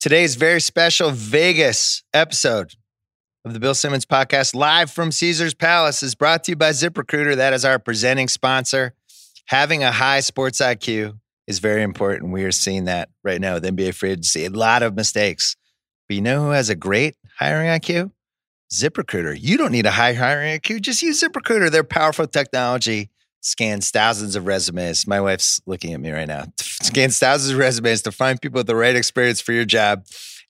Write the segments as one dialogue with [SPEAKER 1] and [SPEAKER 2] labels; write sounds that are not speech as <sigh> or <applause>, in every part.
[SPEAKER 1] Today's very special Vegas episode of the Bill Simmons podcast, live from Caesar's Palace, is brought to you by ZipRecruiter. That is our presenting sponsor. Having a high sports IQ is very important. We are seeing that right now with NBA free agency. A lot of mistakes. But you know who has a great hiring IQ? ZipRecruiter. You don't need a high hiring IQ. Just use ZipRecruiter. Their powerful technology scans thousands of resumes. My wife's looking at me right now. <laughs> Scans thousands of resumes to find people with the right experience for your job.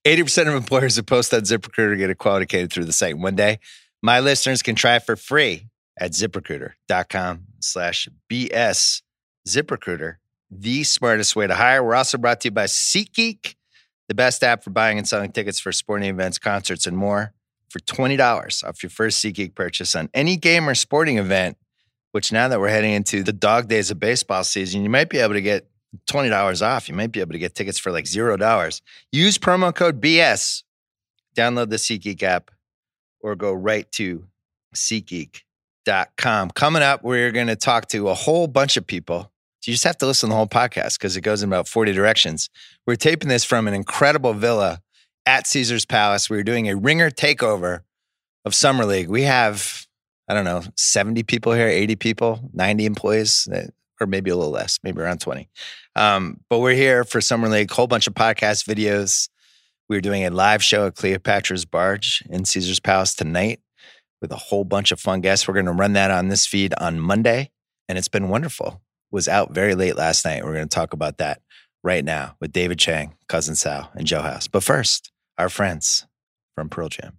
[SPEAKER 1] 80% of employers who post on ZipRecruiter get a qualified through the site one day. My listeners can try it for free at ziprecruiter.com slash BS. ZipRecruiter, the smartest way to hire. We're also brought to you by SeatGeek, the best app for buying and selling tickets for sporting events, concerts, and more. For $20 off your first SeatGeek purchase on any game or sporting event, which now that we're heading into the dog days of baseball season, you might be able to get $20 off. You might be able to get tickets for like $0. Use promo code BS, download the SeatGeek app, or go right to SeatGeek.com. Coming up, we're going to talk to a whole bunch of people. So you just have to listen to the whole podcast because it goes in about 40 directions. We're taping this from an incredible villa at Caesar's Palace. We we're doing a ringer takeover of Summer League. We have, I don't know, 70 people here, 80 people, 90 employees, eh, or maybe a little less, maybe around 20. Um, but we're here for Summer League, whole bunch of podcast videos. We're doing a live show at Cleopatra's Barge in Caesar's Palace tonight with a whole bunch of fun guests. We're going to run that on this feed on Monday, and it's been wonderful. Was out very late last night. We're going to talk about that right now with David Chang, Cousin Sal, and Joe House. But first, our friends from Pearl Jam.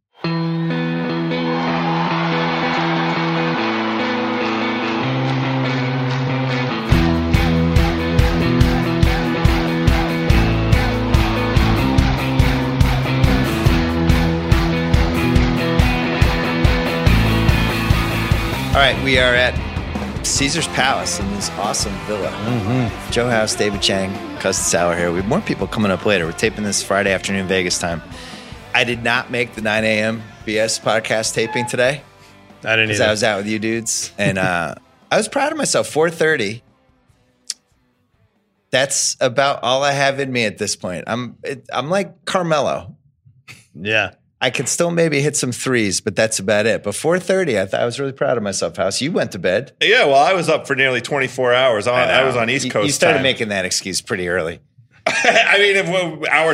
[SPEAKER 1] All right, we are at Caesar's Palace in this awesome villa. Joe House, David Chang, Cousin Sal are here. We have more people coming up later. We're taping this Friday afternoon Vegas time. I did not make the 9 a.m. BS podcast taping today
[SPEAKER 2] I didn't
[SPEAKER 1] because I
[SPEAKER 2] either.
[SPEAKER 1] was out with you dudes, and uh, I was proud of myself. 4:30. That's about all I have in me at this point. I'm it, I'm like Carmelo.
[SPEAKER 2] yeah.
[SPEAKER 1] I could still maybe hit some threes, but that's about it. But 4:30, I thought I was really proud of myself. House, you went to bed.
[SPEAKER 3] Yeah, well, I was up for nearly 24 hours. I, I was on East
[SPEAKER 1] You-
[SPEAKER 3] Coast.
[SPEAKER 1] You started
[SPEAKER 3] time.
[SPEAKER 1] making that excuse pretty early.
[SPEAKER 3] <laughs> I mean, if we're- hour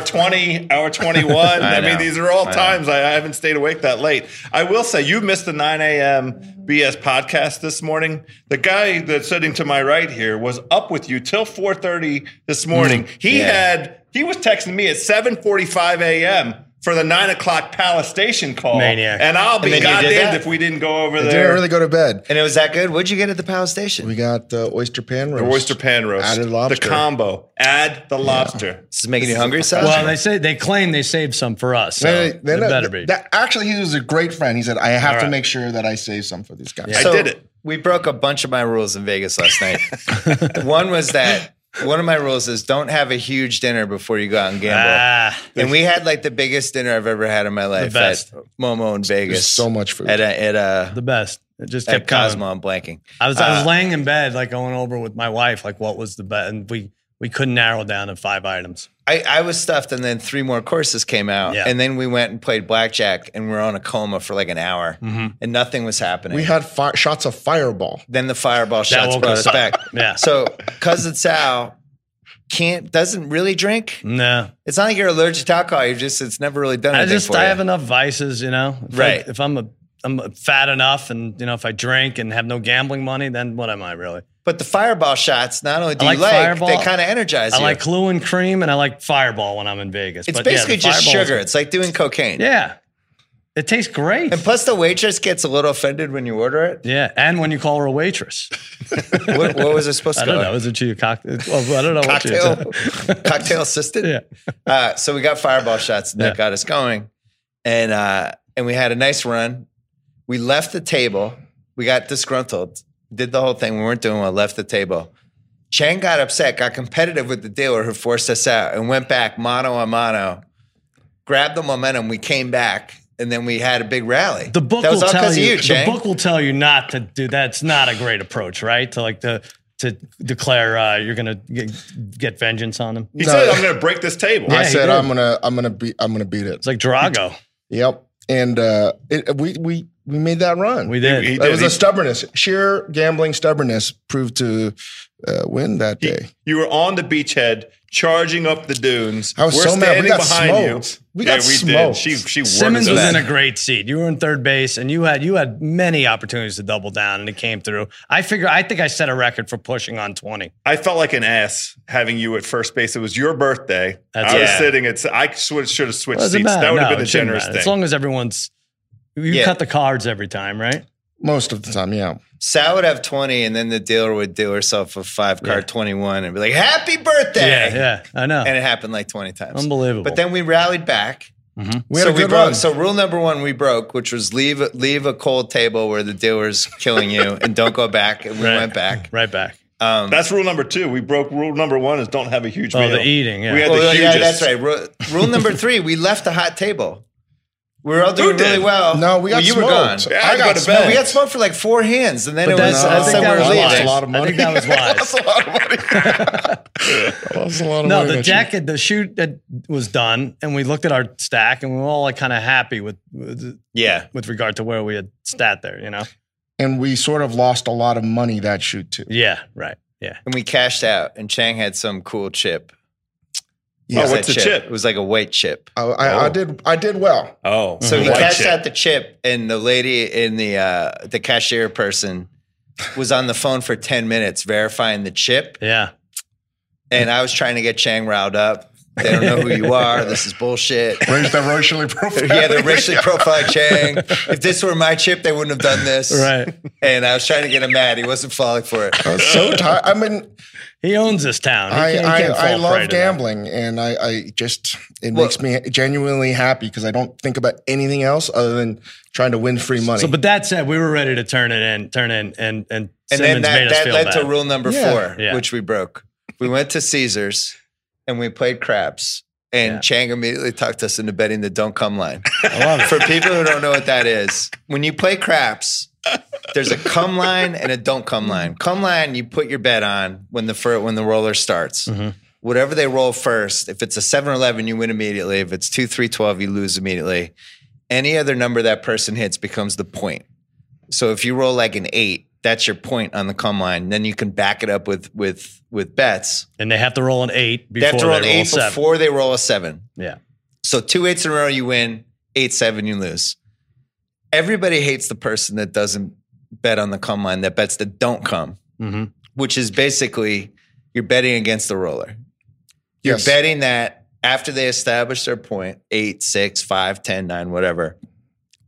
[SPEAKER 1] <laughs>
[SPEAKER 3] 20, hour 21.
[SPEAKER 1] I
[SPEAKER 3] I,
[SPEAKER 1] know.
[SPEAKER 3] mean, these are all
[SPEAKER 1] I know.
[SPEAKER 3] times I, I haven't stayed awake that late. I will say, you missed the 9 a.m. BS podcast this morning. The guy that's sitting to my right here was up with you till 4:30 this morning. He
[SPEAKER 1] Mm, Yeah.
[SPEAKER 3] had he was texting me at 7:45 a.m. for the nine o'clock Palace Station call.
[SPEAKER 2] Maniac.
[SPEAKER 3] And I'll be
[SPEAKER 1] then you did that?
[SPEAKER 3] goddamned if we didn't go over
[SPEAKER 4] I
[SPEAKER 3] there.
[SPEAKER 4] didn't really go to bed.
[SPEAKER 1] And it was that good. What'd you get at the Palace Station?
[SPEAKER 4] We got uh, oyster pan roast.
[SPEAKER 3] The oyster pan roast.
[SPEAKER 4] Added lobster.
[SPEAKER 3] The combo. Add the lobster.
[SPEAKER 1] this is making you hungry, Sal.
[SPEAKER 2] Well, they say they claim they saved some for us. So
[SPEAKER 4] They- they
[SPEAKER 2] it
[SPEAKER 4] know-
[SPEAKER 2] better be.
[SPEAKER 4] that- actually, he was a great friend. He said, "I have to
[SPEAKER 2] right.
[SPEAKER 4] make sure that I save some for these guys."
[SPEAKER 2] Yeah.
[SPEAKER 3] I did it.
[SPEAKER 1] We broke a bunch of my rules in Vegas last
[SPEAKER 4] <laughs>
[SPEAKER 1] night. one was that one of my rules is don't have a huge dinner before you go out and gamble.
[SPEAKER 2] ah,
[SPEAKER 1] and we had like the biggest dinner I've ever had in my life
[SPEAKER 2] best.
[SPEAKER 1] at Momo in Vegas.
[SPEAKER 4] There's so much food.
[SPEAKER 1] at a, at a
[SPEAKER 2] the best. It just
[SPEAKER 1] at
[SPEAKER 2] kept
[SPEAKER 1] Cosmo.
[SPEAKER 2] coming.
[SPEAKER 1] I'm blanking.
[SPEAKER 2] I was I was
[SPEAKER 1] Uh,
[SPEAKER 2] laying in bed, like going over with my wife, like what was the best, and we we couldn't narrow down to five items.
[SPEAKER 1] I, I was stuffed, and then three more courses came out,
[SPEAKER 2] Yeah.
[SPEAKER 1] and then we went and played blackjack, and we were on a coma for like an hour,
[SPEAKER 3] Mm-hmm.
[SPEAKER 1] and nothing was happening.
[SPEAKER 4] we had fi- shots of Fireball.
[SPEAKER 1] then the fireball shots
[SPEAKER 2] woke
[SPEAKER 1] brought
[SPEAKER 2] us
[SPEAKER 1] us
[SPEAKER 2] up.
[SPEAKER 1] back.
[SPEAKER 2] Yeah.
[SPEAKER 1] So cousin Sal can't doesn't really drink.
[SPEAKER 2] No,
[SPEAKER 1] It's not like you're allergic to alcohol. You just it's never really done
[SPEAKER 2] I
[SPEAKER 1] anything
[SPEAKER 2] just
[SPEAKER 1] for
[SPEAKER 2] I
[SPEAKER 1] you.
[SPEAKER 2] have enough vices, you know. If I-
[SPEAKER 1] Right.
[SPEAKER 2] if I'm a I'm fat enough, and you know, if I drink and have no gambling money, then what am I really?
[SPEAKER 1] But the fireball shots not only do
[SPEAKER 2] I
[SPEAKER 1] you
[SPEAKER 2] like
[SPEAKER 1] like,
[SPEAKER 2] Fireball.
[SPEAKER 1] they kind of energize
[SPEAKER 2] I
[SPEAKER 1] you.
[SPEAKER 2] like Clue and cream, and I like Fireball when I'm in Vegas.
[SPEAKER 1] it's
[SPEAKER 2] But yeah, the
[SPEAKER 1] basically just
[SPEAKER 2] Fireball is-
[SPEAKER 1] sugar. It's like doing cocaine.
[SPEAKER 2] Yeah, it tastes great.
[SPEAKER 1] And plus, the waitress gets a little offended when you order it.
[SPEAKER 2] yeah, and when you call her a waitress.
[SPEAKER 1] What, what was it supposed to
[SPEAKER 2] <laughs> I don't know.
[SPEAKER 1] go?
[SPEAKER 2] Is it you cocktail? Well, I don't know what you
[SPEAKER 1] Cocktail, cocktail assistant.
[SPEAKER 2] <laughs> Yeah.
[SPEAKER 1] Uh, so we got fireball shots and that
[SPEAKER 2] Yeah.
[SPEAKER 1] got us going, and uh, and we had a nice run. We left the table. We got disgruntled. Did the whole thing. We weren't doing well. Left the table. Chang got upset. Got competitive with the dealer who forced us out and went back mano a mano. Grabbed the momentum. We came back and then we had a big rally.
[SPEAKER 2] The book
[SPEAKER 1] that was
[SPEAKER 2] will
[SPEAKER 1] all
[SPEAKER 2] tell
[SPEAKER 1] because of
[SPEAKER 2] you.
[SPEAKER 1] you,
[SPEAKER 2] the
[SPEAKER 1] Chang.
[SPEAKER 2] book will tell you not to do. That's not a great approach, right? To like to to declare uh, you're going to get vengeance on him.
[SPEAKER 3] He
[SPEAKER 4] No.
[SPEAKER 3] said, "I'm going to break this table."
[SPEAKER 2] Yeah,
[SPEAKER 4] I
[SPEAKER 2] he
[SPEAKER 4] said
[SPEAKER 2] did.
[SPEAKER 4] I'm gonna I'm gonna beat I'm gonna beat it.
[SPEAKER 2] It's like Drago.
[SPEAKER 4] Yep. And uh, it, we we we made that run.
[SPEAKER 2] We did.
[SPEAKER 3] He
[SPEAKER 4] it
[SPEAKER 3] did.
[SPEAKER 4] was
[SPEAKER 3] He-
[SPEAKER 4] a stubbornness, sheer gambling stubbornness proved to uh, win that
[SPEAKER 3] He-
[SPEAKER 4] day.
[SPEAKER 3] you were on the beachhead, charging up the dunes.
[SPEAKER 4] I was
[SPEAKER 3] We're
[SPEAKER 4] so mad. We
[SPEAKER 3] standing
[SPEAKER 4] got
[SPEAKER 3] behind
[SPEAKER 4] smoked.
[SPEAKER 3] you.
[SPEAKER 4] We
[SPEAKER 3] yeah,
[SPEAKER 4] got
[SPEAKER 3] we
[SPEAKER 4] smoked.
[SPEAKER 3] did. She she
[SPEAKER 2] Simmons
[SPEAKER 3] worked
[SPEAKER 2] was
[SPEAKER 3] us
[SPEAKER 2] in a
[SPEAKER 3] out.
[SPEAKER 2] great seat. You were in third base, and you had you had many opportunities to double down, and it came through. I figure I think I set a record for pushing on twenty.
[SPEAKER 3] I felt like an ass having you at first base. It was your birthday.
[SPEAKER 2] That's
[SPEAKER 3] I was
[SPEAKER 2] right.
[SPEAKER 3] sitting. It's I should, should have switched
[SPEAKER 2] Doesn't
[SPEAKER 3] seats.
[SPEAKER 2] matter.
[SPEAKER 3] That would have
[SPEAKER 2] No,
[SPEAKER 3] been a
[SPEAKER 2] it shouldn't
[SPEAKER 3] generous
[SPEAKER 2] matter.
[SPEAKER 3] thing.
[SPEAKER 2] As long as everyone's you
[SPEAKER 1] Yeah.
[SPEAKER 2] cut the cards every time, right?
[SPEAKER 4] Most of the time, yeah.
[SPEAKER 1] Sal would have 20, and then the dealer would deal herself a five card
[SPEAKER 2] Yeah.
[SPEAKER 1] 21 and be like, Happy birthday.
[SPEAKER 2] Yeah, yeah. I know.
[SPEAKER 1] And it happened like 20 times.
[SPEAKER 2] Unbelievable.
[SPEAKER 1] But then we rallied back.
[SPEAKER 2] Mhm.
[SPEAKER 4] We had
[SPEAKER 1] so
[SPEAKER 4] a good
[SPEAKER 1] we broke.
[SPEAKER 4] run.
[SPEAKER 1] So rule number one we broke, which was leave leave a cold table where the dealer's killing you and don't go back. And we
[SPEAKER 2] Right.
[SPEAKER 1] went
[SPEAKER 2] <laughs>
[SPEAKER 1] back.
[SPEAKER 2] right back.
[SPEAKER 1] Um,
[SPEAKER 3] That's rule number two. We broke rule number one is don't have a huge
[SPEAKER 2] Oh,
[SPEAKER 3] meal.
[SPEAKER 2] the eating. Yeah.
[SPEAKER 3] We had the
[SPEAKER 1] well, yeah,
[SPEAKER 3] hugest.
[SPEAKER 1] that's right. Rule, rule number three we left the hot table. We were all doing
[SPEAKER 3] did?
[SPEAKER 1] really well.
[SPEAKER 4] No, we got
[SPEAKER 1] Well, you
[SPEAKER 4] smoked.
[SPEAKER 1] were gone.
[SPEAKER 3] Yeah, I
[SPEAKER 4] I
[SPEAKER 3] go
[SPEAKER 4] got
[SPEAKER 3] to bed.
[SPEAKER 1] We
[SPEAKER 4] smoked.
[SPEAKER 1] got smoked for like four hands, and then
[SPEAKER 2] But
[SPEAKER 1] it was.
[SPEAKER 2] that's-
[SPEAKER 1] I
[SPEAKER 2] I think
[SPEAKER 1] said
[SPEAKER 2] that
[SPEAKER 1] we're
[SPEAKER 2] was
[SPEAKER 1] leaving.
[SPEAKER 4] lost a lot of
[SPEAKER 2] I
[SPEAKER 4] money.
[SPEAKER 2] think <laughs> that was
[SPEAKER 1] <laughs>
[SPEAKER 4] I
[SPEAKER 2] wise.
[SPEAKER 4] lost a lot of
[SPEAKER 2] No,
[SPEAKER 4] money
[SPEAKER 2] the
[SPEAKER 4] that year.
[SPEAKER 2] jacket, the shoot that was done, and we looked at our stack, and we were all like kind of happy with with
[SPEAKER 1] Yeah,
[SPEAKER 2] with regard to where we had stat there. You know?
[SPEAKER 4] and we sort of lost a lot of money that shoot too.
[SPEAKER 2] Yeah. Right. Yeah.
[SPEAKER 1] and we cashed out, and Chang had some cool chip.
[SPEAKER 3] Oh,
[SPEAKER 1] What was
[SPEAKER 3] what's
[SPEAKER 1] that
[SPEAKER 3] the chip?
[SPEAKER 1] It was like a white chip.
[SPEAKER 4] I, I, I
[SPEAKER 3] Oh.
[SPEAKER 4] did I did well.
[SPEAKER 3] Oh,
[SPEAKER 1] So
[SPEAKER 4] Mm-hmm.
[SPEAKER 1] he
[SPEAKER 3] white
[SPEAKER 1] cashed
[SPEAKER 3] chip.
[SPEAKER 1] out the chip, and the lady in the uh, the cashier person was on the phone for ten minutes verifying the chip,
[SPEAKER 2] Yeah.
[SPEAKER 1] and I was trying to get Chang riled up. They don't know who you are. This is bullshit.
[SPEAKER 4] Raised that racially profile.
[SPEAKER 1] <laughs> Yeah,
[SPEAKER 4] <laughs>
[SPEAKER 1] they're racially profiled Chang. If this were my chip, they wouldn't have done this.
[SPEAKER 2] Right.
[SPEAKER 1] And I was trying to get him mad. He wasn't falling for it.
[SPEAKER 4] I was Uh,
[SPEAKER 1] <laughs>
[SPEAKER 4] so tired. I mean,
[SPEAKER 2] <laughs> He owns this town. He
[SPEAKER 4] I
[SPEAKER 2] can't- he
[SPEAKER 4] I,
[SPEAKER 2] can't
[SPEAKER 4] I
[SPEAKER 2] fall prey
[SPEAKER 4] love
[SPEAKER 2] to that.
[SPEAKER 4] gambling, and I, I just it
[SPEAKER 1] Well-
[SPEAKER 4] makes me genuinely happy because I don't think about anything else other than trying to win free money.
[SPEAKER 2] So, but that said, we were ready to turn it in, turn in, and and,
[SPEAKER 1] And then
[SPEAKER 2] Simmons made
[SPEAKER 1] that,
[SPEAKER 2] us
[SPEAKER 1] that
[SPEAKER 2] feel
[SPEAKER 1] led
[SPEAKER 2] bad.
[SPEAKER 1] to rule number
[SPEAKER 4] Yeah.
[SPEAKER 1] four,
[SPEAKER 2] Yeah.
[SPEAKER 1] which we broke. We went to Caesars and we played craps. And
[SPEAKER 2] Yeah.
[SPEAKER 1] Chang immediately tucked us into betting the don't come line.
[SPEAKER 2] I love it.
[SPEAKER 1] For people who don't know what that is, when you play craps, there's a come line and a don't come line. Come line, you put your bet on when the fir- when the roller starts.
[SPEAKER 2] Mhm.
[SPEAKER 1] Whatever they roll first, if it's a 7-Eleven, you win immediately. If it's 2 3 12, you lose immediately. Any other number that person hits becomes the point. So if you roll like an 8, that's your point on the come line. Then you can back it up with with with bets.
[SPEAKER 2] And they have to roll an eight
[SPEAKER 1] They
[SPEAKER 2] before
[SPEAKER 1] have to roll an 8
[SPEAKER 2] seven.
[SPEAKER 1] before they roll a 7.
[SPEAKER 2] yeah.
[SPEAKER 1] So two eights in a row, you win. Eight seven, you lose. Everybody hates the person that doesn't bet on the come line, that bets that don't come,
[SPEAKER 2] hmm
[SPEAKER 1] which is basically you're betting against the roller. You're
[SPEAKER 4] Yes.
[SPEAKER 1] betting that after they establish their point, eight, six, five, ten, nine, whatever,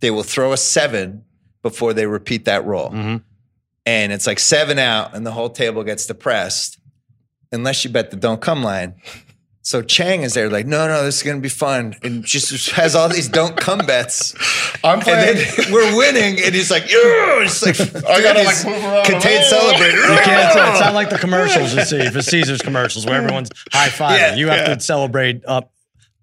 [SPEAKER 1] they will throw a seven before they repeat that roll.
[SPEAKER 2] Mhm.
[SPEAKER 1] And it's like seven out, and the whole table gets depressed unless you bet the don't come line. So Chang is there, like, no, no, this is going to be fun. And just has all these don't come bets.
[SPEAKER 4] I'm
[SPEAKER 1] And
[SPEAKER 4] playing.
[SPEAKER 1] <laughs> then we're winning. And he's like, yeah. It's like,
[SPEAKER 4] I gotta
[SPEAKER 1] dude,
[SPEAKER 4] like
[SPEAKER 1] he's
[SPEAKER 4] move around.
[SPEAKER 1] Contained
[SPEAKER 4] Oh.
[SPEAKER 1] <laughs> celebrator.
[SPEAKER 2] You can't. It's not
[SPEAKER 1] Oh.
[SPEAKER 2] like the commercials you see for Caesar's commercials where everyone's high fiving.
[SPEAKER 1] Yeah,
[SPEAKER 2] you have
[SPEAKER 3] yeah.
[SPEAKER 2] to celebrate up,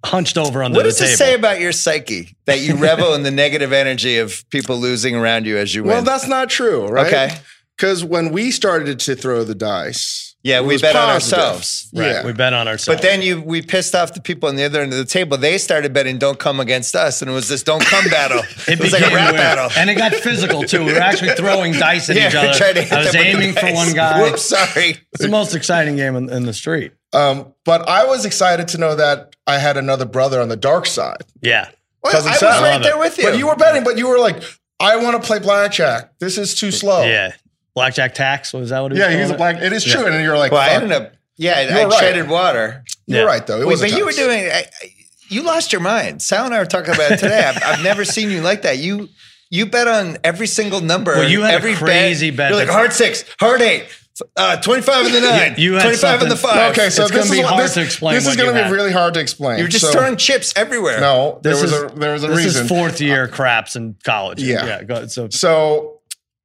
[SPEAKER 2] hunched over under
[SPEAKER 1] What
[SPEAKER 2] the
[SPEAKER 1] does
[SPEAKER 2] table.
[SPEAKER 1] it say about your psyche that you revel in the negative energy of people losing around you as you win?
[SPEAKER 4] well, that's not true, right?
[SPEAKER 1] Okay.
[SPEAKER 4] Because when we started to throw the dice,
[SPEAKER 1] yeah,
[SPEAKER 4] it
[SPEAKER 1] we
[SPEAKER 4] was
[SPEAKER 1] bet on
[SPEAKER 4] positive.
[SPEAKER 1] ourselves.
[SPEAKER 2] Right.
[SPEAKER 4] Yeah.
[SPEAKER 2] We bet on ourselves.
[SPEAKER 1] But then you we pissed off the people on the other end of the table. They started betting don't come against us, and it was this don't <laughs> come battle. it, was like a
[SPEAKER 2] became
[SPEAKER 1] rap
[SPEAKER 2] weird.
[SPEAKER 1] battle.
[SPEAKER 2] And it got physical too. We were actually throwing
[SPEAKER 1] <laughs>
[SPEAKER 2] dice at each
[SPEAKER 1] we
[SPEAKER 2] other.
[SPEAKER 1] tried to hit
[SPEAKER 2] I was
[SPEAKER 1] them with the
[SPEAKER 2] aiming for
[SPEAKER 1] dice.
[SPEAKER 2] one guy.
[SPEAKER 1] Whoops, sorry.
[SPEAKER 2] It's the most exciting game in, in the street.
[SPEAKER 4] um, but I was excited to know that I had another brother on the dark side.
[SPEAKER 2] Yeah.
[SPEAKER 1] Well, I
[SPEAKER 4] Cousin
[SPEAKER 1] was
[SPEAKER 4] Sal.
[SPEAKER 1] right
[SPEAKER 2] Love
[SPEAKER 1] there
[SPEAKER 2] it.
[SPEAKER 1] with you.
[SPEAKER 4] But you were betting, but you were like, I want to play blackjack. This is too slow.
[SPEAKER 2] Yeah. Blackjack tax. Was that what it was?
[SPEAKER 4] Yeah, he's a
[SPEAKER 2] called?
[SPEAKER 4] black. It is true,
[SPEAKER 2] Yeah.
[SPEAKER 4] and you're like,
[SPEAKER 1] well, I
[SPEAKER 4] fuck.
[SPEAKER 1] ended up. Yeah, I, I
[SPEAKER 4] You're right.
[SPEAKER 1] treaded water.
[SPEAKER 4] you're
[SPEAKER 2] Yeah.
[SPEAKER 4] right though. It
[SPEAKER 1] Wait,
[SPEAKER 4] was a
[SPEAKER 1] but you were
[SPEAKER 4] toast.
[SPEAKER 1] doing. I, I- you lost your mind. Sal and I were talking about it today. I've, I've never seen you like that. You you bet on every single number.
[SPEAKER 2] Well, you had a
[SPEAKER 1] every
[SPEAKER 2] crazy bet
[SPEAKER 1] You're like
[SPEAKER 2] that-
[SPEAKER 1] hard six, hard eight, uh, twenty five in the nine,
[SPEAKER 2] you had
[SPEAKER 1] twenty five in the
[SPEAKER 2] something-
[SPEAKER 1] five.
[SPEAKER 4] Okay, so this
[SPEAKER 2] It's gonna be
[SPEAKER 4] is what-
[SPEAKER 2] hard
[SPEAKER 4] this,
[SPEAKER 2] to explain
[SPEAKER 4] This is
[SPEAKER 2] what you
[SPEAKER 4] going to
[SPEAKER 2] had.
[SPEAKER 4] be really hard to explain.
[SPEAKER 1] you're just
[SPEAKER 4] So-
[SPEAKER 1] throwing chips everywhere.
[SPEAKER 4] No, there
[SPEAKER 2] This
[SPEAKER 4] was
[SPEAKER 2] is-
[SPEAKER 4] a there was a
[SPEAKER 2] This
[SPEAKER 4] reason.
[SPEAKER 2] is fourth
[SPEAKER 1] Uh,
[SPEAKER 2] year craps in college.
[SPEAKER 4] Yeah.
[SPEAKER 2] yeah go, so
[SPEAKER 4] so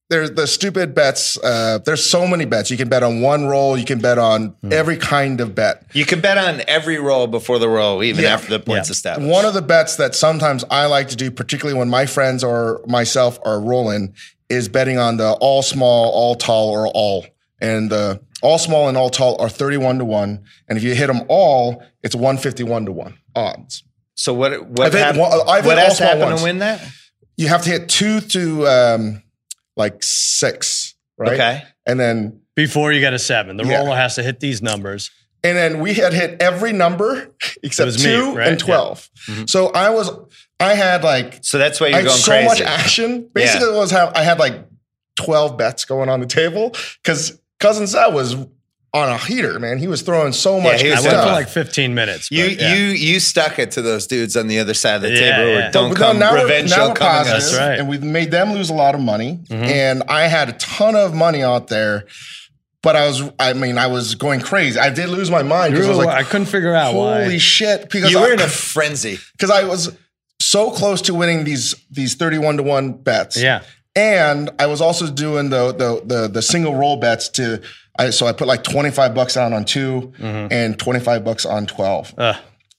[SPEAKER 4] there's the stupid bets. Uh, there's so many bets. You can bet on one roll. You can bet on
[SPEAKER 2] Hmm.
[SPEAKER 4] every kind of bet.
[SPEAKER 1] you can bet on every roll before the roll, even
[SPEAKER 4] Yeah.
[SPEAKER 1] after the points
[SPEAKER 2] Yeah.
[SPEAKER 1] established.
[SPEAKER 4] One of the bets that sometimes I like to do, particularly when my friends or myself are rolling, is betting on the all small, all tall, or all. And the All small and all tall are 31 to 1. And if you hit them all, it's 151 to 1 odds.
[SPEAKER 1] So what? What,
[SPEAKER 4] I've hit
[SPEAKER 1] hap-
[SPEAKER 4] one- I've hit
[SPEAKER 1] what
[SPEAKER 4] all
[SPEAKER 1] has to
[SPEAKER 4] small
[SPEAKER 1] happen
[SPEAKER 4] ones.
[SPEAKER 1] to win that?
[SPEAKER 4] You have to hit two to um, like six, right?
[SPEAKER 1] Okay.
[SPEAKER 4] And then
[SPEAKER 2] Before you get a seven, the
[SPEAKER 4] Yeah.
[SPEAKER 2] roller has to hit these numbers.
[SPEAKER 4] And then we had hit every number <laughs> except
[SPEAKER 2] was me,
[SPEAKER 4] two
[SPEAKER 2] right?
[SPEAKER 4] and
[SPEAKER 2] Yeah. Mm-hmm.
[SPEAKER 4] 12. So I was, I had like,
[SPEAKER 1] So that's why
[SPEAKER 4] I
[SPEAKER 1] you're
[SPEAKER 4] had
[SPEAKER 1] going
[SPEAKER 4] so
[SPEAKER 1] crazy.
[SPEAKER 4] much action. Basically, it was how I had like 12 bets going on the table because Cousin Sal was on a heater, man. He was throwing so much
[SPEAKER 1] he
[SPEAKER 4] good
[SPEAKER 2] I
[SPEAKER 1] was
[SPEAKER 2] went
[SPEAKER 4] stuff.
[SPEAKER 2] for like 15 minutes.
[SPEAKER 1] you
[SPEAKER 2] but, yeah.
[SPEAKER 1] you you stuck it to those dudes on the other side of the
[SPEAKER 2] Yeah,
[SPEAKER 1] table.
[SPEAKER 2] yeah.
[SPEAKER 1] Or don't
[SPEAKER 4] But
[SPEAKER 1] come
[SPEAKER 4] now we're-
[SPEAKER 1] revenge.
[SPEAKER 4] now
[SPEAKER 1] Now
[SPEAKER 4] we're
[SPEAKER 1] coming.
[SPEAKER 4] positive,
[SPEAKER 1] Us.
[SPEAKER 2] That's right.
[SPEAKER 4] And we've made them lose a lot of money.
[SPEAKER 1] Mm-hmm.
[SPEAKER 4] And I had a ton of money out there. But I was, I mean, I was going crazy. I did lose my mind because I was
[SPEAKER 2] Drew,
[SPEAKER 4] like,
[SPEAKER 2] I couldn't figure out
[SPEAKER 4] holy
[SPEAKER 2] why.
[SPEAKER 4] shit. Because
[SPEAKER 1] You
[SPEAKER 4] I,
[SPEAKER 1] were
[SPEAKER 4] <laughs>
[SPEAKER 1] in a frenzy.
[SPEAKER 4] because I was so close to winning these these thirty one to one bets.
[SPEAKER 2] Yeah.
[SPEAKER 4] and I was also doing the the the, the single roll bets to. I, so I put like twenty five bucks down on 2
[SPEAKER 1] Mm-hmm.
[SPEAKER 4] and twenty five bucks on twelve,
[SPEAKER 2] Ugh.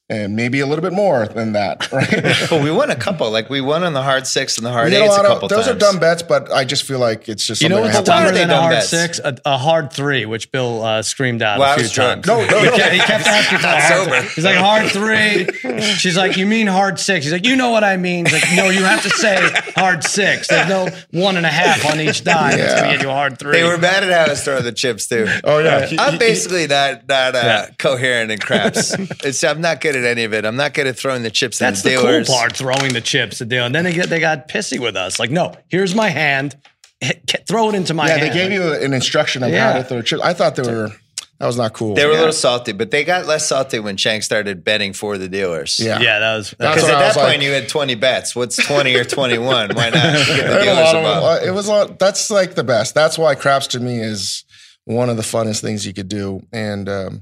[SPEAKER 4] and maybe a little bit more than that.
[SPEAKER 1] <laughs>
[SPEAKER 4] <laughs> Right?
[SPEAKER 1] But we won a couple. Like we won on the hard six and the hard
[SPEAKER 4] We had
[SPEAKER 1] eights a,
[SPEAKER 4] lot
[SPEAKER 1] couple
[SPEAKER 4] of, those
[SPEAKER 1] times.
[SPEAKER 4] are dumb bets, but I just feel like it's just
[SPEAKER 2] You know
[SPEAKER 4] something
[SPEAKER 2] what's
[SPEAKER 4] I have
[SPEAKER 1] Why
[SPEAKER 2] dumber
[SPEAKER 1] are they
[SPEAKER 2] than a
[SPEAKER 1] dumb
[SPEAKER 2] hard
[SPEAKER 1] bets?
[SPEAKER 2] six? A, a hard three, which Bill uh, screamed out
[SPEAKER 1] Well, I
[SPEAKER 2] a few
[SPEAKER 1] was drunk.
[SPEAKER 2] times.
[SPEAKER 1] No,
[SPEAKER 4] no,
[SPEAKER 2] he
[SPEAKER 1] <laughs>
[SPEAKER 4] no.
[SPEAKER 2] kept, he kept asking for a hard
[SPEAKER 1] sober.
[SPEAKER 2] three. He's like, hard three. She's like, you mean hard six? He's like, you know what I mean. He's like, no, you have to say hard six. There's no one and a half on each die. That's going to
[SPEAKER 4] Yeah.
[SPEAKER 2] get you a hard three.
[SPEAKER 1] They were bad at how to throw the chips too.
[SPEAKER 4] <laughs> Oh yeah, He-
[SPEAKER 1] I'm
[SPEAKER 4] he-
[SPEAKER 1] basically not not uh,
[SPEAKER 2] Yeah.
[SPEAKER 1] coherent in
[SPEAKER 4] <laughs>
[SPEAKER 1] craps. it's I'm not good at any of it. I'm not good at throwing the chips.
[SPEAKER 2] That's
[SPEAKER 1] in
[SPEAKER 2] the
[SPEAKER 1] the dealers.
[SPEAKER 2] cool part, throwing the chips. The deal. And then they, get, they got pissy with us. Like, no, here's my hand. Hit- get- throw it into my
[SPEAKER 4] yeah.
[SPEAKER 2] hand.
[SPEAKER 4] They gave you an instruction on
[SPEAKER 2] Yeah.
[SPEAKER 4] how to throw chips. I thought they were that was not cool.
[SPEAKER 1] They were a
[SPEAKER 4] Yeah.
[SPEAKER 1] little salty, but they got less salty when Shank started betting for the dealers.
[SPEAKER 4] Yeah.
[SPEAKER 2] Yeah, that was.
[SPEAKER 4] That's
[SPEAKER 1] Because
[SPEAKER 4] what
[SPEAKER 1] at
[SPEAKER 4] I
[SPEAKER 1] that
[SPEAKER 4] was
[SPEAKER 1] point
[SPEAKER 4] like-
[SPEAKER 1] you had 20 bets. What's 20 or 21? Why not? Get the
[SPEAKER 4] <laughs> I had a
[SPEAKER 1] dealers
[SPEAKER 4] lot of-
[SPEAKER 1] above.
[SPEAKER 4] uh, it was a lot, that's like the best. That's why craps to me is one of the funnest things you could do. And um,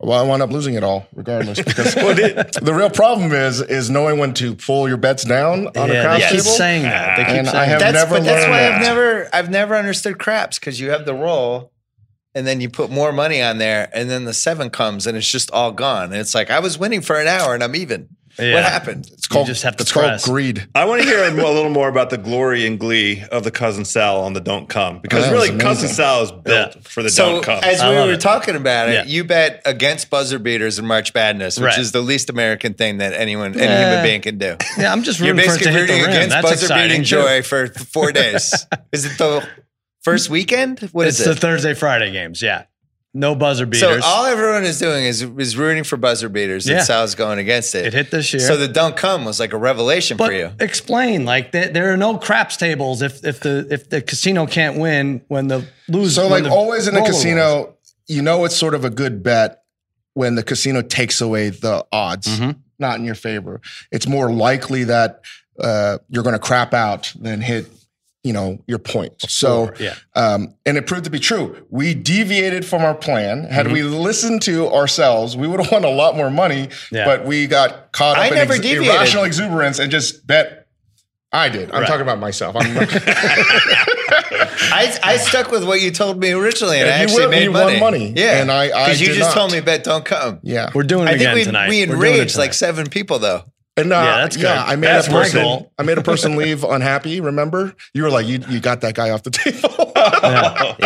[SPEAKER 4] well, I wound up losing it all regardless
[SPEAKER 2] <laughs>
[SPEAKER 4] because the real problem is is knowing when to pull your bets down on
[SPEAKER 2] yeah,
[SPEAKER 4] a
[SPEAKER 2] they
[SPEAKER 4] craps
[SPEAKER 2] keep
[SPEAKER 4] table.
[SPEAKER 2] saying that. They keep
[SPEAKER 4] And I
[SPEAKER 2] saying
[SPEAKER 4] have
[SPEAKER 2] that.
[SPEAKER 1] That's,
[SPEAKER 4] never
[SPEAKER 1] but that's
[SPEAKER 4] learned
[SPEAKER 1] why I've
[SPEAKER 4] that.
[SPEAKER 1] never I've never understood craps because you have the roll and then you put more money on there and then the seven comes and it's just all gone. And it's like I was winning for an hour and I'm even.
[SPEAKER 2] Yeah.
[SPEAKER 1] What happened?
[SPEAKER 4] It's called
[SPEAKER 2] just have to
[SPEAKER 4] it's
[SPEAKER 2] press.
[SPEAKER 4] called greed.
[SPEAKER 3] I want to hear a mo- a little more about the glory and glee of the cousin Sal on the don't come because
[SPEAKER 2] Oh,
[SPEAKER 4] That was
[SPEAKER 3] really cousin
[SPEAKER 4] amazing.
[SPEAKER 3] Sal is built
[SPEAKER 2] Yeah.
[SPEAKER 3] for the
[SPEAKER 1] So
[SPEAKER 3] don't come.
[SPEAKER 1] as
[SPEAKER 2] I
[SPEAKER 1] we
[SPEAKER 2] love
[SPEAKER 1] were
[SPEAKER 2] it.
[SPEAKER 1] talking about it,
[SPEAKER 2] Yeah.
[SPEAKER 1] you bet against buzzer beaters in March Madness, which
[SPEAKER 2] Right.
[SPEAKER 1] is the least American thing that anyone any
[SPEAKER 2] Yeah.
[SPEAKER 1] human being can do.
[SPEAKER 2] Yeah, I'm just
[SPEAKER 1] You're
[SPEAKER 2] rooting for it to
[SPEAKER 1] basically
[SPEAKER 2] hit the
[SPEAKER 1] rooting
[SPEAKER 2] rim.
[SPEAKER 1] against
[SPEAKER 2] That's
[SPEAKER 1] buzzer
[SPEAKER 2] exciting.
[SPEAKER 1] beating
[SPEAKER 2] too.
[SPEAKER 1] joy for
[SPEAKER 2] <laughs>
[SPEAKER 1] four days. is it the first weekend? What is
[SPEAKER 2] It's the
[SPEAKER 1] it?
[SPEAKER 2] Thursday Friday games. Yeah, no buzzer
[SPEAKER 1] So
[SPEAKER 2] beaters.
[SPEAKER 1] all everyone is doing is is rooting for buzzer beaters, and
[SPEAKER 2] Yeah.
[SPEAKER 1] Sal's going against it.
[SPEAKER 2] it hit this year.
[SPEAKER 1] So the don't come was like a revelation
[SPEAKER 2] but
[SPEAKER 1] for you.
[SPEAKER 2] explain like there, there are no craps tables if if the if the casino can't win when the lose.
[SPEAKER 4] So
[SPEAKER 2] when
[SPEAKER 4] like
[SPEAKER 2] the
[SPEAKER 4] always in a
[SPEAKER 2] roller rolls.
[SPEAKER 4] casino, you know it's sort of a good bet when the casino takes away the odds,
[SPEAKER 2] Mm-hmm.
[SPEAKER 4] not in your favor. It's more likely that uh, you're going to crap out than hit, you know, your point. So
[SPEAKER 2] yeah.
[SPEAKER 4] um, and it proved to be true. We deviated from our plan. Had
[SPEAKER 2] Mm-hmm.
[SPEAKER 4] we listened to ourselves, we would have <laughs> won a lot more money.
[SPEAKER 2] Yeah.
[SPEAKER 4] But we got caught up
[SPEAKER 1] I
[SPEAKER 4] in
[SPEAKER 1] never
[SPEAKER 4] ex-
[SPEAKER 1] deviated.
[SPEAKER 4] irrational exuberance and just bet. I did. I'm talking about myself. I'm, <laughs>
[SPEAKER 2] <laughs>
[SPEAKER 1] I, I stuck with what you told me originally, and,
[SPEAKER 4] And
[SPEAKER 1] I
[SPEAKER 4] you
[SPEAKER 1] actually
[SPEAKER 4] were-
[SPEAKER 1] made
[SPEAKER 4] you
[SPEAKER 1] money.
[SPEAKER 4] won money,
[SPEAKER 1] Yeah,
[SPEAKER 4] and I- I
[SPEAKER 1] because you
[SPEAKER 4] did
[SPEAKER 1] just
[SPEAKER 4] not.
[SPEAKER 1] told me bet don't come.
[SPEAKER 4] yeah.
[SPEAKER 2] We're doing it
[SPEAKER 1] I
[SPEAKER 2] again
[SPEAKER 1] think we
[SPEAKER 2] tonight.
[SPEAKER 1] we
[SPEAKER 2] We're doing it
[SPEAKER 1] enraged like
[SPEAKER 2] tonight.
[SPEAKER 1] seven people though.
[SPEAKER 4] And uh,
[SPEAKER 2] Yeah,
[SPEAKER 4] yeah,
[SPEAKER 2] that's good.
[SPEAKER 4] I made
[SPEAKER 2] That's
[SPEAKER 4] a
[SPEAKER 2] my
[SPEAKER 4] person.
[SPEAKER 2] goal.
[SPEAKER 4] I made a
[SPEAKER 2] <laughs>
[SPEAKER 4] person leave unhappy. Remember, you were like, you you got that guy off the <laughs> table.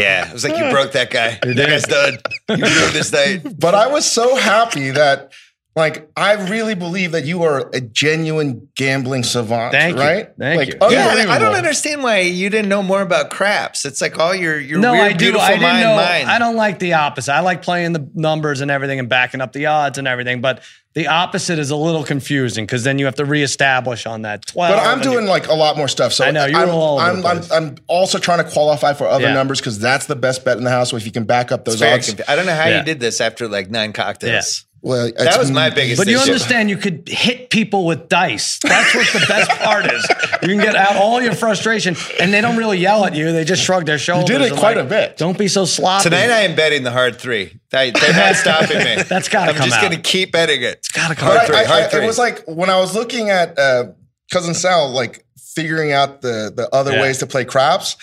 [SPEAKER 1] Yeah, it was like
[SPEAKER 2] <laughs>
[SPEAKER 1] you broke that guy. That guy's done. You ruined this night.
[SPEAKER 4] but I was so happy that, like, I really believe that you are a genuine gambling savant.
[SPEAKER 2] Thank you.
[SPEAKER 4] right?
[SPEAKER 2] Thank
[SPEAKER 4] like, oh,
[SPEAKER 2] you.
[SPEAKER 1] Oh, Yeah, I don't
[SPEAKER 4] unbelievable.
[SPEAKER 1] understand why you didn't know more about craps. It's like all your your
[SPEAKER 2] No,
[SPEAKER 1] weird,
[SPEAKER 2] I do.
[SPEAKER 1] beautiful
[SPEAKER 2] I didn't
[SPEAKER 1] mind
[SPEAKER 2] know.
[SPEAKER 1] mind.
[SPEAKER 2] I don't like the opposite. I like playing the numbers and everything and backing up the odds and everything. But the opposite is a little confusing because then you have to reestablish on that twelve.
[SPEAKER 4] But I'm
[SPEAKER 2] and you-
[SPEAKER 4] doing like a lot more stuff. So
[SPEAKER 2] I know, you're
[SPEAKER 4] I'm,
[SPEAKER 2] all over
[SPEAKER 4] I'm,
[SPEAKER 2] the
[SPEAKER 4] I'm,
[SPEAKER 2] place.
[SPEAKER 4] I'm also trying to qualify for other
[SPEAKER 2] Yeah.
[SPEAKER 4] numbers because that's the best bet in the house. So if you can back up those
[SPEAKER 1] It's very
[SPEAKER 4] odds,
[SPEAKER 1] confu- I don't know how
[SPEAKER 2] Yeah.
[SPEAKER 1] you did this after like nine cocktails.
[SPEAKER 4] well,
[SPEAKER 1] That was my biggest.
[SPEAKER 2] But you
[SPEAKER 1] issue.
[SPEAKER 2] understand you could hit people with dice. That's what the best part is. You can get out all your frustration, and they don't really yell at you. They just shrug their shoulders.
[SPEAKER 4] it
[SPEAKER 2] and
[SPEAKER 4] quite
[SPEAKER 2] like,
[SPEAKER 4] a bit.
[SPEAKER 2] Don't be so sloppy.
[SPEAKER 1] Tonight I am betting the hard three. They, they're
[SPEAKER 2] <laughs>
[SPEAKER 1] not stopping me.
[SPEAKER 2] That's gotta
[SPEAKER 1] I'm
[SPEAKER 2] come
[SPEAKER 1] just
[SPEAKER 2] out.
[SPEAKER 1] gonna keep betting it. It's
[SPEAKER 2] gotta come
[SPEAKER 1] hard
[SPEAKER 2] out.
[SPEAKER 1] Three,
[SPEAKER 4] I, I-
[SPEAKER 1] hard
[SPEAKER 4] I-
[SPEAKER 1] three.
[SPEAKER 4] It was like when I was looking at uh, cousin Sal, like figuring out the the other
[SPEAKER 2] Yeah.
[SPEAKER 4] ways to play craps.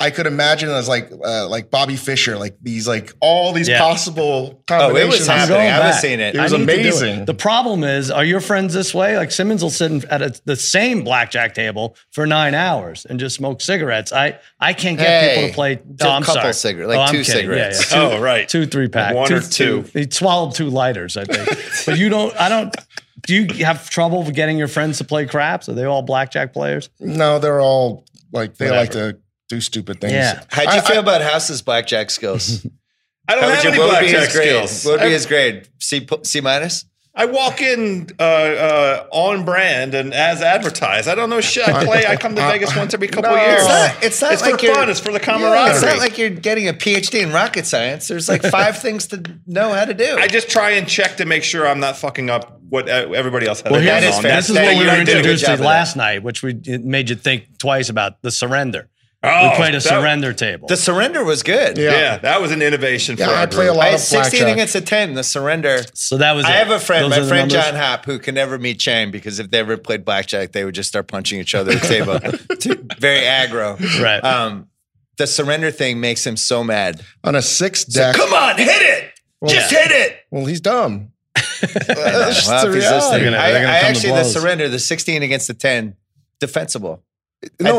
[SPEAKER 4] I could imagine it as like uh, like Bobby Fisher, like these like all these
[SPEAKER 2] Yeah.
[SPEAKER 4] possible
[SPEAKER 1] Oh, it
[SPEAKER 4] combinations.
[SPEAKER 1] was
[SPEAKER 2] I'm going
[SPEAKER 1] happening. I was
[SPEAKER 2] back.
[SPEAKER 1] seeing it.
[SPEAKER 4] It was
[SPEAKER 2] I need to do
[SPEAKER 4] amazing.
[SPEAKER 2] The problem is, are your friends this way? Like Simmons will sit in- at a, the same blackjack table for nine hours and just smoke cigarettes. I I can't get people
[SPEAKER 1] Hey,
[SPEAKER 2] to play.
[SPEAKER 1] a
[SPEAKER 2] Oh, I'm
[SPEAKER 1] couple
[SPEAKER 2] sorry.
[SPEAKER 1] cigar-
[SPEAKER 2] oh,
[SPEAKER 1] like
[SPEAKER 2] I'm
[SPEAKER 1] two
[SPEAKER 2] kidding. Yeah,
[SPEAKER 1] cigarettes.
[SPEAKER 2] yeah.
[SPEAKER 3] Oh, right.
[SPEAKER 2] Two three pack.
[SPEAKER 3] One
[SPEAKER 2] two,
[SPEAKER 3] or two.
[SPEAKER 2] He swallowed two lighters,
[SPEAKER 1] <laughs>
[SPEAKER 2] I think. but you don't. I don't. Do you have trouble with getting your friends to play craps? Are they all blackjack players?
[SPEAKER 4] No, they're all like they like to do stupid things.
[SPEAKER 2] Yeah.
[SPEAKER 1] How'd you feel about House's blackjack
[SPEAKER 2] <laughs>
[SPEAKER 1] skills?
[SPEAKER 3] I don't
[SPEAKER 1] How
[SPEAKER 3] have
[SPEAKER 1] would
[SPEAKER 3] any
[SPEAKER 1] you, what would be
[SPEAKER 3] blackjack
[SPEAKER 1] his grade?
[SPEAKER 3] skills.
[SPEAKER 1] What would
[SPEAKER 3] I-
[SPEAKER 1] be his grade? C pu- C minus?
[SPEAKER 3] I walk in uh, uh, on brand and as advertised. I don't know shit. I play. I come to
[SPEAKER 2] Uh,
[SPEAKER 3] Vegas once every couple
[SPEAKER 4] No.
[SPEAKER 3] years.
[SPEAKER 4] It's
[SPEAKER 1] not- it's not
[SPEAKER 3] It's
[SPEAKER 1] like
[SPEAKER 3] for
[SPEAKER 1] you're-
[SPEAKER 3] fun. It's for the
[SPEAKER 1] Yeah, it's
[SPEAKER 3] camaraderie.
[SPEAKER 1] not like you're getting a PhD in rocket science. There's
[SPEAKER 3] <laughs>
[SPEAKER 1] like five things to know how to do.
[SPEAKER 3] I just try and check to make sure I'm not fucking up what uh, everybody else has.
[SPEAKER 2] Well,
[SPEAKER 1] that
[SPEAKER 2] here's,
[SPEAKER 1] is
[SPEAKER 2] this
[SPEAKER 1] fair.
[SPEAKER 2] is
[SPEAKER 1] That
[SPEAKER 2] what
[SPEAKER 1] you
[SPEAKER 2] we were
[SPEAKER 1] did a good
[SPEAKER 2] introduced
[SPEAKER 1] job
[SPEAKER 2] to
[SPEAKER 1] of that.
[SPEAKER 2] last night, which we it made you think twice about the surrender.
[SPEAKER 3] Oh,
[SPEAKER 2] we played a
[SPEAKER 3] that-
[SPEAKER 2] surrender table.
[SPEAKER 1] the surrender was good.
[SPEAKER 4] Yeah.
[SPEAKER 3] Yeah. that was an innovation.
[SPEAKER 4] Yeah,
[SPEAKER 3] for
[SPEAKER 4] I
[SPEAKER 3] our
[SPEAKER 4] play a
[SPEAKER 3] group.
[SPEAKER 4] lot
[SPEAKER 1] I
[SPEAKER 4] of
[SPEAKER 1] had 16
[SPEAKER 4] blackjack.
[SPEAKER 1] against a 10, the surrender.
[SPEAKER 2] so that was.
[SPEAKER 1] I
[SPEAKER 2] it.
[SPEAKER 1] have a friend,
[SPEAKER 2] Those
[SPEAKER 1] my
[SPEAKER 2] are the
[SPEAKER 1] friend
[SPEAKER 2] numbers?
[SPEAKER 1] John Hopp, who can never meet Shane because if they ever played blackjack, they would just start punching each other at the
[SPEAKER 2] <laughs>
[SPEAKER 1] table. Very aggro.
[SPEAKER 2] Right.
[SPEAKER 1] Um, the surrender thing makes him so
[SPEAKER 2] <laughs>
[SPEAKER 1] mad.
[SPEAKER 4] on a six deck.
[SPEAKER 1] Come on, hit it. just hit it.
[SPEAKER 4] Well, he's dumb. That's
[SPEAKER 1] Well,
[SPEAKER 4] the
[SPEAKER 1] if he's listening,
[SPEAKER 4] reality.
[SPEAKER 2] They're gonna-
[SPEAKER 1] I,
[SPEAKER 2] they're gonna
[SPEAKER 1] I
[SPEAKER 2] come to
[SPEAKER 1] actually, the
[SPEAKER 2] blows.
[SPEAKER 1] surrender, the 16 against the 10, defensible.
[SPEAKER 4] No,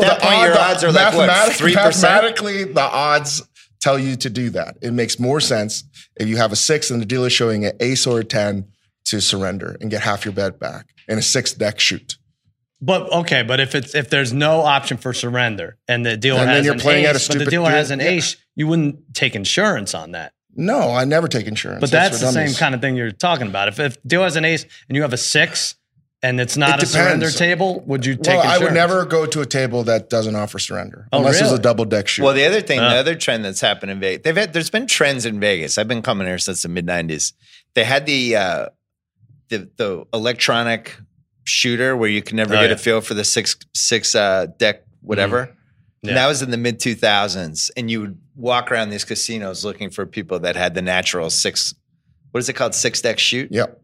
[SPEAKER 1] At that point, your odds are like, what,
[SPEAKER 4] mathematic-
[SPEAKER 1] 3%?
[SPEAKER 4] Mathematically, the odds tell you to do that. It makes more sense if you have a six and the dealer's showing an ace or a ten to surrender and get half your bet back in a six deck shoot.
[SPEAKER 2] But okay, but if it's if there's no option for surrender and the dealer
[SPEAKER 4] And then
[SPEAKER 2] has
[SPEAKER 4] you're
[SPEAKER 2] an
[SPEAKER 4] playing
[SPEAKER 2] ace,
[SPEAKER 4] at a
[SPEAKER 2] but the
[SPEAKER 4] stupid
[SPEAKER 2] dealer
[SPEAKER 4] deal.
[SPEAKER 2] has an
[SPEAKER 4] Yeah.
[SPEAKER 2] ace, you wouldn't take insurance on that.
[SPEAKER 4] No, I never take insurance.
[SPEAKER 2] But that's,
[SPEAKER 4] for
[SPEAKER 2] the same
[SPEAKER 4] dummies.
[SPEAKER 2] kind of thing you're talking about. If if dealer has an ace and you have a six and it's not
[SPEAKER 4] It
[SPEAKER 2] a surrender
[SPEAKER 4] depends.
[SPEAKER 2] table, would you take
[SPEAKER 4] Well, I
[SPEAKER 2] insurance?
[SPEAKER 4] would never go to a table that doesn't offer surrender
[SPEAKER 2] Oh,
[SPEAKER 4] unless it's
[SPEAKER 2] really?
[SPEAKER 4] a double deck shoot.
[SPEAKER 1] Well, the other thing,
[SPEAKER 2] Ah.
[SPEAKER 1] the other trend that's happened in Vegas, they've had there's been trends in Vegas. I've been coming here since the mid '90s. They had the uh, the the electronic shooter where you can never
[SPEAKER 2] Oh,
[SPEAKER 1] get
[SPEAKER 2] yeah. Mm-hmm.
[SPEAKER 1] a feel for the six six uh, deck whatever.
[SPEAKER 2] Yeah.
[SPEAKER 1] And that was in the mid 2000s, and you would walk around these casinos looking for people that had the natural six. What is it called? Six deck shoot.
[SPEAKER 4] yep.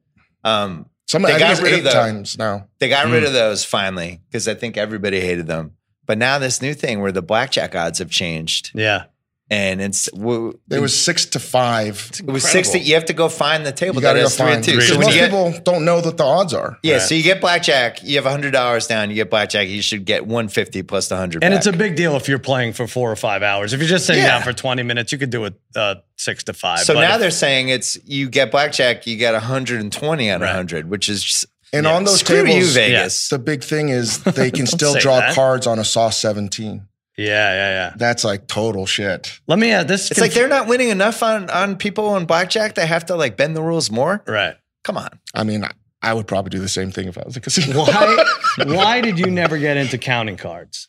[SPEAKER 1] Um,
[SPEAKER 4] Some
[SPEAKER 1] They
[SPEAKER 4] I
[SPEAKER 1] got
[SPEAKER 4] think it's
[SPEAKER 1] rid of
[SPEAKER 4] eight
[SPEAKER 1] the-
[SPEAKER 4] times now.
[SPEAKER 1] they got
[SPEAKER 2] Mm.
[SPEAKER 1] rid of those finally because I think everybody hated them. But now this new thing where the blackjack odds have changed,
[SPEAKER 2] Yeah.
[SPEAKER 1] and it's w-
[SPEAKER 4] It was six to five.
[SPEAKER 1] It was six. That you have to go find the table
[SPEAKER 4] You
[SPEAKER 1] that
[SPEAKER 4] got to go
[SPEAKER 1] has three and
[SPEAKER 4] find.
[SPEAKER 1] two.
[SPEAKER 2] Agreed.
[SPEAKER 1] So
[SPEAKER 4] So
[SPEAKER 1] when
[SPEAKER 4] most
[SPEAKER 1] you get,
[SPEAKER 4] people don't know what the odds are.
[SPEAKER 1] yeah, so you get blackjack. You have hundred dollars down. You get blackjack. You should get one fifty plus the hundred.
[SPEAKER 2] And it's a big deal if you're playing for four or five hours. If you're just sitting
[SPEAKER 1] Yeah.
[SPEAKER 2] down for 20 minutes, you could do it uh, six to five.
[SPEAKER 1] so
[SPEAKER 2] But
[SPEAKER 1] now
[SPEAKER 2] if-
[SPEAKER 1] they're saying it's you get blackjack. You get hundred and twenty on
[SPEAKER 2] Right.
[SPEAKER 1] hundred, which is just,
[SPEAKER 4] And on those
[SPEAKER 1] screw
[SPEAKER 4] tables,
[SPEAKER 1] you, Vegas.
[SPEAKER 4] the big thing
[SPEAKER 2] <laughs>
[SPEAKER 4] is they can still
[SPEAKER 2] say
[SPEAKER 4] draw
[SPEAKER 2] that.
[SPEAKER 4] cards on a saw 17.
[SPEAKER 2] yeah, yeah, yeah.
[SPEAKER 4] That's like total shit.
[SPEAKER 2] Let me add this.
[SPEAKER 1] It's like they're not winning enough on on people on blackjack. They have to like bend the rules more.
[SPEAKER 2] right.
[SPEAKER 1] Come on,
[SPEAKER 4] I mean, I, I would probably do the same thing if I was
[SPEAKER 1] <laughs>
[SPEAKER 4] a casino.
[SPEAKER 2] Why, why did you never get into counting cards?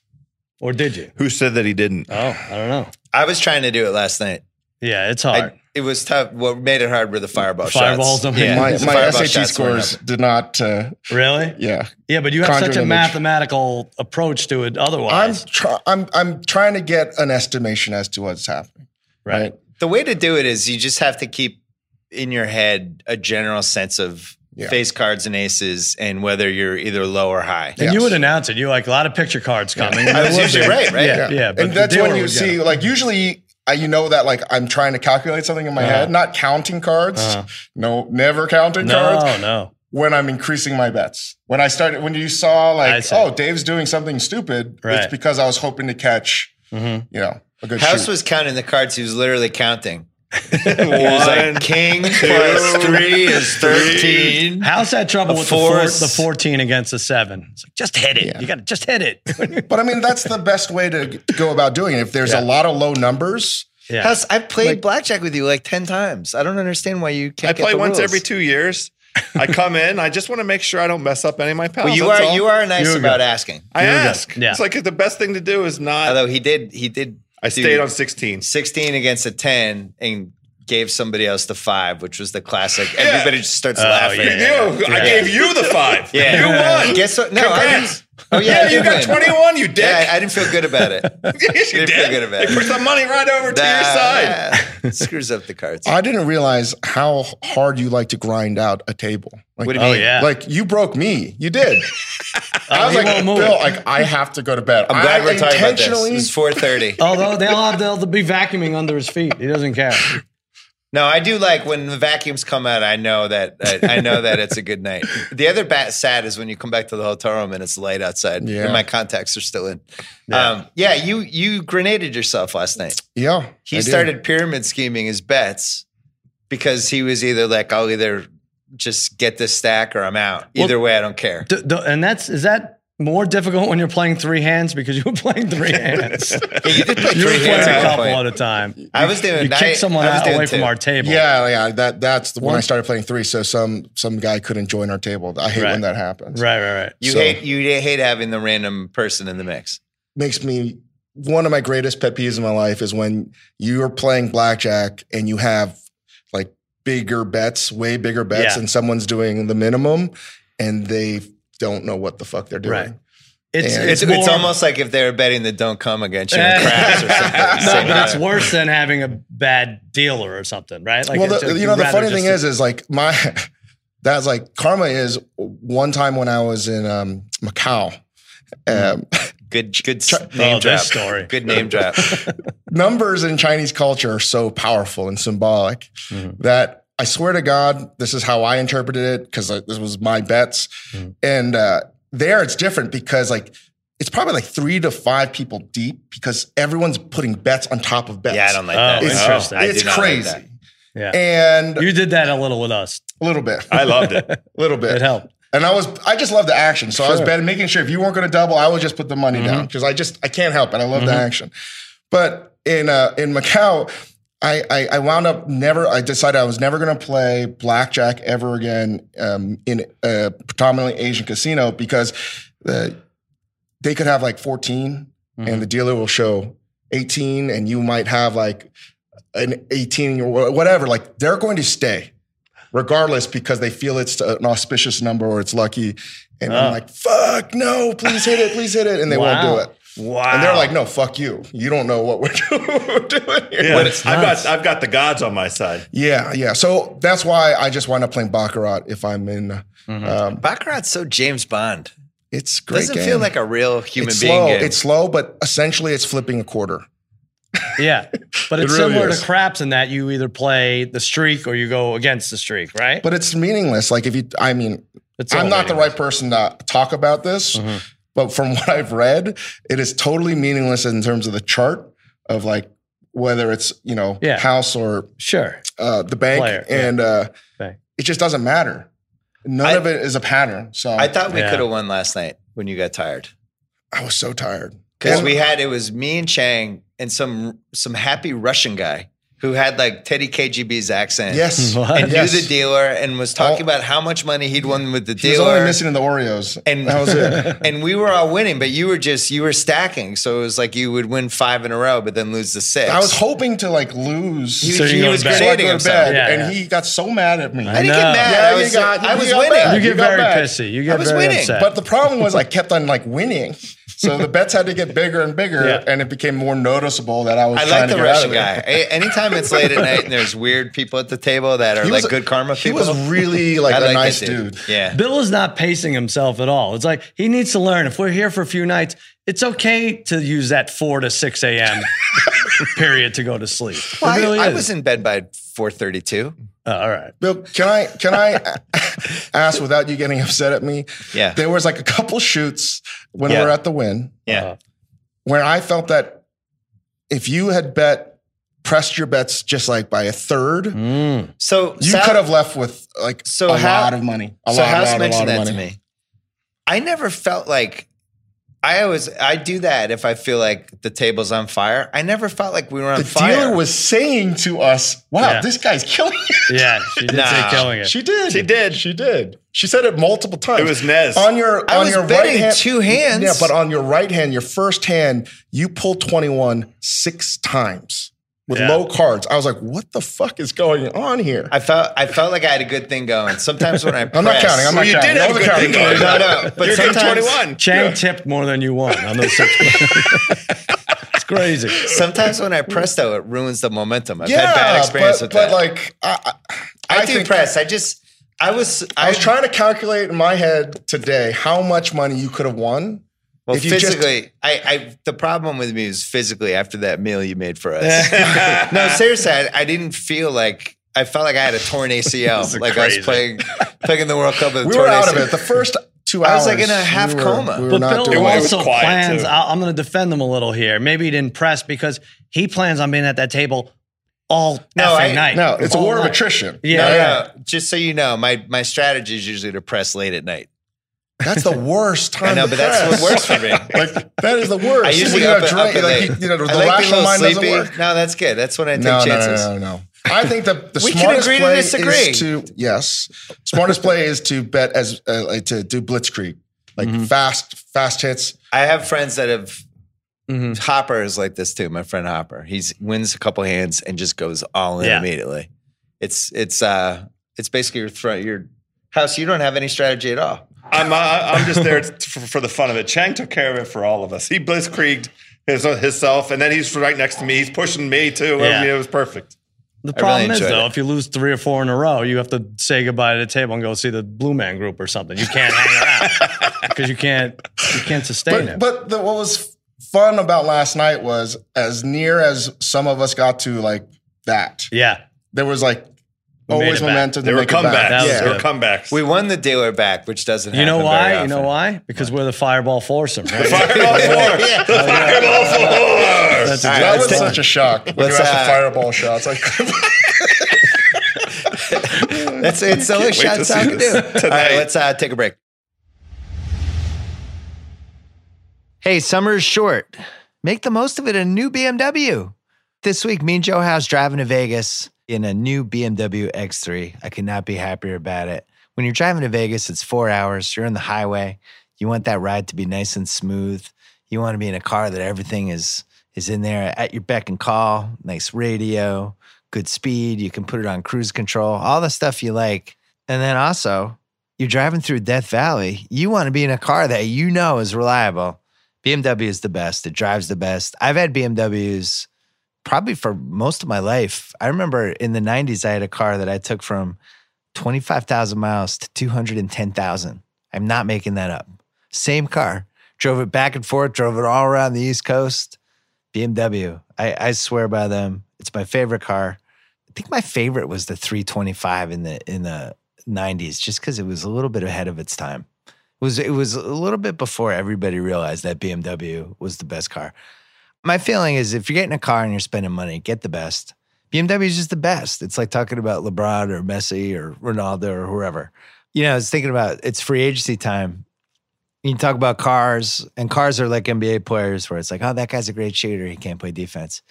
[SPEAKER 2] Or did you?
[SPEAKER 3] Who said that he didn't?
[SPEAKER 2] Oh, I don't know.
[SPEAKER 1] I was trying to do it last night.
[SPEAKER 2] Yeah, it's
[SPEAKER 1] I-
[SPEAKER 2] hard.
[SPEAKER 1] it was tough. What made it hard were the fireball
[SPEAKER 2] Fireballs, I
[SPEAKER 1] shots.
[SPEAKER 2] mean.
[SPEAKER 4] my
[SPEAKER 1] the
[SPEAKER 4] my
[SPEAKER 1] fireball
[SPEAKER 4] SAT
[SPEAKER 1] shots weren't
[SPEAKER 4] scores
[SPEAKER 1] up.
[SPEAKER 4] did not, uh,
[SPEAKER 2] really?
[SPEAKER 4] yeah.
[SPEAKER 2] Yeah, but you have
[SPEAKER 4] Conjure
[SPEAKER 2] such a
[SPEAKER 4] an image.
[SPEAKER 2] mathematical approach to it
[SPEAKER 4] I'm,
[SPEAKER 2] otherwise.
[SPEAKER 4] try, I'm, I'm trying to get an estimation as to what's happening.
[SPEAKER 2] right.
[SPEAKER 4] Right.
[SPEAKER 1] The way to do it is you just have to keep in your head a general sense of
[SPEAKER 4] Yeah.
[SPEAKER 1] face cards and aces and whether you're either low or high.
[SPEAKER 2] And you
[SPEAKER 4] Yes.
[SPEAKER 2] would announce it. You like a lot of picture cards
[SPEAKER 4] <laughs>
[SPEAKER 2] coming.
[SPEAKER 1] I was usually right, right?
[SPEAKER 2] Yeah, yeah. but
[SPEAKER 4] and
[SPEAKER 2] the
[SPEAKER 4] that's when
[SPEAKER 2] dealer
[SPEAKER 4] you
[SPEAKER 2] would get
[SPEAKER 4] see,
[SPEAKER 2] it.
[SPEAKER 4] like, usually I, you know that, like, I'm trying to calculate something in my
[SPEAKER 2] Uh-huh.
[SPEAKER 4] head, not counting cards.
[SPEAKER 2] Uh-huh.
[SPEAKER 4] No, never counting cards.
[SPEAKER 2] No, no.
[SPEAKER 4] when I'm increasing my bets. When I started, when you saw
[SPEAKER 2] I
[SPEAKER 4] like,
[SPEAKER 2] see.
[SPEAKER 4] oh, Dave's doing something stupid,
[SPEAKER 2] Right.
[SPEAKER 4] it's because I was hoping to catch,
[SPEAKER 2] Mhm.
[SPEAKER 4] you know, a good
[SPEAKER 1] Mm-hmm. House
[SPEAKER 4] shoot.
[SPEAKER 1] was counting the cards. He was literally counting. He was
[SPEAKER 3] <laughs> One.
[SPEAKER 1] like, King plus three is 13.
[SPEAKER 2] How's that trouble
[SPEAKER 1] A
[SPEAKER 2] with the, four,
[SPEAKER 1] force.
[SPEAKER 2] the 14 against the seven? It's like, just hit it.
[SPEAKER 4] Yeah.
[SPEAKER 2] You got to just hit it. <laughs>
[SPEAKER 4] but I mean, that's the best way to g- go about doing it. If there's
[SPEAKER 2] Yeah.
[SPEAKER 4] a lot of low numbers,
[SPEAKER 2] yeah.
[SPEAKER 1] House, I've played blackjack with you like 10 times. I don't understand why you can't
[SPEAKER 3] I
[SPEAKER 1] get
[SPEAKER 3] play
[SPEAKER 1] the
[SPEAKER 3] once
[SPEAKER 1] rules.
[SPEAKER 3] every two years. I come in. I just want to make sure I don't mess up any of my pals.
[SPEAKER 1] Well, you
[SPEAKER 3] that's
[SPEAKER 1] are
[SPEAKER 3] all.
[SPEAKER 1] you are nice
[SPEAKER 2] You're
[SPEAKER 1] about
[SPEAKER 2] good.
[SPEAKER 1] asking.
[SPEAKER 3] I
[SPEAKER 2] Here we go.
[SPEAKER 3] ask.
[SPEAKER 2] Yeah.
[SPEAKER 3] It's like the best thing to do is not.
[SPEAKER 1] Although he did he did
[SPEAKER 3] I
[SPEAKER 1] do
[SPEAKER 3] stayed on 16.
[SPEAKER 1] 16 against a 10 and gave somebody else the 5, which was the classic. Everybody just starts
[SPEAKER 2] Oh,
[SPEAKER 1] laughing.
[SPEAKER 2] yeah.
[SPEAKER 3] You, I gave you the five.
[SPEAKER 1] Yeah.
[SPEAKER 3] You won.
[SPEAKER 1] Guess what? No, I
[SPEAKER 3] Congrats.
[SPEAKER 1] was, Oh yeah, I
[SPEAKER 3] you
[SPEAKER 1] did
[SPEAKER 3] got
[SPEAKER 1] win.
[SPEAKER 3] 21, you dick.
[SPEAKER 1] Yeah, I, I didn't feel good about it.
[SPEAKER 3] Yes, <laughs> you
[SPEAKER 1] Didn't feel
[SPEAKER 3] did.
[SPEAKER 1] good about it.
[SPEAKER 3] They pushed the money right over to your <laughs> side.
[SPEAKER 1] Nah, nah. screws up the cards.
[SPEAKER 2] Oh,
[SPEAKER 4] I didn't realize how hard you like to grind out a table. Like, uh,
[SPEAKER 1] What do you mean? Oh,
[SPEAKER 2] Oh, yeah.
[SPEAKER 4] Like you broke me.
[SPEAKER 1] <laughs>
[SPEAKER 4] You did. I was
[SPEAKER 2] he
[SPEAKER 4] like,
[SPEAKER 2] won't move.
[SPEAKER 4] Bill, like I have to go to bed.
[SPEAKER 1] <laughs> I'm glad
[SPEAKER 4] I
[SPEAKER 1] we're talking about this.
[SPEAKER 4] intentionally-
[SPEAKER 1] It was 4:30.
[SPEAKER 2] <laughs> Although they'll have, they'll be vacuuming under his feet. He doesn't care.
[SPEAKER 1] No, I do like when the vacuums come out. I know that I, I know that it's a good night. The other bat sad is when you come back to the hotel room and it's light outside.
[SPEAKER 4] Yeah.
[SPEAKER 1] and my contacts are still in. Yeah, um, yeah you you grenaded yourself last night.
[SPEAKER 4] Yeah.
[SPEAKER 1] He
[SPEAKER 4] I did.
[SPEAKER 1] started pyramid scheming his bets because he was either like, I'll either just get this stack or I'm out. Either way, I don't care.
[SPEAKER 2] D- d- and that's is that more difficult when you're playing three hands because you were
[SPEAKER 4] <laughs>
[SPEAKER 2] playing
[SPEAKER 1] <laughs>
[SPEAKER 3] <laughs>
[SPEAKER 2] three hands.
[SPEAKER 1] You could play
[SPEAKER 2] you were
[SPEAKER 1] three
[SPEAKER 2] playing
[SPEAKER 1] hands
[SPEAKER 2] a
[SPEAKER 1] at one
[SPEAKER 2] couple
[SPEAKER 1] point.
[SPEAKER 2] at a time.
[SPEAKER 1] I was doing
[SPEAKER 2] You
[SPEAKER 1] nine-
[SPEAKER 2] kicked someone
[SPEAKER 1] I was
[SPEAKER 2] out
[SPEAKER 1] doing
[SPEAKER 2] away from
[SPEAKER 1] two.
[SPEAKER 2] our table.
[SPEAKER 4] Yeah, yeah. That that's the, when I
[SPEAKER 2] One-
[SPEAKER 4] started playing three. So some some guy couldn't join our table. I hate
[SPEAKER 2] Right.
[SPEAKER 4] when that happens.
[SPEAKER 2] Right, right, right.
[SPEAKER 1] You
[SPEAKER 4] So-
[SPEAKER 1] hate you hate having the random person in the mix.
[SPEAKER 4] Makes me one of my greatest pet peeves in my life is when you are playing blackjack and you have like bigger bets, way bigger bets,
[SPEAKER 2] Yeah.
[SPEAKER 4] and someone's doing the minimum, and they don't know what the fuck they're doing.
[SPEAKER 2] Right. It's
[SPEAKER 4] Yeah.
[SPEAKER 1] It's,
[SPEAKER 2] it's,
[SPEAKER 1] it's,
[SPEAKER 2] more-
[SPEAKER 1] almost like if they were betting that don't come against
[SPEAKER 4] <laughs>
[SPEAKER 1] you
[SPEAKER 2] Eh.
[SPEAKER 1] in craps or something. uh,
[SPEAKER 2] no,
[SPEAKER 1] Same
[SPEAKER 2] but it's
[SPEAKER 1] thing.
[SPEAKER 2] worse than having a bad dealer or something, right? Like,
[SPEAKER 4] well,
[SPEAKER 2] it's
[SPEAKER 4] the,
[SPEAKER 2] just-
[SPEAKER 4] you know,
[SPEAKER 2] you'd
[SPEAKER 4] the
[SPEAKER 2] rather
[SPEAKER 4] funny
[SPEAKER 2] just-
[SPEAKER 4] thing is, is like my <laughs> that's like karma is one time when I was in um, Macau. Um,
[SPEAKER 2] Mm-hmm.
[SPEAKER 1] good good s- name
[SPEAKER 2] Oh,
[SPEAKER 1] drop.
[SPEAKER 2] this story.
[SPEAKER 1] Good name drop.
[SPEAKER 4] numbers in Chinese culture are so powerful and symbolic that I swear to God, this is how I interpreted it because this was my bets. And uh, there it's different because like it's probably like three to five people deep because everyone's putting bets on top of bets.
[SPEAKER 1] Yeah, I don't like
[SPEAKER 2] Oh,
[SPEAKER 1] that.
[SPEAKER 4] It's,
[SPEAKER 2] interesting.
[SPEAKER 1] I do
[SPEAKER 4] it's
[SPEAKER 1] not like
[SPEAKER 4] crazy.
[SPEAKER 1] that.
[SPEAKER 2] Yeah.
[SPEAKER 4] And
[SPEAKER 2] You did that a little with us.
[SPEAKER 4] a little bit,
[SPEAKER 3] I
[SPEAKER 4] <laughs> a
[SPEAKER 3] loved it.
[SPEAKER 4] little bit.
[SPEAKER 2] It helped.
[SPEAKER 4] And I was, I just love the action. So I was betting, making sure if you weren't going to double, I would just put the money down because I just, I can't help it. I love the action. But in uh, in Macau, I, I I wound up never. I decided I was never going to play blackjack ever again um, in a predominantly Asian casino because the, they could have like 14
[SPEAKER 2] Mm-hmm.
[SPEAKER 4] and the dealer will show 18, and you might have like an 18 or whatever. Like they're going to stay regardless because they feel it's an auspicious number or it's lucky. And
[SPEAKER 2] Ah.
[SPEAKER 4] I'm like, fuck, no, please hit it, please hit it. And they won't
[SPEAKER 2] Wow.
[SPEAKER 4] do it.
[SPEAKER 2] Wow.
[SPEAKER 4] And they're like, no, fuck you. You don't know what we're <laughs> doing here.
[SPEAKER 3] Yeah,
[SPEAKER 4] Yeah.
[SPEAKER 2] it's
[SPEAKER 3] I've
[SPEAKER 2] nuts.
[SPEAKER 3] got I've got the gods on my side.
[SPEAKER 4] yeah, So that's why I just wind up playing Baccarat if I'm in.
[SPEAKER 2] Mm-hmm.
[SPEAKER 4] Um,
[SPEAKER 1] Baccarat's so James Bond.
[SPEAKER 4] it's great.
[SPEAKER 1] Doesn't
[SPEAKER 4] game.
[SPEAKER 1] feel like a real human
[SPEAKER 4] it's
[SPEAKER 1] being
[SPEAKER 4] slow.
[SPEAKER 1] game.
[SPEAKER 4] It's slow, but essentially it's flipping a quarter.
[SPEAKER 2] yeah. But it's
[SPEAKER 4] It really
[SPEAKER 2] similar
[SPEAKER 4] is.
[SPEAKER 2] to craps in that you either play the streak or you go against the streak, right?
[SPEAKER 4] But it's meaningless. Like if you, I mean,
[SPEAKER 2] It's all
[SPEAKER 4] I'm not the
[SPEAKER 2] meaningless. Mm-hmm.
[SPEAKER 4] right person to talk about this, but from <laughs> what I've read, it is totally meaningless in terms of the chart of like whether it's you know
[SPEAKER 2] Yeah.
[SPEAKER 4] house or
[SPEAKER 2] Sure.
[SPEAKER 4] uh, the bank,
[SPEAKER 2] Player, yeah.
[SPEAKER 4] and uh,
[SPEAKER 2] Bank.
[SPEAKER 4] it just doesn't matter. None
[SPEAKER 1] I-
[SPEAKER 4] of it is a pattern. So
[SPEAKER 1] I thought we
[SPEAKER 2] Yeah.
[SPEAKER 1] could have won last night when you got tired.
[SPEAKER 4] I was so tired.
[SPEAKER 1] Because
[SPEAKER 4] Well,
[SPEAKER 1] we had it was me and Chang and some some happy Russian guy who had like Teddy KGB's accent.
[SPEAKER 4] yes,
[SPEAKER 2] What?
[SPEAKER 1] And
[SPEAKER 4] yes.
[SPEAKER 1] knew the dealer and was talking
[SPEAKER 4] Oh.
[SPEAKER 1] about how much money he'd won with the
[SPEAKER 4] He was only
[SPEAKER 1] dealer.
[SPEAKER 4] missing in the Oreos,
[SPEAKER 1] And-
[SPEAKER 4] and that was it.
[SPEAKER 1] <laughs> and we were all winning, but you were just you were stacking. So it was like you would win five in a row, but then lose the six. <laughs>
[SPEAKER 4] I was hoping to like lose.
[SPEAKER 1] he,
[SPEAKER 2] So
[SPEAKER 1] he
[SPEAKER 2] you go
[SPEAKER 1] was
[SPEAKER 2] to bed.
[SPEAKER 4] so I
[SPEAKER 1] grading
[SPEAKER 4] go to
[SPEAKER 1] himself.
[SPEAKER 4] bed,
[SPEAKER 2] Yeah,
[SPEAKER 4] and
[SPEAKER 2] yeah.
[SPEAKER 4] he got so mad at me.
[SPEAKER 1] I didn't get
[SPEAKER 2] No.
[SPEAKER 1] mad.
[SPEAKER 4] Yeah,
[SPEAKER 1] I
[SPEAKER 4] you
[SPEAKER 1] was,
[SPEAKER 4] got-
[SPEAKER 1] I
[SPEAKER 4] you
[SPEAKER 1] was
[SPEAKER 4] got
[SPEAKER 1] winning.
[SPEAKER 4] back.
[SPEAKER 2] You
[SPEAKER 4] You
[SPEAKER 2] get
[SPEAKER 4] got
[SPEAKER 2] very
[SPEAKER 4] back.
[SPEAKER 2] pissy. You get
[SPEAKER 1] I was
[SPEAKER 2] very
[SPEAKER 1] winning. <laughs>
[SPEAKER 2] upset.
[SPEAKER 4] But the problem was I kept on like winning. So the bets had to get bigger and bigger,
[SPEAKER 2] Yeah.
[SPEAKER 4] and it became more noticeable that I was.
[SPEAKER 1] I
[SPEAKER 4] trying
[SPEAKER 1] like
[SPEAKER 4] to
[SPEAKER 1] the
[SPEAKER 4] get out of
[SPEAKER 1] Russian guy.
[SPEAKER 4] there.
[SPEAKER 1] A- anytime it's late at night and there's weird people at the table that are
[SPEAKER 4] He
[SPEAKER 1] like
[SPEAKER 4] was-
[SPEAKER 1] good karma
[SPEAKER 4] He
[SPEAKER 1] people.
[SPEAKER 4] was
[SPEAKER 1] <laughs>
[SPEAKER 4] really
[SPEAKER 1] I
[SPEAKER 4] like a
[SPEAKER 1] like
[SPEAKER 4] nice
[SPEAKER 1] that
[SPEAKER 4] dude.
[SPEAKER 1] Yeah.
[SPEAKER 2] Bill is not pacing himself at all. It's like he needs to learn. If we're here for a few nights, it's okay to use that four to six a.m. period to go to sleep. It
[SPEAKER 1] Well, I-
[SPEAKER 2] really
[SPEAKER 1] I,
[SPEAKER 2] is.
[SPEAKER 1] was in bed by 4:32.
[SPEAKER 2] Oh, all right.
[SPEAKER 4] Bill, can I
[SPEAKER 1] <laughs>
[SPEAKER 4] can I ask without you getting upset at me?
[SPEAKER 1] Yeah.
[SPEAKER 4] There was like a couple shoots when
[SPEAKER 1] Yeah.
[SPEAKER 4] we were at the win
[SPEAKER 1] Yeah.
[SPEAKER 2] Uh,
[SPEAKER 4] where I felt that if you had bet pressed your bets just like by a third,
[SPEAKER 2] mm.
[SPEAKER 1] so
[SPEAKER 4] you
[SPEAKER 1] Sal-
[SPEAKER 4] could have left with like
[SPEAKER 1] So
[SPEAKER 4] a
[SPEAKER 1] how-
[SPEAKER 4] lot of money. A
[SPEAKER 1] so
[SPEAKER 4] lot,
[SPEAKER 1] House
[SPEAKER 4] lot, a lot
[SPEAKER 1] mentioned
[SPEAKER 4] of
[SPEAKER 1] that
[SPEAKER 4] money.
[SPEAKER 1] to me. I never felt like I always I do that if I feel like the table's on fire. I never felt like we were on
[SPEAKER 4] The
[SPEAKER 1] fire.
[SPEAKER 4] dealer was saying to us, "Wow,
[SPEAKER 2] Yeah.
[SPEAKER 4] this guy's killing it."
[SPEAKER 2] Yeah, she did
[SPEAKER 1] Nah.
[SPEAKER 2] say killing it.
[SPEAKER 4] She did.
[SPEAKER 3] She did.
[SPEAKER 4] She did. She said it multiple times.
[SPEAKER 3] It was Nez.
[SPEAKER 4] on your
[SPEAKER 1] I
[SPEAKER 4] on
[SPEAKER 1] was
[SPEAKER 4] your
[SPEAKER 1] betting
[SPEAKER 4] right hand,
[SPEAKER 1] two hands.
[SPEAKER 4] Yeah, but on your right hand, your first hand, you pulled 21 six times. with
[SPEAKER 2] Yeah.
[SPEAKER 4] low cards. I was like, what the fuck is going on here?
[SPEAKER 1] I felt I felt like I had a good thing going. Sometimes when I press,
[SPEAKER 4] <laughs> I'm not counting.
[SPEAKER 3] Well,
[SPEAKER 4] I'm not
[SPEAKER 3] you
[SPEAKER 4] counting.
[SPEAKER 3] did have a
[SPEAKER 4] Those
[SPEAKER 3] good
[SPEAKER 4] are
[SPEAKER 3] thing
[SPEAKER 4] counting.
[SPEAKER 1] No,
[SPEAKER 3] going.
[SPEAKER 1] no, but
[SPEAKER 3] You're getting
[SPEAKER 1] sometimes-
[SPEAKER 3] 21.
[SPEAKER 2] Chang tipped more than you won on those six. it's crazy.
[SPEAKER 1] Sometimes when I press though, it ruins the momentum. I've
[SPEAKER 4] Yeah,
[SPEAKER 1] had bad experience with
[SPEAKER 4] but, but
[SPEAKER 1] that.
[SPEAKER 4] like, I, I,
[SPEAKER 1] I,
[SPEAKER 4] I
[SPEAKER 1] do
[SPEAKER 4] think-
[SPEAKER 1] press. I just I was
[SPEAKER 4] I was trying to calculate in my head today how much money you could have won.
[SPEAKER 1] Well,
[SPEAKER 4] if you just-
[SPEAKER 1] physically, I, I the problem with me is physically after that meal you made for
[SPEAKER 4] <laughs>
[SPEAKER 1] us.
[SPEAKER 4] Ah.
[SPEAKER 1] no, seriously, I, I didn't feel like I felt like I had a
[SPEAKER 4] <laughs>
[SPEAKER 1] torn ACL,
[SPEAKER 2] is
[SPEAKER 1] like I
[SPEAKER 2] crazy.
[SPEAKER 1] was playing playing in the World Cup with a
[SPEAKER 4] We
[SPEAKER 1] torn
[SPEAKER 4] were out
[SPEAKER 1] ACL.
[SPEAKER 4] of it. The first <laughs> two
[SPEAKER 1] I
[SPEAKER 4] hours,
[SPEAKER 1] was, like, in a half
[SPEAKER 4] we were-
[SPEAKER 1] coma.
[SPEAKER 4] We were
[SPEAKER 2] But
[SPEAKER 4] not
[SPEAKER 2] Bill
[SPEAKER 4] doing
[SPEAKER 3] It was
[SPEAKER 4] well.
[SPEAKER 2] also
[SPEAKER 3] quiet,
[SPEAKER 2] plans.
[SPEAKER 3] too.
[SPEAKER 2] I- I'm going to defend him a little here. Maybe he didn't press because he plans on being at that table all
[SPEAKER 1] No,
[SPEAKER 2] effing
[SPEAKER 1] I-
[SPEAKER 2] night.
[SPEAKER 4] No, it's a
[SPEAKER 2] All
[SPEAKER 4] war of
[SPEAKER 1] <laughs>
[SPEAKER 2] night.
[SPEAKER 4] attrition.
[SPEAKER 2] Yeah.
[SPEAKER 1] No, no,
[SPEAKER 4] Yeah.
[SPEAKER 1] Just so you know, my my strategy is usually to press late at night.
[SPEAKER 4] That's the worst time.
[SPEAKER 1] I know,
[SPEAKER 4] to
[SPEAKER 1] but that's
[SPEAKER 4] press.
[SPEAKER 1] what
[SPEAKER 4] <laughs>
[SPEAKER 1] works for me.
[SPEAKER 4] Like that is the worst.
[SPEAKER 1] I
[SPEAKER 4] <laughs>
[SPEAKER 1] usually
[SPEAKER 4] When you
[SPEAKER 1] up,
[SPEAKER 4] have
[SPEAKER 1] up
[SPEAKER 4] drink,
[SPEAKER 1] at
[SPEAKER 4] like,
[SPEAKER 1] late.
[SPEAKER 4] you- you know, the
[SPEAKER 1] I like being a
[SPEAKER 4] rational
[SPEAKER 1] little
[SPEAKER 4] mind doesn't
[SPEAKER 1] sleepy.
[SPEAKER 4] work.
[SPEAKER 1] No, that's good. That's when I take
[SPEAKER 4] No, no,
[SPEAKER 1] chances.
[SPEAKER 4] no,
[SPEAKER 1] <laughs>
[SPEAKER 4] no, no. I think the, the
[SPEAKER 1] We can
[SPEAKER 4] smartest
[SPEAKER 1] agree to
[SPEAKER 4] play
[SPEAKER 1] disagree.
[SPEAKER 4] is to yes, smartest play is to bet as uh, like, to do blitzkrieg, like
[SPEAKER 1] Mm-hmm.
[SPEAKER 4] fast fast hits.
[SPEAKER 1] I have friends that have
[SPEAKER 4] Mm-hmm.
[SPEAKER 2] Mhm.
[SPEAKER 1] Hopper is like this too. My friend Hopper, he wins a couple hands and just goes all in
[SPEAKER 2] Yeah.
[SPEAKER 1] immediately. It's it's uh it's basically your threat, your house. You don't have any strategy at all.
[SPEAKER 3] I'm uh, I'm just there t- for, for the fun of it. Chang took care of it for all of us. He blitzkrieged his himself, and then he's right next to me. He's pushing me too. I
[SPEAKER 2] Yeah.
[SPEAKER 3] mean, it was perfect.
[SPEAKER 2] The
[SPEAKER 1] I really
[SPEAKER 2] problem is
[SPEAKER 1] enjoyed
[SPEAKER 2] though,
[SPEAKER 1] it.
[SPEAKER 2] if you lose three or four in a row, you have to say goodbye to the table and go see the Blue Man Group or something. You can't hang around because you can't you can't sustain
[SPEAKER 4] But
[SPEAKER 2] it.
[SPEAKER 4] but the, what was fun about last night was as near as some of us got to like that.
[SPEAKER 2] yeah,
[SPEAKER 4] There was like
[SPEAKER 2] We made
[SPEAKER 4] always
[SPEAKER 2] it back.
[SPEAKER 4] momentum. to
[SPEAKER 3] There were
[SPEAKER 4] make it back.
[SPEAKER 2] That
[SPEAKER 3] comebacks.
[SPEAKER 2] was
[SPEAKER 4] Yeah.
[SPEAKER 3] There were
[SPEAKER 2] good.
[SPEAKER 3] comebacks.
[SPEAKER 1] We won the dealer back, which doesn't.
[SPEAKER 2] you know
[SPEAKER 1] happen very
[SPEAKER 2] why? You
[SPEAKER 1] often.
[SPEAKER 2] know why? Because we're the Fireball foursome,
[SPEAKER 3] <laughs>
[SPEAKER 2] right? <laughs>
[SPEAKER 3] Fireball four. The <laughs> fireball four.
[SPEAKER 2] That's
[SPEAKER 1] All right,
[SPEAKER 4] That
[SPEAKER 1] let's
[SPEAKER 4] was
[SPEAKER 1] take-
[SPEAKER 4] such a shock. When
[SPEAKER 1] Let's,
[SPEAKER 4] you asked
[SPEAKER 1] uh,
[SPEAKER 4] the fireball shots, like
[SPEAKER 1] That's it's
[SPEAKER 2] <laughs>
[SPEAKER 1] the only
[SPEAKER 3] wait to
[SPEAKER 1] shots I
[SPEAKER 3] see
[SPEAKER 1] can do.
[SPEAKER 3] this
[SPEAKER 1] All right,
[SPEAKER 3] tonight.
[SPEAKER 1] let's uh, take a break. Hey, summer is short. Make the most of it in a new BMW. This week, me and Joe House driving to Vegas in a new BMW X3. I could not be happier about it. When you're driving to Vegas, it's four hours. You're on the highway. You want that ride to be nice and smooth. You want to be in a car that everything is is in there at your beck and call. Nice radio, good speed. You can put it on cruise control. All the stuff you like. And then also, you're driving through Death Valley. You want to be in a car that you know is reliable. BMW is the best. It drives the best. I've had BMWs probably for most of my life. I remember in the 90s, I had a car that I took from 25,000 miles to 210,000. I'm not making that up. Same car. Drove it back and forth, drove it all around the East Coast. BMW. I, I swear by them. It's my favorite car. I think my favorite was the 325 in the in the 90s, just because it was a little bit ahead of its time. It was it was a little bit before everybody realized that BMW was the best car. My feeling is if you're getting a car and you're spending money, get the best. BMW is just the best. It's like talking about LeBron or Messi or Ronaldo or whoever. You know, I was thinking about it's free agency time you talk about cars, and cars are like NBA players where it's like, oh, that guy's a great shooter. He can't play defense.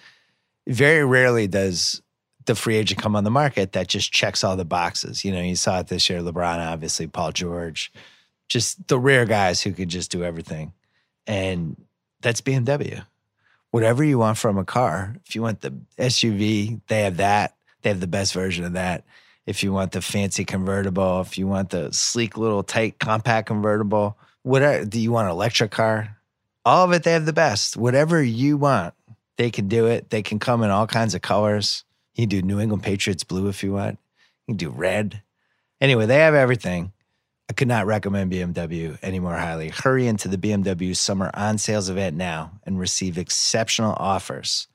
[SPEAKER 1] Very rarely does the free agent come on the market that just checks all the boxes. You know, you saw it this year LeBron, obviously, Paul George, just the rare guys who could just do everything. And that's BMW. Whatever you want from a car, if you want the SUV, they have that. They have the best version of that. If you want the fancy convertible, if you want the sleek little tight compact convertible, whatever do you want an electric car all of it they have the best whatever you want they can do it they can come in all kinds of colors you can do new england patriots blue if you want you can do red anyway they have everything i could not recommend bmw any more highly hurry into the bmw summer on sales event now and receive exceptional offers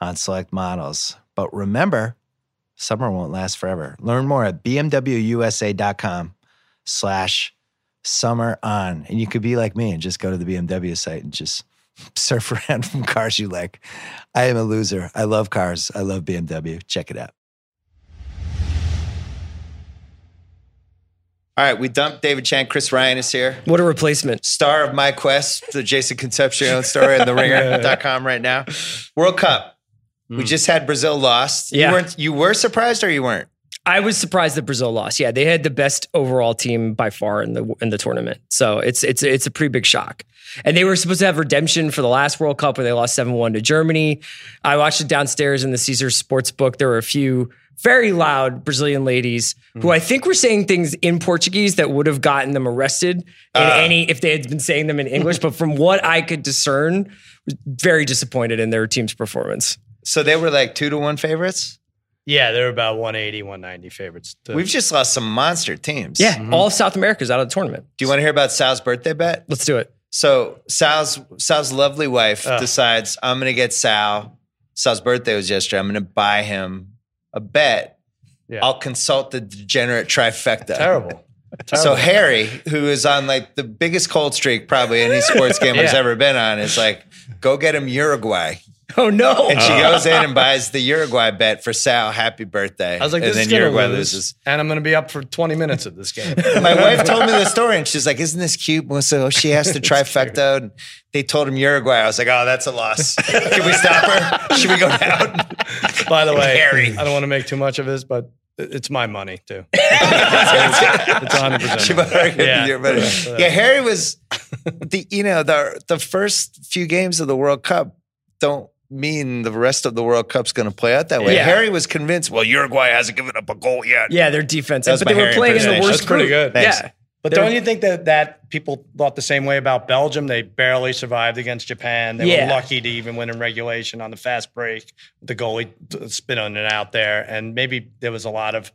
[SPEAKER 1] on select models but remember summer won't last forever learn more at bmwusa.com slash summer on. And you could be like me and just go to the BMW site and just surf <laughs> around from cars you like. I am a loser. I love cars. I love BMW. Check it out. All right, we dumped David Chan. Chris Ryan is here,
[SPEAKER 5] What a replacement.
[SPEAKER 1] star of My Quest, the Jason Concepcion story on the ringer.com right now. World Cup. We just had Brazil lost. You
[SPEAKER 5] Hmm. Yeah.
[SPEAKER 1] weren't you were surprised or you weren't?
[SPEAKER 5] I was surprised that Brazil lost. Yeah, they had the best overall team by far in the in the tournament. So it's it's it's a pretty big shock. And they were supposed to have redemption for the last World Cup where they lost 7-1 to Germany. I watched it downstairs in the Caesar sports book. There were a few very loud Brazilian ladies who I think were saying things in Portuguese that would have gotten them arrested in any if they had been saying them in English, but from what I could discern, was very disappointed in their team's performance.
[SPEAKER 1] So they were like two to one favorites.
[SPEAKER 2] Yeah, they're about 180, 190 favorites. to-
[SPEAKER 1] We've just lost some monster teams.
[SPEAKER 5] Yeah, all of South America's out of the tournament.
[SPEAKER 1] Do you want to hear about Sal's birthday bet?
[SPEAKER 5] Let's do it.
[SPEAKER 1] So Sal's Sal's lovely wife
[SPEAKER 2] Uh.
[SPEAKER 1] decides I'm going to get Sal. Sal's birthday was yesterday. I'm going to buy him a bet.
[SPEAKER 2] Yeah.
[SPEAKER 1] I'll consult the degenerate trifecta.
[SPEAKER 2] terrible.
[SPEAKER 1] So Harry, who is on like the biggest cold streak probably any
[SPEAKER 2] <laughs>
[SPEAKER 1] sports gamer's
[SPEAKER 2] Yeah.
[SPEAKER 1] ever been on, is like, go get him Uruguay.
[SPEAKER 5] <laughs> Oh no.
[SPEAKER 1] And
[SPEAKER 2] Uh.
[SPEAKER 1] she goes in
[SPEAKER 2] <laughs>
[SPEAKER 1] and buys the Uruguay bet for Sal. Happy birthday!
[SPEAKER 2] I was like,
[SPEAKER 1] and
[SPEAKER 2] this is going to lose. And I'm going to be up for 20 minutes of this game. <laughs>
[SPEAKER 1] My
[SPEAKER 5] <laughs>
[SPEAKER 1] wife told me the story, and she's like, "Isn't this cute?" Well, So she asked the trifecta, and they told him Uruguay. I was like, "Oh, that's a loss. Can we stop her? Should we go down?"
[SPEAKER 2] By the way,
[SPEAKER 1] Harry.
[SPEAKER 2] I don't want to make too much of this, but it- it's my money too.
[SPEAKER 1] <laughs>
[SPEAKER 2] It's 100%.
[SPEAKER 1] She better get
[SPEAKER 2] Yeah.
[SPEAKER 1] the year better. yeah. Harry was the you know the the first few games of the World Cup don't mean the rest of the World Cup's going to play out that way.
[SPEAKER 5] Yeah.
[SPEAKER 1] Harry was convinced. Well, Uruguay hasn't given up a goal yet.
[SPEAKER 5] Yeah, their defense.
[SPEAKER 1] That was
[SPEAKER 5] But
[SPEAKER 1] my
[SPEAKER 5] they were
[SPEAKER 1] Harry
[SPEAKER 5] playing in the
[SPEAKER 1] impersonation.
[SPEAKER 5] worst
[SPEAKER 2] That's pretty
[SPEAKER 5] group.
[SPEAKER 2] good.
[SPEAKER 1] Thanks.
[SPEAKER 5] Yeah.
[SPEAKER 2] But don't you think that that people thought the same way about Belgium? They barely survived against Japan. They
[SPEAKER 5] Yeah.
[SPEAKER 2] were lucky to even win in regulation on the fast break. The goalie t- spit on it out there, and maybe there was a lot of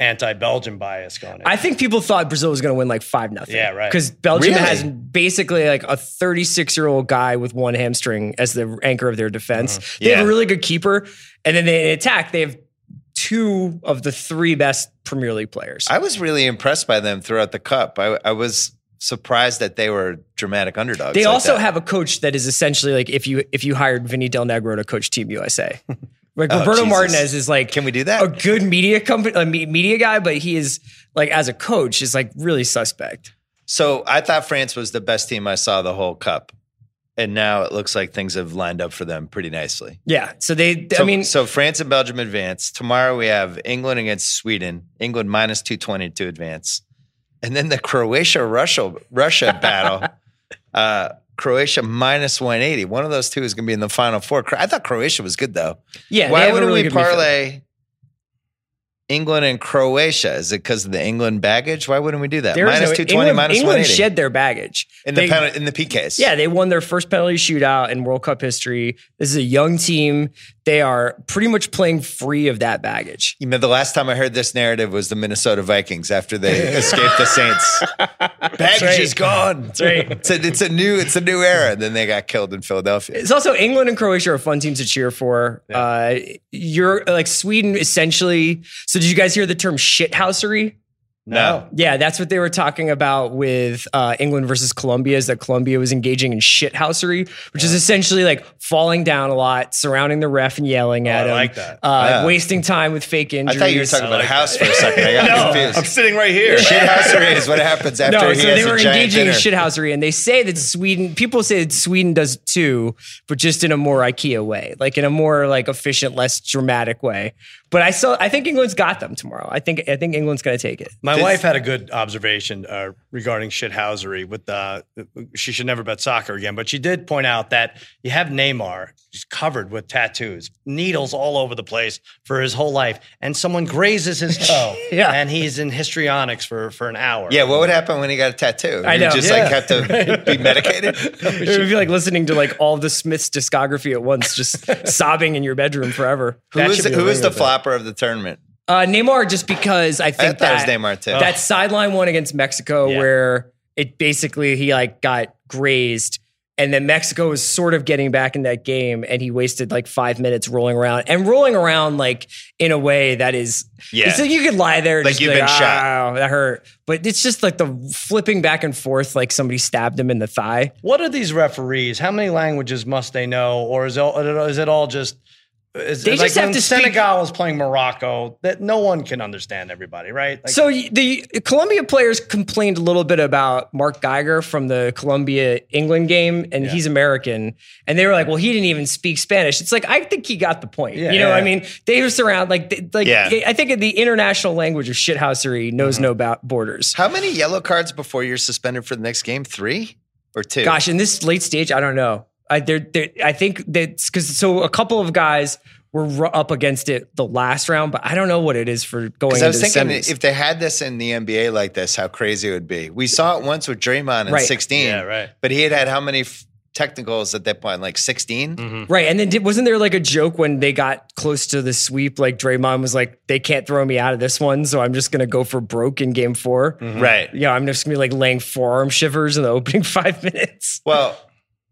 [SPEAKER 2] anti-Belgium bias going. In.
[SPEAKER 5] I think people thought Brazil was going to win like 5 nothing.
[SPEAKER 2] Yeah, right.
[SPEAKER 5] Because Belgium
[SPEAKER 1] Really?
[SPEAKER 5] has basically like a 36 year old guy with one hamstring as the anchor of their defense. They have
[SPEAKER 1] Uh-huh. Yeah.
[SPEAKER 5] a really good keeper. And then they attack. They have two of the three best Premier League players.
[SPEAKER 1] I was really impressed by them throughout the cup. I, I was surprised that they were dramatic underdogs.
[SPEAKER 5] they
[SPEAKER 1] like
[SPEAKER 5] also
[SPEAKER 1] that.
[SPEAKER 5] have a coach that is essentially like if you if you hired Vinny Del Negro to coach
[SPEAKER 1] <laughs>
[SPEAKER 5] Team USA. Like
[SPEAKER 1] Oh,
[SPEAKER 5] Roberto
[SPEAKER 1] Jesus.
[SPEAKER 5] Martinez is like
[SPEAKER 1] Can we do that?
[SPEAKER 5] <laughs> a good media company a me- media guy, but he is like as a coach is like really suspect.
[SPEAKER 1] So I thought France was the best team I saw the whole cup, and now it looks like things have lined up for them pretty nicely.
[SPEAKER 5] Yeah. So they,
[SPEAKER 1] So,
[SPEAKER 5] I mean,
[SPEAKER 1] so France and Belgium advance. Tomorrow we have England against Sweden. England minus two twenty to advance, and then the Croatia Russia Russia
[SPEAKER 5] <laughs>
[SPEAKER 1] battle. Uh, Croatia minus one eighty. One of those two is going to be in the final four. Cro- I thought Croatia was good though.
[SPEAKER 5] yeah. they
[SPEAKER 1] Why
[SPEAKER 5] have a
[SPEAKER 1] wouldn't
[SPEAKER 5] really
[SPEAKER 1] we
[SPEAKER 5] good midfield.
[SPEAKER 1] parlay England and Croatia? Is it because of the England baggage? Why wouldn't we do that?
[SPEAKER 5] There is
[SPEAKER 1] Minus
[SPEAKER 5] no-
[SPEAKER 1] two twenty,
[SPEAKER 5] England-
[SPEAKER 1] minus one
[SPEAKER 5] England
[SPEAKER 1] eighty
[SPEAKER 5] shed their baggage.
[SPEAKER 1] in the
[SPEAKER 5] They-
[SPEAKER 1] penal- in the PKs.
[SPEAKER 5] Yeah, they won their first penalty shootout in World Cup history. This is a young team. They are pretty much playing free of that baggage.
[SPEAKER 1] You know, the last time I heard this narrative was the Minnesota Vikings after
[SPEAKER 5] <laughs>
[SPEAKER 1] they escaped the Saints. Baggage
[SPEAKER 5] right.
[SPEAKER 1] is gone. That's
[SPEAKER 5] right.
[SPEAKER 1] It's a, it's a new it's a new era. And then they got killed in Philadelphia.
[SPEAKER 5] It's also England and Croatia are fun teams to cheer for. Uh, you're like Sweden essentially. So did you guys hear the term shithousery?
[SPEAKER 1] No.
[SPEAKER 5] Yeah, that's what they were talking about with uh, England versus Colombia is that Colombia was engaging in shithousery, which is essentially like falling down a lot, surrounding the ref and
[SPEAKER 1] Oh,
[SPEAKER 5] yelling at
[SPEAKER 2] I
[SPEAKER 5] him,
[SPEAKER 2] like that.
[SPEAKER 5] Uh,
[SPEAKER 1] Yeah.
[SPEAKER 5] wasting time with fake
[SPEAKER 1] I
[SPEAKER 5] injuries.
[SPEAKER 1] thought you were talking about
[SPEAKER 2] like
[SPEAKER 1] a house for a second. I
[SPEAKER 5] <laughs>
[SPEAKER 1] got
[SPEAKER 3] I'm
[SPEAKER 1] confused.
[SPEAKER 3] sitting right here.
[SPEAKER 1] Shithousery is what happens after
[SPEAKER 5] no,
[SPEAKER 1] he
[SPEAKER 5] so
[SPEAKER 1] has
[SPEAKER 5] they were
[SPEAKER 1] a giant
[SPEAKER 5] engaging
[SPEAKER 1] dinner.
[SPEAKER 5] in shithousery, and they say that Sweden. People say that Sweden does it too, but just in a more IKEA way, like in a more like efficient, less dramatic way. But I still, I think England's got them tomorrow. I think, I think England's going to take it.
[SPEAKER 2] My
[SPEAKER 1] This-
[SPEAKER 2] wife had a good observation uh, regarding shithousery. With uh, she should never bet soccer again, but she did point out that you have Neymar, he's covered with tattoos, needles all over the place for his whole life, and someone grazes his toe,
[SPEAKER 5] <laughs> Yeah.
[SPEAKER 2] and he's in histrionics for for an hour.
[SPEAKER 1] Yeah, what would happen when he got a tattoo?
[SPEAKER 5] I
[SPEAKER 1] He
[SPEAKER 5] know,
[SPEAKER 1] just
[SPEAKER 5] yeah.
[SPEAKER 1] like have to be
[SPEAKER 5] <laughs>
[SPEAKER 1] medicated.
[SPEAKER 5] It would be like listening to like all the Smiths discography at
[SPEAKER 1] <laughs>
[SPEAKER 5] once, just sobbing in your bedroom forever.
[SPEAKER 1] Who is
[SPEAKER 2] should be a
[SPEAKER 1] who is the
[SPEAKER 2] ringer, but-
[SPEAKER 1] flopper of the tournament?
[SPEAKER 5] Uh, Neymar, just because I
[SPEAKER 1] I
[SPEAKER 5] think
[SPEAKER 1] thought
[SPEAKER 5] that
[SPEAKER 1] it was Neymar too.
[SPEAKER 5] that sideline one against Mexico
[SPEAKER 2] Yeah.
[SPEAKER 5] where it basically he like got grazed and then Mexico was sort of getting back in that game and he wasted like five minutes rolling around and rolling around like in a way that is
[SPEAKER 1] Yeah.
[SPEAKER 5] it's like you could lie there and
[SPEAKER 1] Like
[SPEAKER 5] just
[SPEAKER 1] you've
[SPEAKER 5] be
[SPEAKER 1] been shot.
[SPEAKER 5] "Ow, that hurt but it's just like the flipping back and forth like somebody stabbed him in the thigh
[SPEAKER 2] What are these referees? How many languages must they know, or is it, is it all just It's,
[SPEAKER 5] They
[SPEAKER 2] it's
[SPEAKER 5] just
[SPEAKER 2] like
[SPEAKER 5] have
[SPEAKER 2] when
[SPEAKER 5] to speak-
[SPEAKER 2] Senegal was playing Morocco. That no one can understand everybody, right? Like,
[SPEAKER 5] so y- the Columbia players complained a little bit about Mark Geiger from the Columbia England game, and he's American, and they were like, "Well, he didn't even speak Spanish." It's like I think he got the point.
[SPEAKER 2] Yeah,
[SPEAKER 5] you know,
[SPEAKER 2] yeah,
[SPEAKER 5] I
[SPEAKER 2] yeah.
[SPEAKER 5] mean, they were surround like they, like
[SPEAKER 6] Yeah. Mm-hmm.
[SPEAKER 5] I think the international language of shithousery knows no ba- borders.
[SPEAKER 6] How many yellow cards before you're suspended for the next game? Three or two?
[SPEAKER 5] Gosh, in this late stage, I don't know. I there, there I think that's because so a couple of guys were ru- up against it the last round, but I don't know what it is for going.
[SPEAKER 6] Because
[SPEAKER 5] Into
[SPEAKER 6] I was thinking
[SPEAKER 5] the semis.
[SPEAKER 6] if they had this in the NBA like this, how crazy it would be. We saw it once with Draymond in
[SPEAKER 5] Right.
[SPEAKER 6] 16.
[SPEAKER 2] Yeah, right.
[SPEAKER 6] But he had had how many f- technicals at that point? Like 16?
[SPEAKER 2] Mm-hmm.
[SPEAKER 5] Right, and then did, wasn't there like a joke when they got close to the sweep? Like Draymond was like, "They can't throw me out of this one, so I'm just gonna go for broke in Game 4
[SPEAKER 2] Mm-hmm.
[SPEAKER 6] Right.
[SPEAKER 5] Yeah, I'm just gonna be like laying forearm shivers in the opening <laughs> five minutes.
[SPEAKER 6] Well,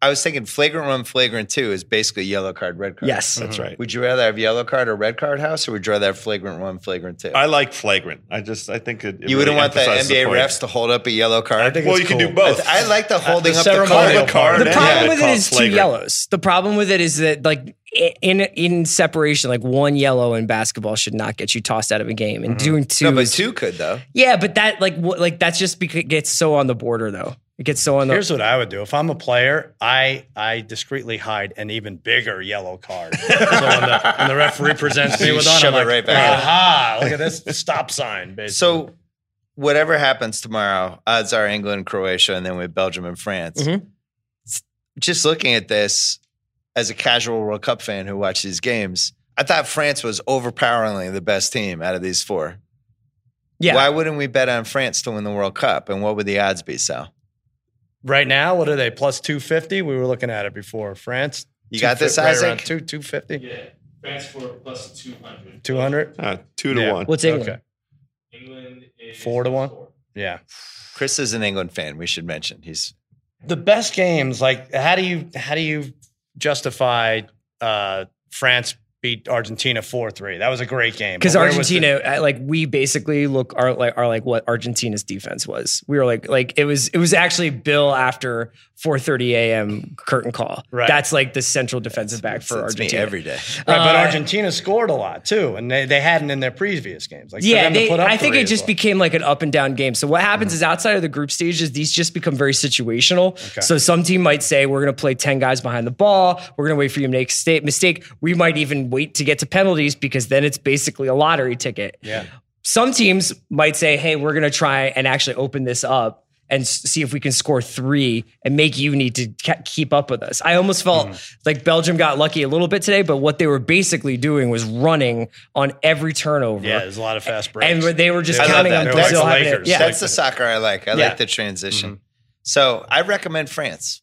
[SPEAKER 6] I was thinking flagrant one, flagrant two is basically yellow card, red card.
[SPEAKER 5] Yes,
[SPEAKER 3] That's right.
[SPEAKER 6] Would you rather have yellow card or red card house, or would you rather have flagrant one, flagrant two?
[SPEAKER 3] I like flagrant. I just I think it, it
[SPEAKER 6] you wouldn't
[SPEAKER 3] really
[SPEAKER 6] want the
[SPEAKER 3] emphasizes
[SPEAKER 6] NBA
[SPEAKER 3] point.
[SPEAKER 6] refs to hold up a yellow card.
[SPEAKER 2] I think
[SPEAKER 3] Well,
[SPEAKER 2] it's
[SPEAKER 3] you can
[SPEAKER 2] cool.
[SPEAKER 3] do both.
[SPEAKER 6] I like the holding
[SPEAKER 2] the
[SPEAKER 6] up the
[SPEAKER 2] ceremonial
[SPEAKER 6] card.
[SPEAKER 2] part.
[SPEAKER 3] card.
[SPEAKER 5] the
[SPEAKER 3] and
[SPEAKER 5] problem
[SPEAKER 3] then
[SPEAKER 5] with
[SPEAKER 3] call
[SPEAKER 5] it is two
[SPEAKER 3] flagrant.
[SPEAKER 5] yellows. The problem with it is that like i- in in separation, like one yellow in basketball should not get you tossed out of a game, and doing two
[SPEAKER 6] No, but
[SPEAKER 5] is
[SPEAKER 6] two could though.
[SPEAKER 5] yeah, but that like what like that's just because it gets so on the border though. It gets so on the
[SPEAKER 2] Here's what I would do if I'm a player. I I discreetly hide an even bigger yellow card. <laughs> so when the, when the referee presents me
[SPEAKER 6] You
[SPEAKER 2] with one,
[SPEAKER 6] shove
[SPEAKER 2] I'm
[SPEAKER 6] it
[SPEAKER 2] like,
[SPEAKER 6] right back.
[SPEAKER 2] aha! Look at this stop sign. Basically.
[SPEAKER 6] So whatever happens tomorrow, odds are England, Croatia, and then we have Belgium and France.
[SPEAKER 5] Mhm.
[SPEAKER 6] S- Just looking at this as a casual World Cup fan who watched these games, I thought France was overpoweringly the best team out of these four.
[SPEAKER 5] yeah.
[SPEAKER 6] Why wouldn't we bet on France to win the World Cup? And what would the odds be, Sal?
[SPEAKER 2] right now, what are they? Plus two fifty. We were looking at it before. France.
[SPEAKER 6] You got this,
[SPEAKER 2] right
[SPEAKER 6] Isaac?
[SPEAKER 2] around Two two fifty.
[SPEAKER 7] Yeah, France for plus 200.
[SPEAKER 2] Two hundred.
[SPEAKER 3] Uh, two to
[SPEAKER 2] Yeah.
[SPEAKER 3] one.
[SPEAKER 5] What's England?
[SPEAKER 2] Okay.
[SPEAKER 7] England is
[SPEAKER 2] Four to one?
[SPEAKER 7] four.
[SPEAKER 2] Yeah.
[SPEAKER 6] Chris is an England fan. We should mention he's
[SPEAKER 2] the best games like how do you how do you justify uh france beat argentina 4-3 that was a great game
[SPEAKER 5] Because
[SPEAKER 2] But where was the-
[SPEAKER 5] Argentina, uh, like we basically look are like are like what Argentina's defense was. We were like like it was it was actually Bill after 4:30 a.m. curtain call.
[SPEAKER 2] Right.
[SPEAKER 5] That's like the central defensive back for
[SPEAKER 6] it's me
[SPEAKER 5] Argentina.
[SPEAKER 6] every day.
[SPEAKER 2] right, but
[SPEAKER 5] uh,
[SPEAKER 2] argentina scored a lot too and they, they hadn't in their previous games like for
[SPEAKER 5] yeah,
[SPEAKER 2] them to
[SPEAKER 5] they,
[SPEAKER 2] put up
[SPEAKER 5] I think
[SPEAKER 2] three
[SPEAKER 5] it
[SPEAKER 2] as
[SPEAKER 5] just
[SPEAKER 2] well.
[SPEAKER 5] became like an up and down game. So what happens is outside of the group stages, these just become very situational.
[SPEAKER 2] Okay.
[SPEAKER 5] So some team might say we're going to play ten guys behind the ball. We're going to wait for you to make state mistake. We might even wait to get to penalties because then it's basically a lottery ticket.
[SPEAKER 2] yeah
[SPEAKER 5] some teams might say, hey, we're going to try and actually open this up and s- see if we can score three and make you need to ca- keep up with us. I almost felt
[SPEAKER 2] Mm-hmm.
[SPEAKER 5] like Belgium got lucky a little bit today, but what they were basically doing was running on every turnover.
[SPEAKER 2] yeah there's a lot of fast breaks
[SPEAKER 5] And they were just
[SPEAKER 2] I love
[SPEAKER 5] counting
[SPEAKER 6] that.
[SPEAKER 5] on
[SPEAKER 6] They're like
[SPEAKER 5] Brazil
[SPEAKER 6] the
[SPEAKER 5] having it.
[SPEAKER 2] Lakers.
[SPEAKER 5] Yeah,
[SPEAKER 6] That's the soccer I like. I
[SPEAKER 2] Yeah.
[SPEAKER 6] like the transition.
[SPEAKER 2] Mm-hmm.
[SPEAKER 6] So I recommend France.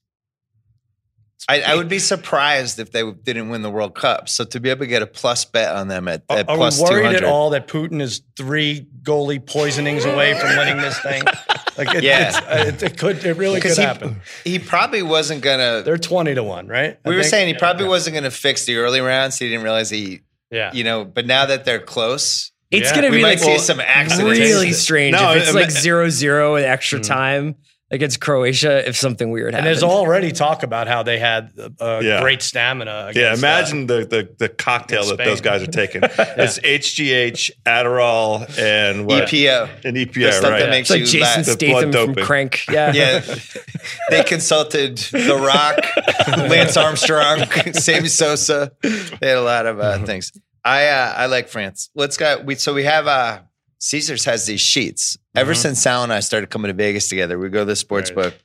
[SPEAKER 6] I, I would be surprised if they didn't win the World Cup. So to be able to get a plus bet on them at,
[SPEAKER 2] are,
[SPEAKER 6] at
[SPEAKER 2] are
[SPEAKER 6] plus
[SPEAKER 2] we worried
[SPEAKER 6] 200.
[SPEAKER 2] at all that putin is three goalie poisonings away from winning this thing like it,
[SPEAKER 6] <laughs> Yeah.
[SPEAKER 2] it's- uh, it, it could it really could
[SPEAKER 6] he,
[SPEAKER 2] happen
[SPEAKER 6] he probably wasn't going to.
[SPEAKER 2] they're 20 to 1 right I
[SPEAKER 6] We were
[SPEAKER 2] think?
[SPEAKER 6] saying he probably wasn't going to fix the early rounds. He didn't realize he,
[SPEAKER 2] yeah
[SPEAKER 6] you know, but now that they're close,
[SPEAKER 5] it's
[SPEAKER 2] Yeah.
[SPEAKER 5] going to
[SPEAKER 6] we
[SPEAKER 5] be
[SPEAKER 6] might
[SPEAKER 5] like
[SPEAKER 6] see some accidents.
[SPEAKER 5] really strange.
[SPEAKER 3] No,
[SPEAKER 5] if it's
[SPEAKER 3] I-
[SPEAKER 5] like zero zero in extra time against Croatia, if something weird
[SPEAKER 2] And
[SPEAKER 5] happens.
[SPEAKER 2] there's already talk about how they had uh,
[SPEAKER 3] Yeah.
[SPEAKER 2] great stamina.
[SPEAKER 3] Yeah,
[SPEAKER 2] Against, uh,
[SPEAKER 3] imagine the, the the cocktail
[SPEAKER 2] in
[SPEAKER 3] that
[SPEAKER 2] Spain.
[SPEAKER 3] those guys are taking. <laughs> It's HGH, Adderall, and what?
[SPEAKER 6] EPO.
[SPEAKER 3] And
[SPEAKER 6] E The
[SPEAKER 3] EPA,
[SPEAKER 6] stuff
[SPEAKER 3] right?
[SPEAKER 6] that makes
[SPEAKER 5] it's like
[SPEAKER 6] you
[SPEAKER 5] Jason
[SPEAKER 6] laugh.
[SPEAKER 3] The blood
[SPEAKER 5] Statham from
[SPEAKER 3] doping.
[SPEAKER 5] Crank. Yeah.
[SPEAKER 6] Yeah. They consulted The Rock, Lance Armstrong, Sammy Sosa. They had a lot of uh, things. I uh, I like France. Let's go. We, so we have uh, Caesars has these sheets. Ever since Sal and I started coming to Vegas together, we go to the sports
[SPEAKER 2] Right.
[SPEAKER 6] book.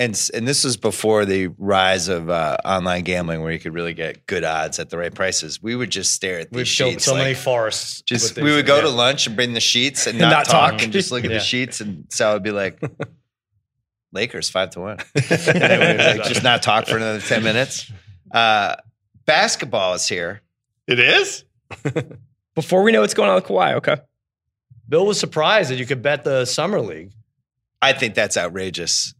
[SPEAKER 6] And, s- and this was before the rise of uh, online gambling, where you could really get good odds at the right prices. We would just stare at these
[SPEAKER 2] We've killed
[SPEAKER 6] sheets.
[SPEAKER 2] so
[SPEAKER 6] like,
[SPEAKER 2] many forests.
[SPEAKER 6] just
[SPEAKER 2] with
[SPEAKER 6] we
[SPEAKER 2] these-
[SPEAKER 6] would go to
[SPEAKER 2] yeah.
[SPEAKER 6] lunch and bring the sheets and
[SPEAKER 5] And
[SPEAKER 6] not,
[SPEAKER 5] not
[SPEAKER 6] talk,
[SPEAKER 5] talk.
[SPEAKER 6] and just look at
[SPEAKER 2] Yeah.
[SPEAKER 6] the sheets and so I would be like Lakers five to one. <laughs> And I would, like, just not talk for another ten minutes. Uh, basketball is here.
[SPEAKER 3] It is?
[SPEAKER 5] Before we know what's going on with Kawhi, okay.
[SPEAKER 2] Bill was surprised that you could bet the summer league.
[SPEAKER 6] I think that's outrageous.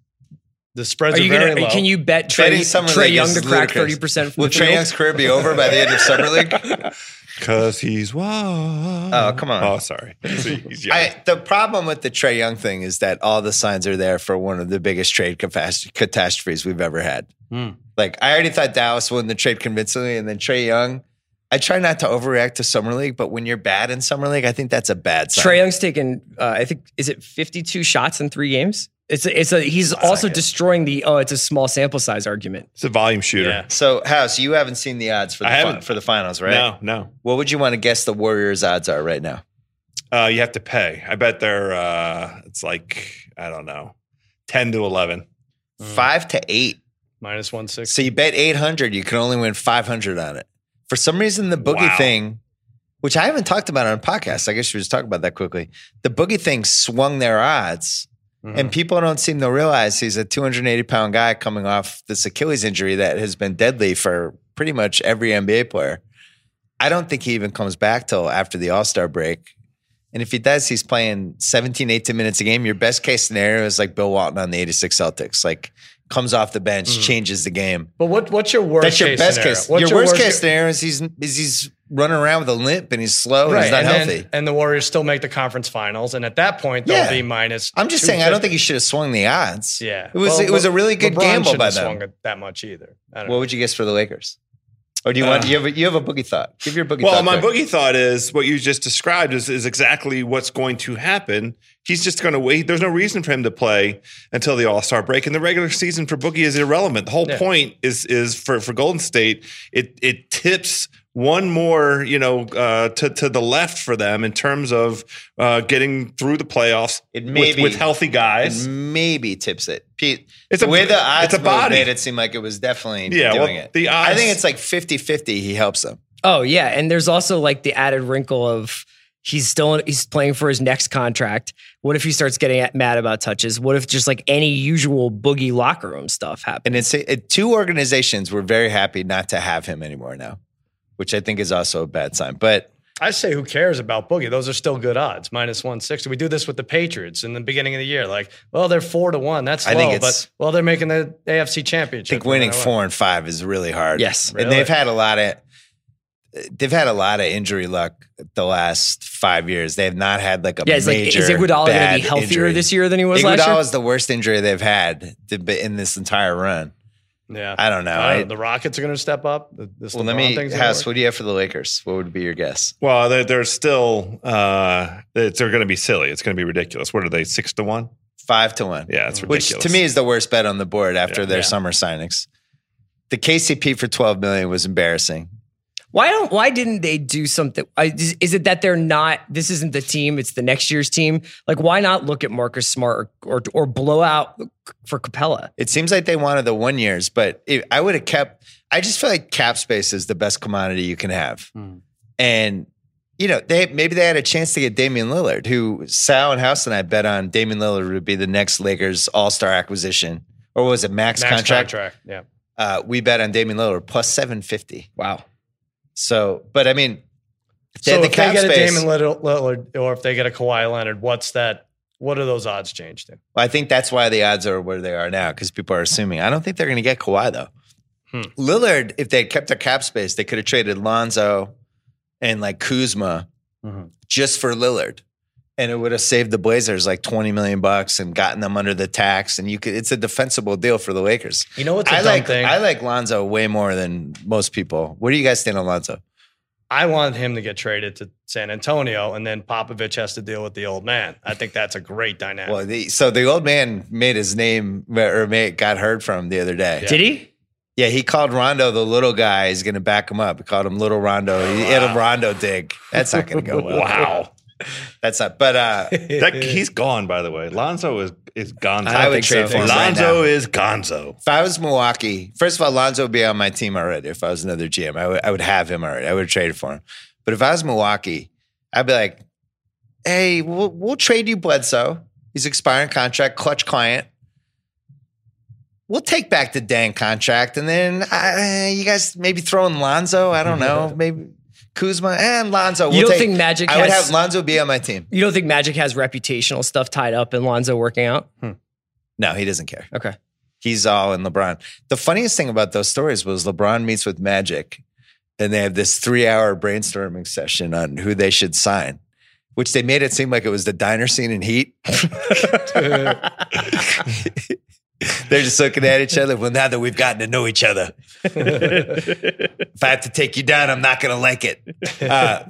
[SPEAKER 2] The spreads
[SPEAKER 5] Are
[SPEAKER 2] are,
[SPEAKER 5] you
[SPEAKER 2] very
[SPEAKER 5] gonna?
[SPEAKER 2] low.
[SPEAKER 5] Can you bet Trey,
[SPEAKER 6] Betting summer
[SPEAKER 5] Trey
[SPEAKER 6] league
[SPEAKER 5] Young
[SPEAKER 6] is
[SPEAKER 5] to crack thirty
[SPEAKER 6] ludicrous.
[SPEAKER 5] percent from
[SPEAKER 6] Will
[SPEAKER 5] the field?
[SPEAKER 6] Trae Young's career be over by the end of summer league?
[SPEAKER 3] Because he's wild.
[SPEAKER 6] Oh, come on.
[SPEAKER 3] Oh, sorry. He's young.
[SPEAKER 6] I, the problem with the Trey Young thing is that all the signs are there for one of the biggest trade catast-
[SPEAKER 3] Hmm.
[SPEAKER 6] catastrophes we've ever had. Like I already thought Dallas won the trade convincingly, and then Trey Young. I try not to overreact to summer league, but when you're bad in summer league, I think that's a bad sign.
[SPEAKER 5] Trey Young's taken, uh, I think, is it 52 shots in three games? It's a, it's a he's also destroying the oh it's a small sample size argument.
[SPEAKER 3] It's a volume shooter.
[SPEAKER 2] Yeah.
[SPEAKER 6] so, House, you haven't seen the odds for the
[SPEAKER 3] I
[SPEAKER 6] fi-
[SPEAKER 3] haven't.
[SPEAKER 6] for the finals, right?
[SPEAKER 3] No, no.
[SPEAKER 6] What would you want to guess the Warriors' odds are right now?
[SPEAKER 3] Uh, you have to pay. I bet they're uh, it's like I don't know, ten to eleven.
[SPEAKER 6] Five to eight.
[SPEAKER 2] Minus one six.
[SPEAKER 6] So you bet 800, you can only win 500 on it. For some reason, the boogie
[SPEAKER 3] Wow.
[SPEAKER 6] thing, which I haven't talked about on a podcast, I guess we should talk about that quickly. The boogie thing swung their odds,
[SPEAKER 5] Mm-hmm.
[SPEAKER 2] Mm.
[SPEAKER 6] and people don't seem to realize he's a 280 pound guy coming off this Achilles injury that has been deadly for pretty much every NBA player. I don't think he even comes back till after the All Star break. And if he does, he's playing 17, 18 minutes a game. Your best case scenario is like Bill Walton on the 86 Celtics, like comes off the bench, changes the game.
[SPEAKER 2] But what what's your worst?
[SPEAKER 6] That's your
[SPEAKER 2] case
[SPEAKER 6] best
[SPEAKER 2] scenario?
[SPEAKER 6] case.
[SPEAKER 2] What's
[SPEAKER 6] your, worst, case
[SPEAKER 2] There
[SPEAKER 6] scenario is he's is he's running around with a limp and he's slow and he's not
[SPEAKER 2] and, then-
[SPEAKER 6] healthy.
[SPEAKER 2] and the Warriors still make the conference finals, and at that point they'll
[SPEAKER 6] Yeah.
[SPEAKER 2] be minus.
[SPEAKER 6] I'm just saying I don't
[SPEAKER 2] 250.
[SPEAKER 6] think he should have swung the odds.
[SPEAKER 2] Yeah,
[SPEAKER 6] it was
[SPEAKER 2] Well,
[SPEAKER 6] it was a really good
[SPEAKER 2] LeBron
[SPEAKER 6] gamble
[SPEAKER 2] shouldn't
[SPEAKER 6] by
[SPEAKER 2] have
[SPEAKER 6] them.
[SPEAKER 2] swung it that much either. I don't know.
[SPEAKER 6] What would you guess for the Lakers? Or do you want
[SPEAKER 3] Uh,
[SPEAKER 6] you have a, you have a boogie thought? Give your boogie
[SPEAKER 3] Well,
[SPEAKER 6] thought.
[SPEAKER 3] my
[SPEAKER 6] quick.
[SPEAKER 3] boogie thought is what you just described is, is exactly what's going to happen. He's just going to wait. There's no reason for him to play until the All Star break, and the regular season for Boogie is irrelevant. The whole
[SPEAKER 2] Yeah.
[SPEAKER 3] point is is for for Golden State, it it tips one more you know uh, to to the left for them in terms of uh, getting through the playoffs
[SPEAKER 6] It may
[SPEAKER 3] with,
[SPEAKER 6] be-
[SPEAKER 3] with healthy guys.
[SPEAKER 6] It maybe tips it. Pete,
[SPEAKER 3] It's
[SPEAKER 6] the
[SPEAKER 3] a-
[SPEAKER 6] way the odds
[SPEAKER 3] it's a
[SPEAKER 6] moved
[SPEAKER 3] body.
[SPEAKER 6] made it seem like it was definitely
[SPEAKER 3] Yeah, well,
[SPEAKER 6] doing it.
[SPEAKER 3] the
[SPEAKER 6] I think
[SPEAKER 3] odds-
[SPEAKER 6] it's like 50-50 he helps them.
[SPEAKER 5] Oh yeah, and there's also like the added wrinkle of he's still he's playing for his next contract. What if he starts getting at- mad about touches? What if just like any usual boogie locker room stuff happens?
[SPEAKER 6] And it's it, two organizations were very happy not to have him anymore now, which I think is also a bad sign. But
[SPEAKER 2] I say, who cares about Boogie? Those are still good odds, minus one sixty. We do this with the Patriots in the beginning of the year. Like, well, they're four to one. That's
[SPEAKER 6] I
[SPEAKER 2] low,
[SPEAKER 6] think it's-
[SPEAKER 2] but well, they're making the AFC championship.
[SPEAKER 6] I think
[SPEAKER 2] no
[SPEAKER 6] winning
[SPEAKER 2] matter what.
[SPEAKER 6] four and five is really hard.
[SPEAKER 5] Yes.
[SPEAKER 6] and
[SPEAKER 2] Really?
[SPEAKER 6] they've had a lot of they've had a lot of injury luck the last five years. They have not had like a
[SPEAKER 5] yeah, it's like
[SPEAKER 6] major
[SPEAKER 5] is Iguodala going
[SPEAKER 6] bad
[SPEAKER 5] to be healthier
[SPEAKER 6] injury.
[SPEAKER 5] this year than he was last year?
[SPEAKER 6] Iguodala is the worst injury they've had to be in this entire run.
[SPEAKER 2] Yeah,
[SPEAKER 6] I don't know.
[SPEAKER 2] I don't
[SPEAKER 6] I-
[SPEAKER 2] know. the Rockets are going to step up. The- This
[SPEAKER 6] well, let
[SPEAKER 2] LeBron
[SPEAKER 6] me
[SPEAKER 2] thing's gonna
[SPEAKER 6] house.
[SPEAKER 2] work.
[SPEAKER 6] What do you have for the Lakers? What would be your guess?
[SPEAKER 3] Well, they're, they're still uh, it's, they're going to be silly. It's going to be ridiculous. What are they six to one?
[SPEAKER 6] Five to one.
[SPEAKER 3] Yeah, it's
[SPEAKER 6] which
[SPEAKER 3] ridiculous.
[SPEAKER 6] to me is the worst bet on the board after
[SPEAKER 3] Yeah.
[SPEAKER 6] their
[SPEAKER 2] Yeah.
[SPEAKER 6] summer signings. The KCP for twelve million was embarrassing.
[SPEAKER 5] Why don't why didn't they do something? I, is, is it that they're not? This isn't the team. It's the next year's team. Like why not look at Marcus Smart or or, or blow out for Capella?
[SPEAKER 6] It seems like they wanted the one years, but it, I would have kept. I just feel like cap space is the best commodity you can have,
[SPEAKER 2] Hmm.
[SPEAKER 6] and you know they maybe they had a chance to get Damian Lillard, who Sal and House and I bet on Damian Lillard would be the next Lakers All Star acquisition, or was it max,
[SPEAKER 2] Max
[SPEAKER 6] contract?
[SPEAKER 2] Yeah,
[SPEAKER 6] Uh, we bet on Damian Lillard plus seven fifty.
[SPEAKER 5] Wow.
[SPEAKER 6] So, but I mean, if they
[SPEAKER 2] so
[SPEAKER 6] had the
[SPEAKER 2] if they
[SPEAKER 6] cap
[SPEAKER 2] get
[SPEAKER 6] space,
[SPEAKER 2] a Damon Lillard, Lillard or if they get a Kawhi Leonard, what's that? What are those odds changed to?
[SPEAKER 6] Well, I think that's why the odds are where they are now because people are assuming. I don't think they're going to get Kawhi though.
[SPEAKER 2] Hmm.
[SPEAKER 6] Lillard, if they had kept their cap space, they could have traded Lonzo and like Kuzma
[SPEAKER 2] Mm-hmm.
[SPEAKER 6] just for Lillard, and it would have saved the Blazers like twenty million bucks and gotten them under the tax. And you could, it's a defensible deal for the Lakers.
[SPEAKER 2] You know what's a
[SPEAKER 6] I
[SPEAKER 2] dumb
[SPEAKER 6] like
[SPEAKER 2] thing?
[SPEAKER 6] I like Lonzo way more than most people. Where do you guys stand on Lonzo?
[SPEAKER 2] I want him to get traded to San Antonio, and then Popovich has to deal with the old man. I think that's a great dynamic.
[SPEAKER 6] Well, the, so the old man made his name or made, got heard from the other day.
[SPEAKER 5] Did he?
[SPEAKER 6] Yeah, he called Rondo the little guy. He's going to back him up. He called him little Rondo. He hit a Rondo dig. That's not going to go well.
[SPEAKER 3] wow.
[SPEAKER 6] That's not. But uh,
[SPEAKER 3] That, he's gone, by the way. Lonzo is is gonzo.
[SPEAKER 6] I would trade for him right
[SPEAKER 3] Lonzo
[SPEAKER 6] now.
[SPEAKER 3] is gonzo.
[SPEAKER 6] if I was Milwaukee, first of all, Lonzo would be on my team already. If I was another GM, I would I would have him already. I would have traded for him. But if I was Milwaukee, I'd be like, "Hey, we'll, we'll trade you Bledsoe. He's expiring contract, clutch client. We'll take back the Dan contract, and then uh, you guys maybe throw in Lonzo. I don't
[SPEAKER 5] <laughs>
[SPEAKER 6] know, maybe Kuzma and Lonzo. We'll
[SPEAKER 5] you don't
[SPEAKER 6] take-
[SPEAKER 5] think Magic?
[SPEAKER 6] I would
[SPEAKER 5] has-
[SPEAKER 6] have Lonzo be on my team.
[SPEAKER 5] You don't think Magic has reputational stuff tied up in Lonzo working out?
[SPEAKER 6] No, he doesn't care.
[SPEAKER 5] Okay.
[SPEAKER 6] He's all in LeBron. The funniest thing about those stories was LeBron meets with Magic and they have this three hour brainstorming session on who they should sign, which they made it seem like it was the diner scene in Heat. <laughs> They're just looking at each other. Well, now that we've gotten to know each other, if I have to take you down, I'm not going to like it. Uh,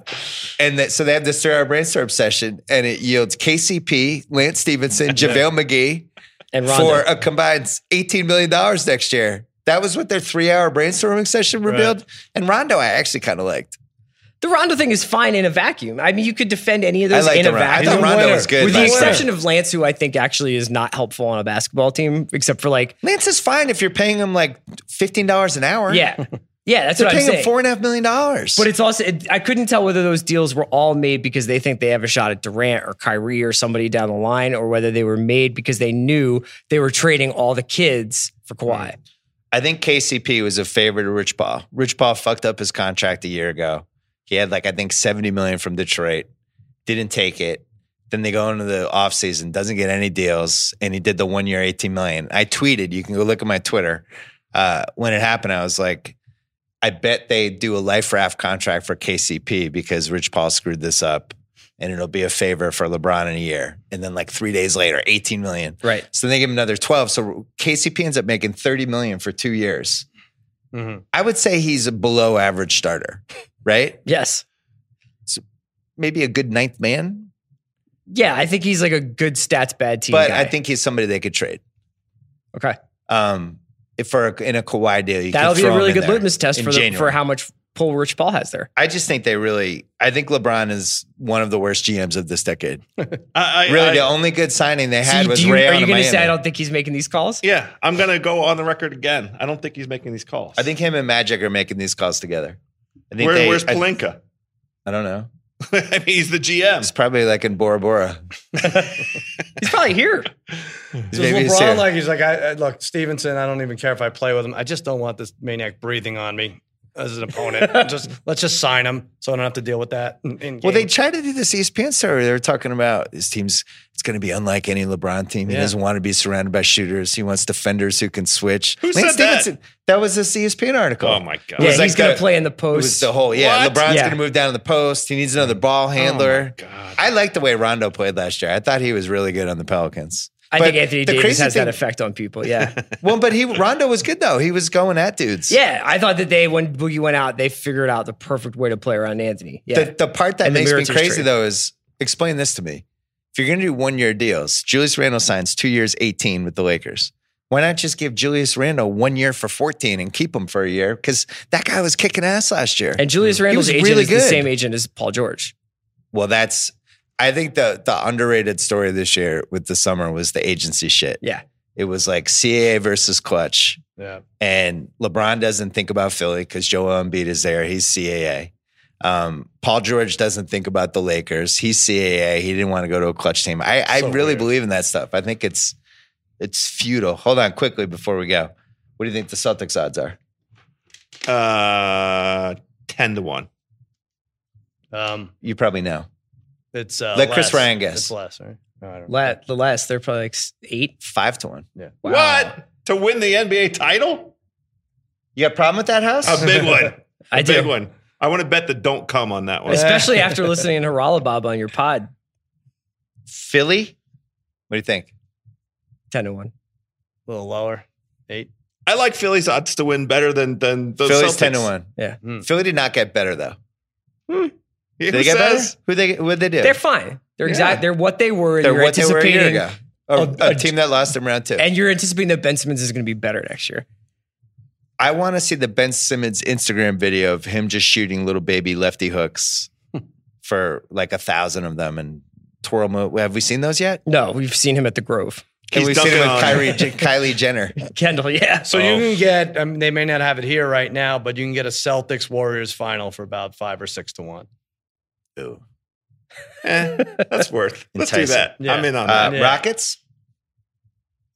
[SPEAKER 6] and that, so they have this three hour brainstorm session, and it yields KCP, Lance Stevenson, JaVale McGee
[SPEAKER 5] And
[SPEAKER 6] for
[SPEAKER 5] Rondo.
[SPEAKER 6] a combined $18 million next year. That was what their three hour brainstorming session revealed. And Rondo, I actually kind of liked.
[SPEAKER 5] the Rondo thing is fine in a vacuum. I mean, you could defend any of those
[SPEAKER 6] I liked
[SPEAKER 5] in a
[SPEAKER 6] the Rondo. I
[SPEAKER 5] vacuum.
[SPEAKER 6] thought
[SPEAKER 2] He's a
[SPEAKER 6] Rondo
[SPEAKER 2] winner.
[SPEAKER 6] was good.
[SPEAKER 5] With the
[SPEAKER 6] last year.
[SPEAKER 5] exception of Lance, who I think actually is not helpful on a basketball team, except for like,
[SPEAKER 6] Lance is fine if you're paying him like fifteen dollars an hour. <laughs>
[SPEAKER 5] yeah, yeah, that's
[SPEAKER 6] they're
[SPEAKER 5] what I'm
[SPEAKER 6] paying him
[SPEAKER 5] saying.
[SPEAKER 6] four and a half million dollars.
[SPEAKER 5] but it's also it, I couldn't tell whether those deals were all made because they think they have a shot at Durant or Kyrie or somebody down the line, or whether they were made because they knew they were trading all the kids for
[SPEAKER 6] Mm.
[SPEAKER 5] Kawhi.
[SPEAKER 6] I think KCP was a favorite of Rich Paul. Rich Paul fucked up his contract a year ago. He had like I think seventy million from Detroit, didn't take it. Then they go into the offseason, doesn't get any deals, and he did the one year eighteen million. I tweeted, you can go look at my Twitter. Uh, when it happened, I was like, I bet they do a life raft contract for KCP because Rich Paul screwed this up, and it'll be a favor for LeBron in a year. And then like three days later, eighteen million.
[SPEAKER 5] Right.
[SPEAKER 6] So they give him another 12. So KCP ends up making 30 million for two years.
[SPEAKER 2] Mhm.
[SPEAKER 6] I would say he's a below average starter, right?
[SPEAKER 5] Yes.
[SPEAKER 6] Maybe a good ninth man,
[SPEAKER 5] Yeah, I think he's like a good stats bad team.
[SPEAKER 6] but
[SPEAKER 5] guy.
[SPEAKER 6] I think he's somebody they could trade.
[SPEAKER 5] okay,
[SPEAKER 6] Um, if for a, in a Kawhi deal, you could
[SPEAKER 5] that'll be
[SPEAKER 6] throw
[SPEAKER 5] a
[SPEAKER 6] him
[SPEAKER 5] really
[SPEAKER 6] in
[SPEAKER 5] good
[SPEAKER 6] there
[SPEAKER 5] litmus test
[SPEAKER 6] in
[SPEAKER 5] for the,
[SPEAKER 6] January.
[SPEAKER 5] for how much pull Rich Paul has there.
[SPEAKER 6] I just think they really. I think LeBron is one of the worst GMs of this decade.
[SPEAKER 3] I, I,
[SPEAKER 6] Really,
[SPEAKER 3] I-
[SPEAKER 6] the only good signing they had
[SPEAKER 5] So you-
[SPEAKER 6] was
[SPEAKER 5] do you-
[SPEAKER 6] Ray
[SPEAKER 5] are
[SPEAKER 6] out
[SPEAKER 5] you
[SPEAKER 6] of
[SPEAKER 5] going to say I
[SPEAKER 6] Miami.
[SPEAKER 5] don't think he's making these calls?
[SPEAKER 3] Yeah, I'm gonna go on the record again. I don't think he's making these calls.
[SPEAKER 6] I think him and Magic are making these calls together. I think
[SPEAKER 3] Where,
[SPEAKER 6] they-
[SPEAKER 3] where's
[SPEAKER 6] I-
[SPEAKER 3] Palinka? <laughs>
[SPEAKER 6] I don't know.
[SPEAKER 3] I, mean, he's the Oh GM.
[SPEAKER 6] It's probably like in Bora Bora.
[SPEAKER 5] He's
[SPEAKER 6] <laughs>
[SPEAKER 5] probably here.
[SPEAKER 6] He's
[SPEAKER 2] Does
[SPEAKER 6] maybe he's
[SPEAKER 2] LeBron
[SPEAKER 6] here.
[SPEAKER 2] like he's like I, I look Stevenson. I don't even care if I play with him. I just don't want this maniac breathing on me as an opponent.
[SPEAKER 6] <laughs>
[SPEAKER 2] just let's just sign him so I don't have to deal with that. in- in
[SPEAKER 6] Well, they
[SPEAKER 2] game.
[SPEAKER 6] tried to do this E ESPN story. They were talking about his team's. It's going to be unlike any LeBron team. He
[SPEAKER 2] Yeah.
[SPEAKER 6] doesn't want to be surrounded by shooters. He wants defenders who can switch.
[SPEAKER 3] Who said that?
[SPEAKER 6] That? that was this E ESPN article.
[SPEAKER 3] Oh my god!
[SPEAKER 5] Yeah,
[SPEAKER 6] was like
[SPEAKER 5] he's going
[SPEAKER 6] the-
[SPEAKER 5] to play in the
[SPEAKER 6] It
[SPEAKER 5] post.
[SPEAKER 6] was the whole. Yeah,
[SPEAKER 3] What? Oh
[SPEAKER 6] LeBron's
[SPEAKER 5] Yeah.
[SPEAKER 6] going to move down to the post. He needs another ball handler.
[SPEAKER 3] God.
[SPEAKER 6] I like the way Rondo played last year. I thought he was really good on the Pelicans.
[SPEAKER 5] I
[SPEAKER 6] But
[SPEAKER 5] think Anthony
[SPEAKER 6] the
[SPEAKER 5] Davis
[SPEAKER 6] crazy
[SPEAKER 5] has
[SPEAKER 6] thing-
[SPEAKER 5] that effect on people. Yeah.
[SPEAKER 6] <laughs> Well, but he Rondo was good though. He was going at dudes.
[SPEAKER 5] yeah. I thought that they, when Boogie went out, they figured out the perfect way to play around Anthony. Yeah.
[SPEAKER 6] The, the part that
[SPEAKER 5] And the
[SPEAKER 6] makes me
[SPEAKER 5] Miritich
[SPEAKER 6] crazy
[SPEAKER 5] trade.
[SPEAKER 6] though is explain this to me. If you're going to do one year deals, Julius Randle signs two years, 18 with the Lakers. Why not just give Julius Randle one year for 14 and keep him for a year? Because that guy was kicking ass last year.
[SPEAKER 5] and Julius
[SPEAKER 6] was
[SPEAKER 5] Randle's agent
[SPEAKER 6] really
[SPEAKER 5] is
[SPEAKER 6] good.
[SPEAKER 5] the same agent as Paul George.
[SPEAKER 6] well, that's, I think the, the underrated story this year with the summer was the agency shit.
[SPEAKER 5] Yeah.
[SPEAKER 6] It was like CAA versus clutch.
[SPEAKER 2] yeah.
[SPEAKER 6] And LeBron doesn't think about Philly because Joel Embiid is there. He's CAA. Um, Paul George doesn't think about the Lakers. He's CAA. He didn't want to go to a clutch team. I, I
[SPEAKER 2] So
[SPEAKER 6] really
[SPEAKER 2] weird.
[SPEAKER 6] believe in that stuff. I think it's it's futile. Hold on quickly before we go. What do you think the Celtics odds are?
[SPEAKER 3] Uh, ten to one.
[SPEAKER 2] Um,
[SPEAKER 6] You probably know.
[SPEAKER 2] it's uh,
[SPEAKER 6] Let Chris
[SPEAKER 2] less.
[SPEAKER 6] Ryan guess.
[SPEAKER 2] It's less, right? No, I don't
[SPEAKER 5] La- the last, they're probably like s- eight.
[SPEAKER 6] Five to one.
[SPEAKER 3] What to win the NBA title?
[SPEAKER 6] You got a problem with that house?
[SPEAKER 3] A big one.
[SPEAKER 5] I
[SPEAKER 3] A big
[SPEAKER 5] do.
[SPEAKER 3] one. I want to bet the don't come on that one.
[SPEAKER 6] <laughs>
[SPEAKER 5] Especially after listening to Haralabob on your pod,
[SPEAKER 6] Philly? What do you think?
[SPEAKER 5] 10 to 1.
[SPEAKER 2] a little lower. Eight.
[SPEAKER 3] I like Philly's odds to win better than than the
[SPEAKER 6] Philly's
[SPEAKER 3] Celtics.
[SPEAKER 6] ten to one.
[SPEAKER 5] Yeah.
[SPEAKER 2] Hmm.
[SPEAKER 6] Philly did not get better though.
[SPEAKER 3] Who
[SPEAKER 6] Did they get
[SPEAKER 3] says?
[SPEAKER 6] better? Who they what they do?
[SPEAKER 5] They're fine. They're exact. They're what they were. And
[SPEAKER 6] They're
[SPEAKER 5] you're
[SPEAKER 6] what they were a
[SPEAKER 5] anticipating,
[SPEAKER 6] year ago. A,
[SPEAKER 5] a-
[SPEAKER 6] a team that lost in round two.
[SPEAKER 5] And you're anticipating that Ben Simmons is going to be better next year.
[SPEAKER 6] I want to see the Ben Simmons Instagram video of him just shooting little baby lefty
[SPEAKER 5] <laughs>
[SPEAKER 6] hooks for like a thousand of them and twirl. Mo- have we seen those yet?
[SPEAKER 5] No, we've seen him at the Grove. <laughs>
[SPEAKER 6] Can
[SPEAKER 3] He's
[SPEAKER 6] we see them
[SPEAKER 3] dunking
[SPEAKER 6] with
[SPEAKER 3] on-
[SPEAKER 6] Kyrie, J- Kylie Jenner?
[SPEAKER 5] Kendall, yeah.
[SPEAKER 2] So
[SPEAKER 6] Oh.
[SPEAKER 2] you can get. I mean, they may not have it here right now, but you can get a Celtics Warriors final for about five or six to one.
[SPEAKER 3] Eh, that's
[SPEAKER 6] <laughs>
[SPEAKER 3] worth. Let's do
[SPEAKER 6] Enticing.
[SPEAKER 3] that.
[SPEAKER 2] Yeah.
[SPEAKER 3] I'm in on
[SPEAKER 6] Uh,
[SPEAKER 3] that.
[SPEAKER 2] Yeah.
[SPEAKER 6] Rockets?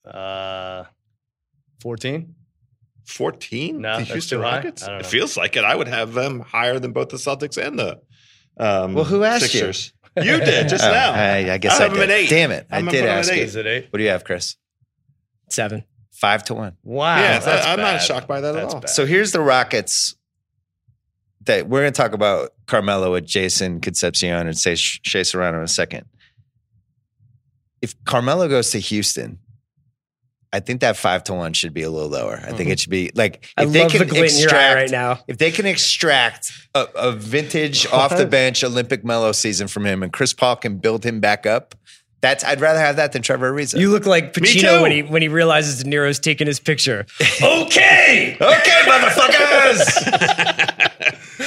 [SPEAKER 2] Uh, fourteen.
[SPEAKER 3] 14?
[SPEAKER 2] No,
[SPEAKER 3] the
[SPEAKER 2] that's
[SPEAKER 3] Houston
[SPEAKER 2] too high.
[SPEAKER 3] Rockets?
[SPEAKER 2] I don't
[SPEAKER 3] It
[SPEAKER 2] know.
[SPEAKER 3] feels like it. I would have them higher than both the Celtics and the um,
[SPEAKER 6] Well, who asked you? <laughs>
[SPEAKER 3] Sixers. you? did just
[SPEAKER 6] Oh,
[SPEAKER 3] now.
[SPEAKER 6] I, I guess
[SPEAKER 3] I
[SPEAKER 6] I,
[SPEAKER 3] have
[SPEAKER 6] did.
[SPEAKER 3] them at eight.
[SPEAKER 6] Damn it.
[SPEAKER 3] I'm
[SPEAKER 6] I
[SPEAKER 3] up
[SPEAKER 6] did
[SPEAKER 3] on them
[SPEAKER 6] ask
[SPEAKER 3] at
[SPEAKER 6] you.
[SPEAKER 3] eight.
[SPEAKER 2] Is it eight?
[SPEAKER 6] What do you have, Chris?
[SPEAKER 5] Seven.
[SPEAKER 6] Five to one.
[SPEAKER 2] Wow.
[SPEAKER 3] yeah, so
[SPEAKER 2] that's
[SPEAKER 3] I'm
[SPEAKER 2] bad.
[SPEAKER 3] not shocked by that at
[SPEAKER 2] That's
[SPEAKER 3] all.
[SPEAKER 2] bad.
[SPEAKER 6] So here's the Rockets that we're going to talk about Carmelo with Jason Concepcion and say Shea Serrano in a second. If Carmelo goes to Houston, I think that five to one should be a little lower. I think it should be like if
[SPEAKER 5] Mm-hmm. I
[SPEAKER 6] they
[SPEAKER 5] love
[SPEAKER 6] can
[SPEAKER 5] the glint in your
[SPEAKER 6] extract
[SPEAKER 5] eye right now.
[SPEAKER 6] If they can extract a, a
[SPEAKER 5] <laughs>
[SPEAKER 6] vintage off the bench Olympic mellow season from him, and Chris Paul can build him back up, that's I'd rather have that than Trevor Ariza.
[SPEAKER 5] You look like
[SPEAKER 3] too.
[SPEAKER 5] Pacino when he when he realizes De Niro's taking his picture.
[SPEAKER 2] Okay.
[SPEAKER 6] okay, motherfuckers?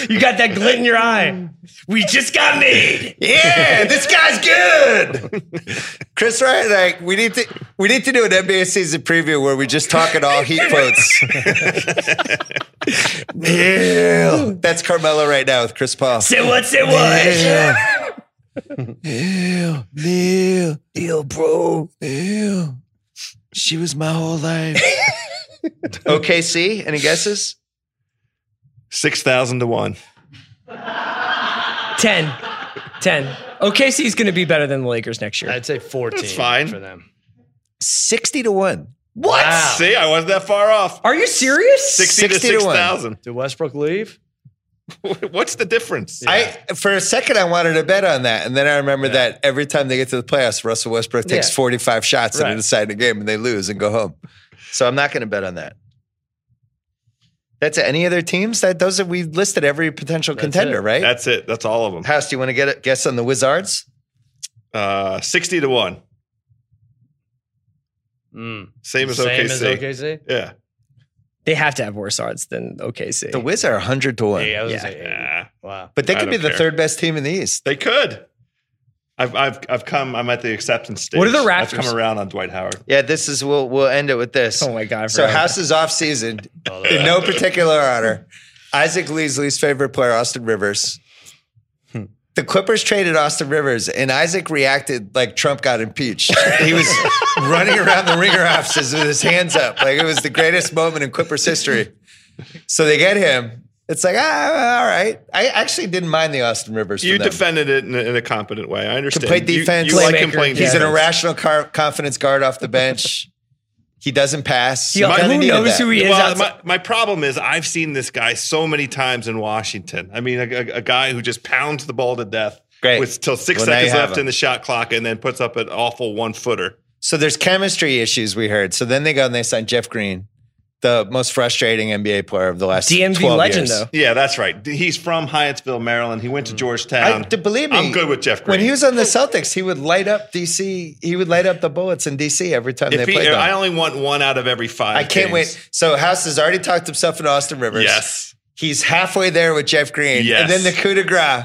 [SPEAKER 5] You got that glint in your eye. We just got made.
[SPEAKER 6] yeah, this guy's good. <laughs> Chris, right? Like we need to we need to do an NBA season preview where we just talk at all Heat quotes. Neil, that's Carmelo right now with Chris Paul.
[SPEAKER 5] Say what? Say what?
[SPEAKER 6] Ew, Neil, Neil, bro, Neil. She was my whole life. OKC, any guesses?
[SPEAKER 3] Six thousand to one.
[SPEAKER 5] Ten. Ten. OKC's going to be better than the Lakers next year.
[SPEAKER 2] I'd say 14
[SPEAKER 3] That's fine.
[SPEAKER 2] for them.
[SPEAKER 6] Sixty to one.
[SPEAKER 5] What?
[SPEAKER 2] Wow.
[SPEAKER 3] See, I wasn't that far off.
[SPEAKER 5] Are you serious?
[SPEAKER 3] 60,
[SPEAKER 6] 60
[SPEAKER 3] to
[SPEAKER 6] to
[SPEAKER 3] six
[SPEAKER 6] one.
[SPEAKER 3] thousand. <laughs>
[SPEAKER 2] Did Westbrook leave?
[SPEAKER 3] What's the difference?
[SPEAKER 6] I for a second I wanted to bet on that, and then I remember that every time they get to the playoffs, Russell Westbrook takes
[SPEAKER 2] Yeah.
[SPEAKER 6] forty-five shots in
[SPEAKER 2] Right.
[SPEAKER 6] the deciding game, and they lose and go home. So I'm not going to bet on that. That's it. Any other teams? That those are we listed every potential
[SPEAKER 2] That's
[SPEAKER 6] contender,
[SPEAKER 2] it.
[SPEAKER 6] right?
[SPEAKER 3] That's it. That's all of them.
[SPEAKER 6] House, do you want to get a guess on the Wizards?
[SPEAKER 3] Uh, Sixty to one.
[SPEAKER 2] Mm.
[SPEAKER 3] Same as
[SPEAKER 2] Same
[SPEAKER 3] OKC.
[SPEAKER 2] as OKC?
[SPEAKER 3] Yeah.
[SPEAKER 5] They have to have worse odds than OKC.
[SPEAKER 6] The Wiz are hundred to one,
[SPEAKER 2] Yeah, I was
[SPEAKER 5] Yeah.
[SPEAKER 2] Gonna say 80.
[SPEAKER 3] Yeah. <laughs>
[SPEAKER 2] Wow.
[SPEAKER 6] but they
[SPEAKER 3] I
[SPEAKER 6] could be
[SPEAKER 3] don't
[SPEAKER 6] the
[SPEAKER 3] care.
[SPEAKER 6] third best team in the East.
[SPEAKER 3] They could. I've, I've I've come. I'm at the acceptance stage.
[SPEAKER 5] What are the
[SPEAKER 3] I've
[SPEAKER 5] Raptors?
[SPEAKER 3] come around on Dwight Howard.
[SPEAKER 6] Yeah, this is we'll we'll end it with this.
[SPEAKER 5] oh my god! I
[SPEAKER 6] so
[SPEAKER 5] forgot.
[SPEAKER 6] House is off season
[SPEAKER 2] Oh,
[SPEAKER 6] in
[SPEAKER 2] that-
[SPEAKER 6] no particular order. Isaac Leasley's favorite player, Austin Rivers. Hmm. The Clippers traded Austin Rivers, and Isaac reacted like Trump got impeached. He was running around the ringer offices with his hands up, like it was the greatest moment in Clippers history. So they get him. It's like ah, all right. I actually didn't mind the Austin Rivers.
[SPEAKER 3] You
[SPEAKER 6] for them.
[SPEAKER 3] defended it in a, in a competent way. I understand.
[SPEAKER 6] Complete
[SPEAKER 3] You-
[SPEAKER 6] defense.
[SPEAKER 3] You, like him
[SPEAKER 5] Playmaker.
[SPEAKER 3] playing
[SPEAKER 5] He's
[SPEAKER 6] He's an
[SPEAKER 3] defense.
[SPEAKER 6] irrational car- confidence guard off the bench. he doesn't pass.
[SPEAKER 5] Yeah,
[SPEAKER 6] Kinda
[SPEAKER 5] who
[SPEAKER 6] needed
[SPEAKER 5] knows
[SPEAKER 6] that.
[SPEAKER 5] who he is?
[SPEAKER 3] Well,
[SPEAKER 5] outside-
[SPEAKER 3] my, my problem is I've seen this guy so many times in Washington. I mean, a, a- a guy who just pounds the ball to death
[SPEAKER 6] Great.
[SPEAKER 3] with till six
[SPEAKER 6] Well, now
[SPEAKER 3] seconds
[SPEAKER 6] you have
[SPEAKER 3] left
[SPEAKER 6] him.
[SPEAKER 3] in the shot clock and then puts up an awful one footer.
[SPEAKER 6] So there's chemistry issues we heard. So then they go and they sign Jeff Green, the most frustrating NBA player of the last
[SPEAKER 5] DMV
[SPEAKER 6] 12
[SPEAKER 5] legend
[SPEAKER 6] years.
[SPEAKER 5] though.
[SPEAKER 3] Yeah, that's right. He's from Hyattsville, Maryland. He went to
[SPEAKER 6] Mm. I,
[SPEAKER 3] Georgetown.
[SPEAKER 6] to believe me,
[SPEAKER 3] Um, I'm good with Jeff Green.
[SPEAKER 6] When he was on the Celtics, he would light up DC. He would light up the bullets in DC every time
[SPEAKER 3] if he,
[SPEAKER 6] they played. them.
[SPEAKER 3] I only want one out of every five.
[SPEAKER 6] I can't
[SPEAKER 3] games.
[SPEAKER 6] wait. So House has already talked himself into Austin Rivers.
[SPEAKER 3] Yes.
[SPEAKER 6] he's halfway there with Jeff Green,
[SPEAKER 3] Yes.
[SPEAKER 6] and then the coup de grace,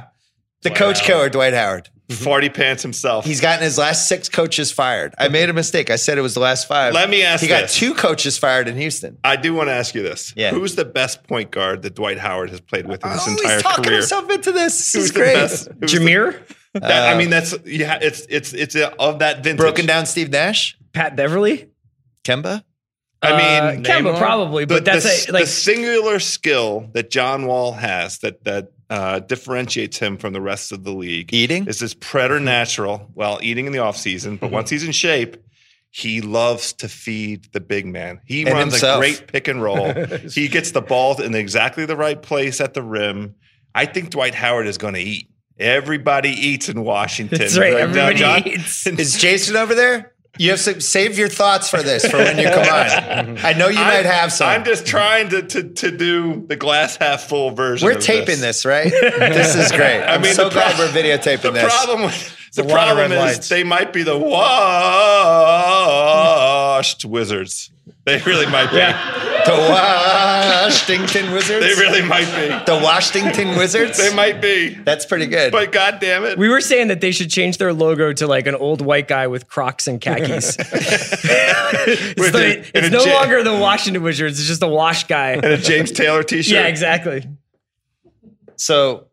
[SPEAKER 6] the
[SPEAKER 2] Dwight
[SPEAKER 6] coach
[SPEAKER 2] Howard.
[SPEAKER 6] killer, Dwight Howard.
[SPEAKER 3] Farty Pants himself.
[SPEAKER 6] Mm-hmm. He's gotten his last six coaches fired. I made a mistake. I said it was the last five.
[SPEAKER 3] Let me ask
[SPEAKER 6] He got
[SPEAKER 3] this.
[SPEAKER 6] two coaches fired in Houston.
[SPEAKER 3] I do want to ask you this.
[SPEAKER 6] Yeah.
[SPEAKER 3] Who's the best point guard that Dwight Howard has played with in his
[SPEAKER 6] oh,
[SPEAKER 3] entire
[SPEAKER 6] he's talking
[SPEAKER 3] career?
[SPEAKER 6] himself into this. This
[SPEAKER 3] Who's
[SPEAKER 6] is
[SPEAKER 3] the
[SPEAKER 6] great.
[SPEAKER 3] best? who's the-
[SPEAKER 5] Jameer, Uh,
[SPEAKER 3] that- I mean, that's yeah. It's it's it's uh, of that vintage.
[SPEAKER 6] Broken down Steve Nash,
[SPEAKER 5] Pat Beverly,
[SPEAKER 6] Kemba.
[SPEAKER 3] I
[SPEAKER 5] uh,
[SPEAKER 3] mean,
[SPEAKER 5] Kemba
[SPEAKER 2] Neymar?
[SPEAKER 5] probably,
[SPEAKER 3] the,
[SPEAKER 5] but that's
[SPEAKER 3] the,
[SPEAKER 5] a, like
[SPEAKER 3] the singular skill that John Wall has that that uh, differentiates him from the rest of the league.
[SPEAKER 6] Eating?
[SPEAKER 3] is this preternatural. Well, eating in the off season,
[SPEAKER 6] Mm-hmm.
[SPEAKER 3] but once he's in shape. He loves to feed the big man. He
[SPEAKER 6] And
[SPEAKER 3] runs
[SPEAKER 6] himself.
[SPEAKER 3] a great pick and
[SPEAKER 6] <laughs>
[SPEAKER 3] roll. he gets the ball in exactly the right place at the rim. I think Dwight Howard is going to eat. Everybody eats in Washington.
[SPEAKER 5] that's right.
[SPEAKER 3] Like, now,
[SPEAKER 5] Everybody
[SPEAKER 3] John-
[SPEAKER 5] hates.
[SPEAKER 6] Is Jason over there? You have some, save your thoughts for this for when you
[SPEAKER 3] <laughs>
[SPEAKER 6] come on. I know you
[SPEAKER 3] I'm-
[SPEAKER 6] might have some.
[SPEAKER 3] I'm just trying to to, to do the glass half full version.
[SPEAKER 6] we're
[SPEAKER 3] of
[SPEAKER 6] taping this, right?
[SPEAKER 3] <laughs>
[SPEAKER 6] this is great. I'm
[SPEAKER 3] mean,
[SPEAKER 6] so
[SPEAKER 3] the
[SPEAKER 6] glad
[SPEAKER 3] pro-
[SPEAKER 6] we're videotaping
[SPEAKER 3] The
[SPEAKER 6] this.
[SPEAKER 3] problem with the
[SPEAKER 2] a lot of
[SPEAKER 3] problem is
[SPEAKER 2] red lights.
[SPEAKER 3] they might be the washed wizards. They really might be.
[SPEAKER 6] The Washington
[SPEAKER 3] <laughs>
[SPEAKER 6] Wizards.
[SPEAKER 3] They really might be.
[SPEAKER 6] the Washington Wizards.
[SPEAKER 3] They might be.
[SPEAKER 6] That's pretty good.
[SPEAKER 3] But god damn it.
[SPEAKER 5] We were saying that they should change their logo to like an old white guy with Crocs
[SPEAKER 3] <laughs>
[SPEAKER 5] and khakis. it's
[SPEAKER 3] With a-
[SPEAKER 5] the-
[SPEAKER 3] and
[SPEAKER 5] it's
[SPEAKER 3] a
[SPEAKER 5] no
[SPEAKER 3] jet.
[SPEAKER 5] longer the Washington Wizards. It's just the Wash
[SPEAKER 1] <laughs>
[SPEAKER 5] guy.
[SPEAKER 3] a James Taylor t-shirt.
[SPEAKER 5] yeah, exactly.
[SPEAKER 6] so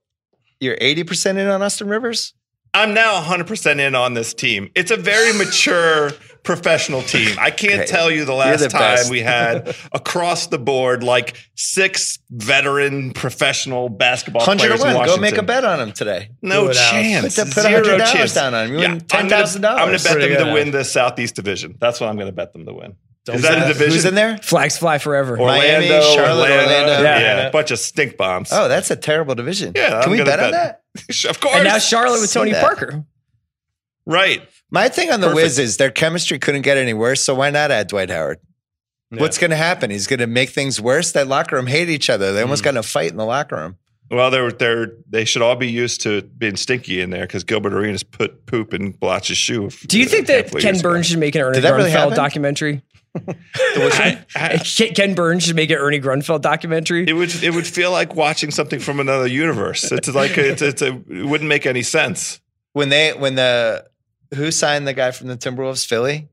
[SPEAKER 6] you're 80% in on Austin Rivers?
[SPEAKER 3] I'm now 100% in on this team. It's a
[SPEAKER 6] <laughs>
[SPEAKER 3] very mature professional team. I can't
[SPEAKER 6] Okay.
[SPEAKER 3] tell you the last
[SPEAKER 6] the
[SPEAKER 3] time
[SPEAKER 6] best.
[SPEAKER 3] we
[SPEAKER 6] <laughs>
[SPEAKER 3] had across the board like six veteran professional basketball
[SPEAKER 6] 100 to
[SPEAKER 3] players in
[SPEAKER 6] 1. Go
[SPEAKER 3] Washington.
[SPEAKER 6] make a bet on him today.
[SPEAKER 2] Do
[SPEAKER 3] No
[SPEAKER 2] it, Alex.
[SPEAKER 3] chance.
[SPEAKER 6] Put, the, put
[SPEAKER 3] Zero
[SPEAKER 6] $100
[SPEAKER 3] chance.
[SPEAKER 6] down on him. You
[SPEAKER 3] Yeah,
[SPEAKER 6] win
[SPEAKER 3] I'm gonna-
[SPEAKER 6] $10,000.
[SPEAKER 3] I'm going to bet
[SPEAKER 2] Pretty
[SPEAKER 3] them to
[SPEAKER 2] good.
[SPEAKER 3] win the Southeast Division. That's what I'm going to bet them to win. Is that
[SPEAKER 6] Uh,
[SPEAKER 3] a division?
[SPEAKER 6] Who's in there?
[SPEAKER 5] Flags fly forever.
[SPEAKER 6] Miami, Charlotte, Orlando.
[SPEAKER 3] Yeah,
[SPEAKER 2] Yeah.
[SPEAKER 3] a bunch <laughs> of stink bombs.
[SPEAKER 6] Oh, that's a terrible division.
[SPEAKER 3] Yeah,
[SPEAKER 6] Can
[SPEAKER 3] I'm
[SPEAKER 6] we
[SPEAKER 3] gonna
[SPEAKER 6] bet on
[SPEAKER 3] bet.
[SPEAKER 6] that?
[SPEAKER 3] of course.
[SPEAKER 5] and now Charlotte with
[SPEAKER 6] see
[SPEAKER 5] Tony
[SPEAKER 6] that.
[SPEAKER 5] Parker.
[SPEAKER 3] Right.
[SPEAKER 1] My thing on the
[SPEAKER 3] Perfect.
[SPEAKER 1] Wiz is their chemistry couldn't get any worse, so why not add Dwight Howard?
[SPEAKER 2] Yeah.
[SPEAKER 1] What's going to happen? He's going to make things worse. That locker room hate each other. They
[SPEAKER 3] Mm.
[SPEAKER 1] almost got in a fight in the locker room.
[SPEAKER 3] Well, they're they're they should all be used to being stinky in there because Gilbert Arenas put poop in Blotch's shoe.
[SPEAKER 5] Do you think that Ken Burns should make an Ernie
[SPEAKER 1] Did that really happen? <laughs>
[SPEAKER 5] Grunfeld documentary? <laughs> Ken Ken Burns should make an Ernie Grunfeld documentary.
[SPEAKER 3] It would it would feel like watching something from another universe. It's like it's, it's a, it wouldn't make any sense.
[SPEAKER 1] When they when the who signed the guy from the Timberwolves Philly?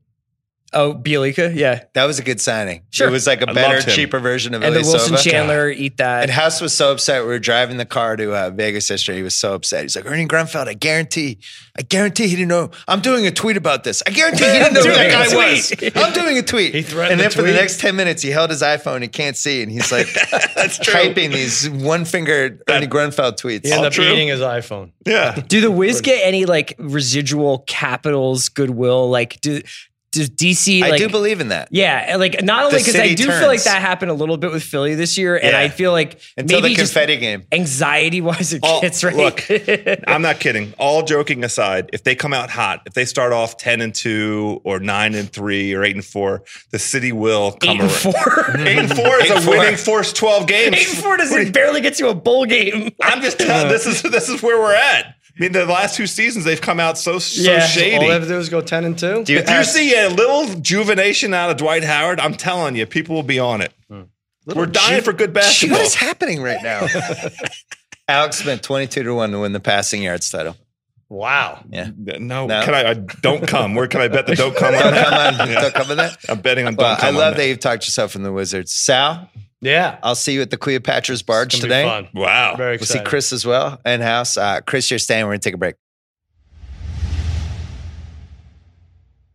[SPEAKER 5] oh, Bielika, yeah,
[SPEAKER 1] That was a good signing.
[SPEAKER 5] Sure.
[SPEAKER 1] It was like a
[SPEAKER 3] I
[SPEAKER 1] better,
[SPEAKER 3] loved him.
[SPEAKER 1] cheaper version of
[SPEAKER 5] and the
[SPEAKER 1] Ilyasova.
[SPEAKER 5] Wilson Chandler eat
[SPEAKER 1] And
[SPEAKER 5] that.
[SPEAKER 1] House was so upset. We were driving the car to uh, Vegas yesterday. He was so upset. He's like, Ernie Grunfeld, I guarantee, I guarantee he didn't know. I'm doing a tweet about this. I guarantee he
[SPEAKER 3] <laughs>
[SPEAKER 1] didn't know who that
[SPEAKER 2] Doing a
[SPEAKER 1] guy was. I'm doing a tweet.
[SPEAKER 2] He threatened
[SPEAKER 1] And
[SPEAKER 2] to
[SPEAKER 1] then for the
[SPEAKER 2] tweet?
[SPEAKER 1] next 10 minutes, he held his iPhone. He can't see. And he's like,
[SPEAKER 3] That's true.
[SPEAKER 1] typing these one finger Ernie Grunfeld tweets.
[SPEAKER 2] He ended up
[SPEAKER 3] true.
[SPEAKER 2] eating his iPhone.
[SPEAKER 3] Yeah.
[SPEAKER 5] Do the Wiz get any like residual capitals goodwill? Like, do does DC?
[SPEAKER 1] I
[SPEAKER 5] like,
[SPEAKER 1] do believe in that.
[SPEAKER 5] Yeah, and, like not only because I
[SPEAKER 1] city
[SPEAKER 5] do feel like
[SPEAKER 1] turns.
[SPEAKER 5] that happened a little bit with Philly this year, and
[SPEAKER 1] Yeah.
[SPEAKER 5] I feel like
[SPEAKER 1] Until
[SPEAKER 5] maybe
[SPEAKER 1] the
[SPEAKER 5] just
[SPEAKER 1] confetti game.
[SPEAKER 5] anxiety wise it
[SPEAKER 3] All-
[SPEAKER 5] gets right.
[SPEAKER 3] look,
[SPEAKER 5] <laughs>
[SPEAKER 3] I'm not kidding. All joking aside, if they come out hot, if they start off ten and two or nine and three or eight and four, the city will come
[SPEAKER 5] eight
[SPEAKER 3] around.
[SPEAKER 5] and four.
[SPEAKER 3] Eight and four is
[SPEAKER 1] Eight and
[SPEAKER 3] a
[SPEAKER 1] four.
[SPEAKER 3] winning force. Twelve games.
[SPEAKER 5] <laughs> eight and four doesn't barely get you a bowl game. <laughs>
[SPEAKER 3] I'm just telling. This is this is where we're at. I mean, the last two seasons they've come out so so
[SPEAKER 2] All
[SPEAKER 5] Yeah.
[SPEAKER 3] shady.
[SPEAKER 2] they have to do is go ten and two.
[SPEAKER 1] Do you,
[SPEAKER 3] if you see a little juvenation out of Dwight Howard, I'm telling you, people will be on it.
[SPEAKER 1] Hmm.
[SPEAKER 3] We're dying for good
[SPEAKER 1] Shit,
[SPEAKER 3] basketball.
[SPEAKER 1] What is happening right
[SPEAKER 2] <laughs>
[SPEAKER 1] now? Alex Smith, 22 to 1 to win the passing yards title.
[SPEAKER 2] wow.
[SPEAKER 1] Yeah.
[SPEAKER 3] no,
[SPEAKER 1] No.
[SPEAKER 3] can I, I? Don't come. Where can I bet the don't
[SPEAKER 1] <laughs>
[SPEAKER 3] come on
[SPEAKER 1] Don't come
[SPEAKER 3] that?
[SPEAKER 1] on.
[SPEAKER 3] Yeah.
[SPEAKER 1] Don't come on that.
[SPEAKER 3] <laughs> I'm betting on don't
[SPEAKER 1] Well,
[SPEAKER 3] come.
[SPEAKER 1] I
[SPEAKER 3] on
[SPEAKER 1] love that you've talked yourself from the Wizards. Sal,
[SPEAKER 2] Yeah.
[SPEAKER 1] I'll see you at the Cleopatra's
[SPEAKER 2] It's
[SPEAKER 1] Barge
[SPEAKER 2] gonna be
[SPEAKER 1] today.
[SPEAKER 2] fun.
[SPEAKER 3] Wow.
[SPEAKER 2] Very
[SPEAKER 1] We'll see
[SPEAKER 2] excited.
[SPEAKER 1] Chris as well in house. Uh, Chris, you're staying. We're going to take a break.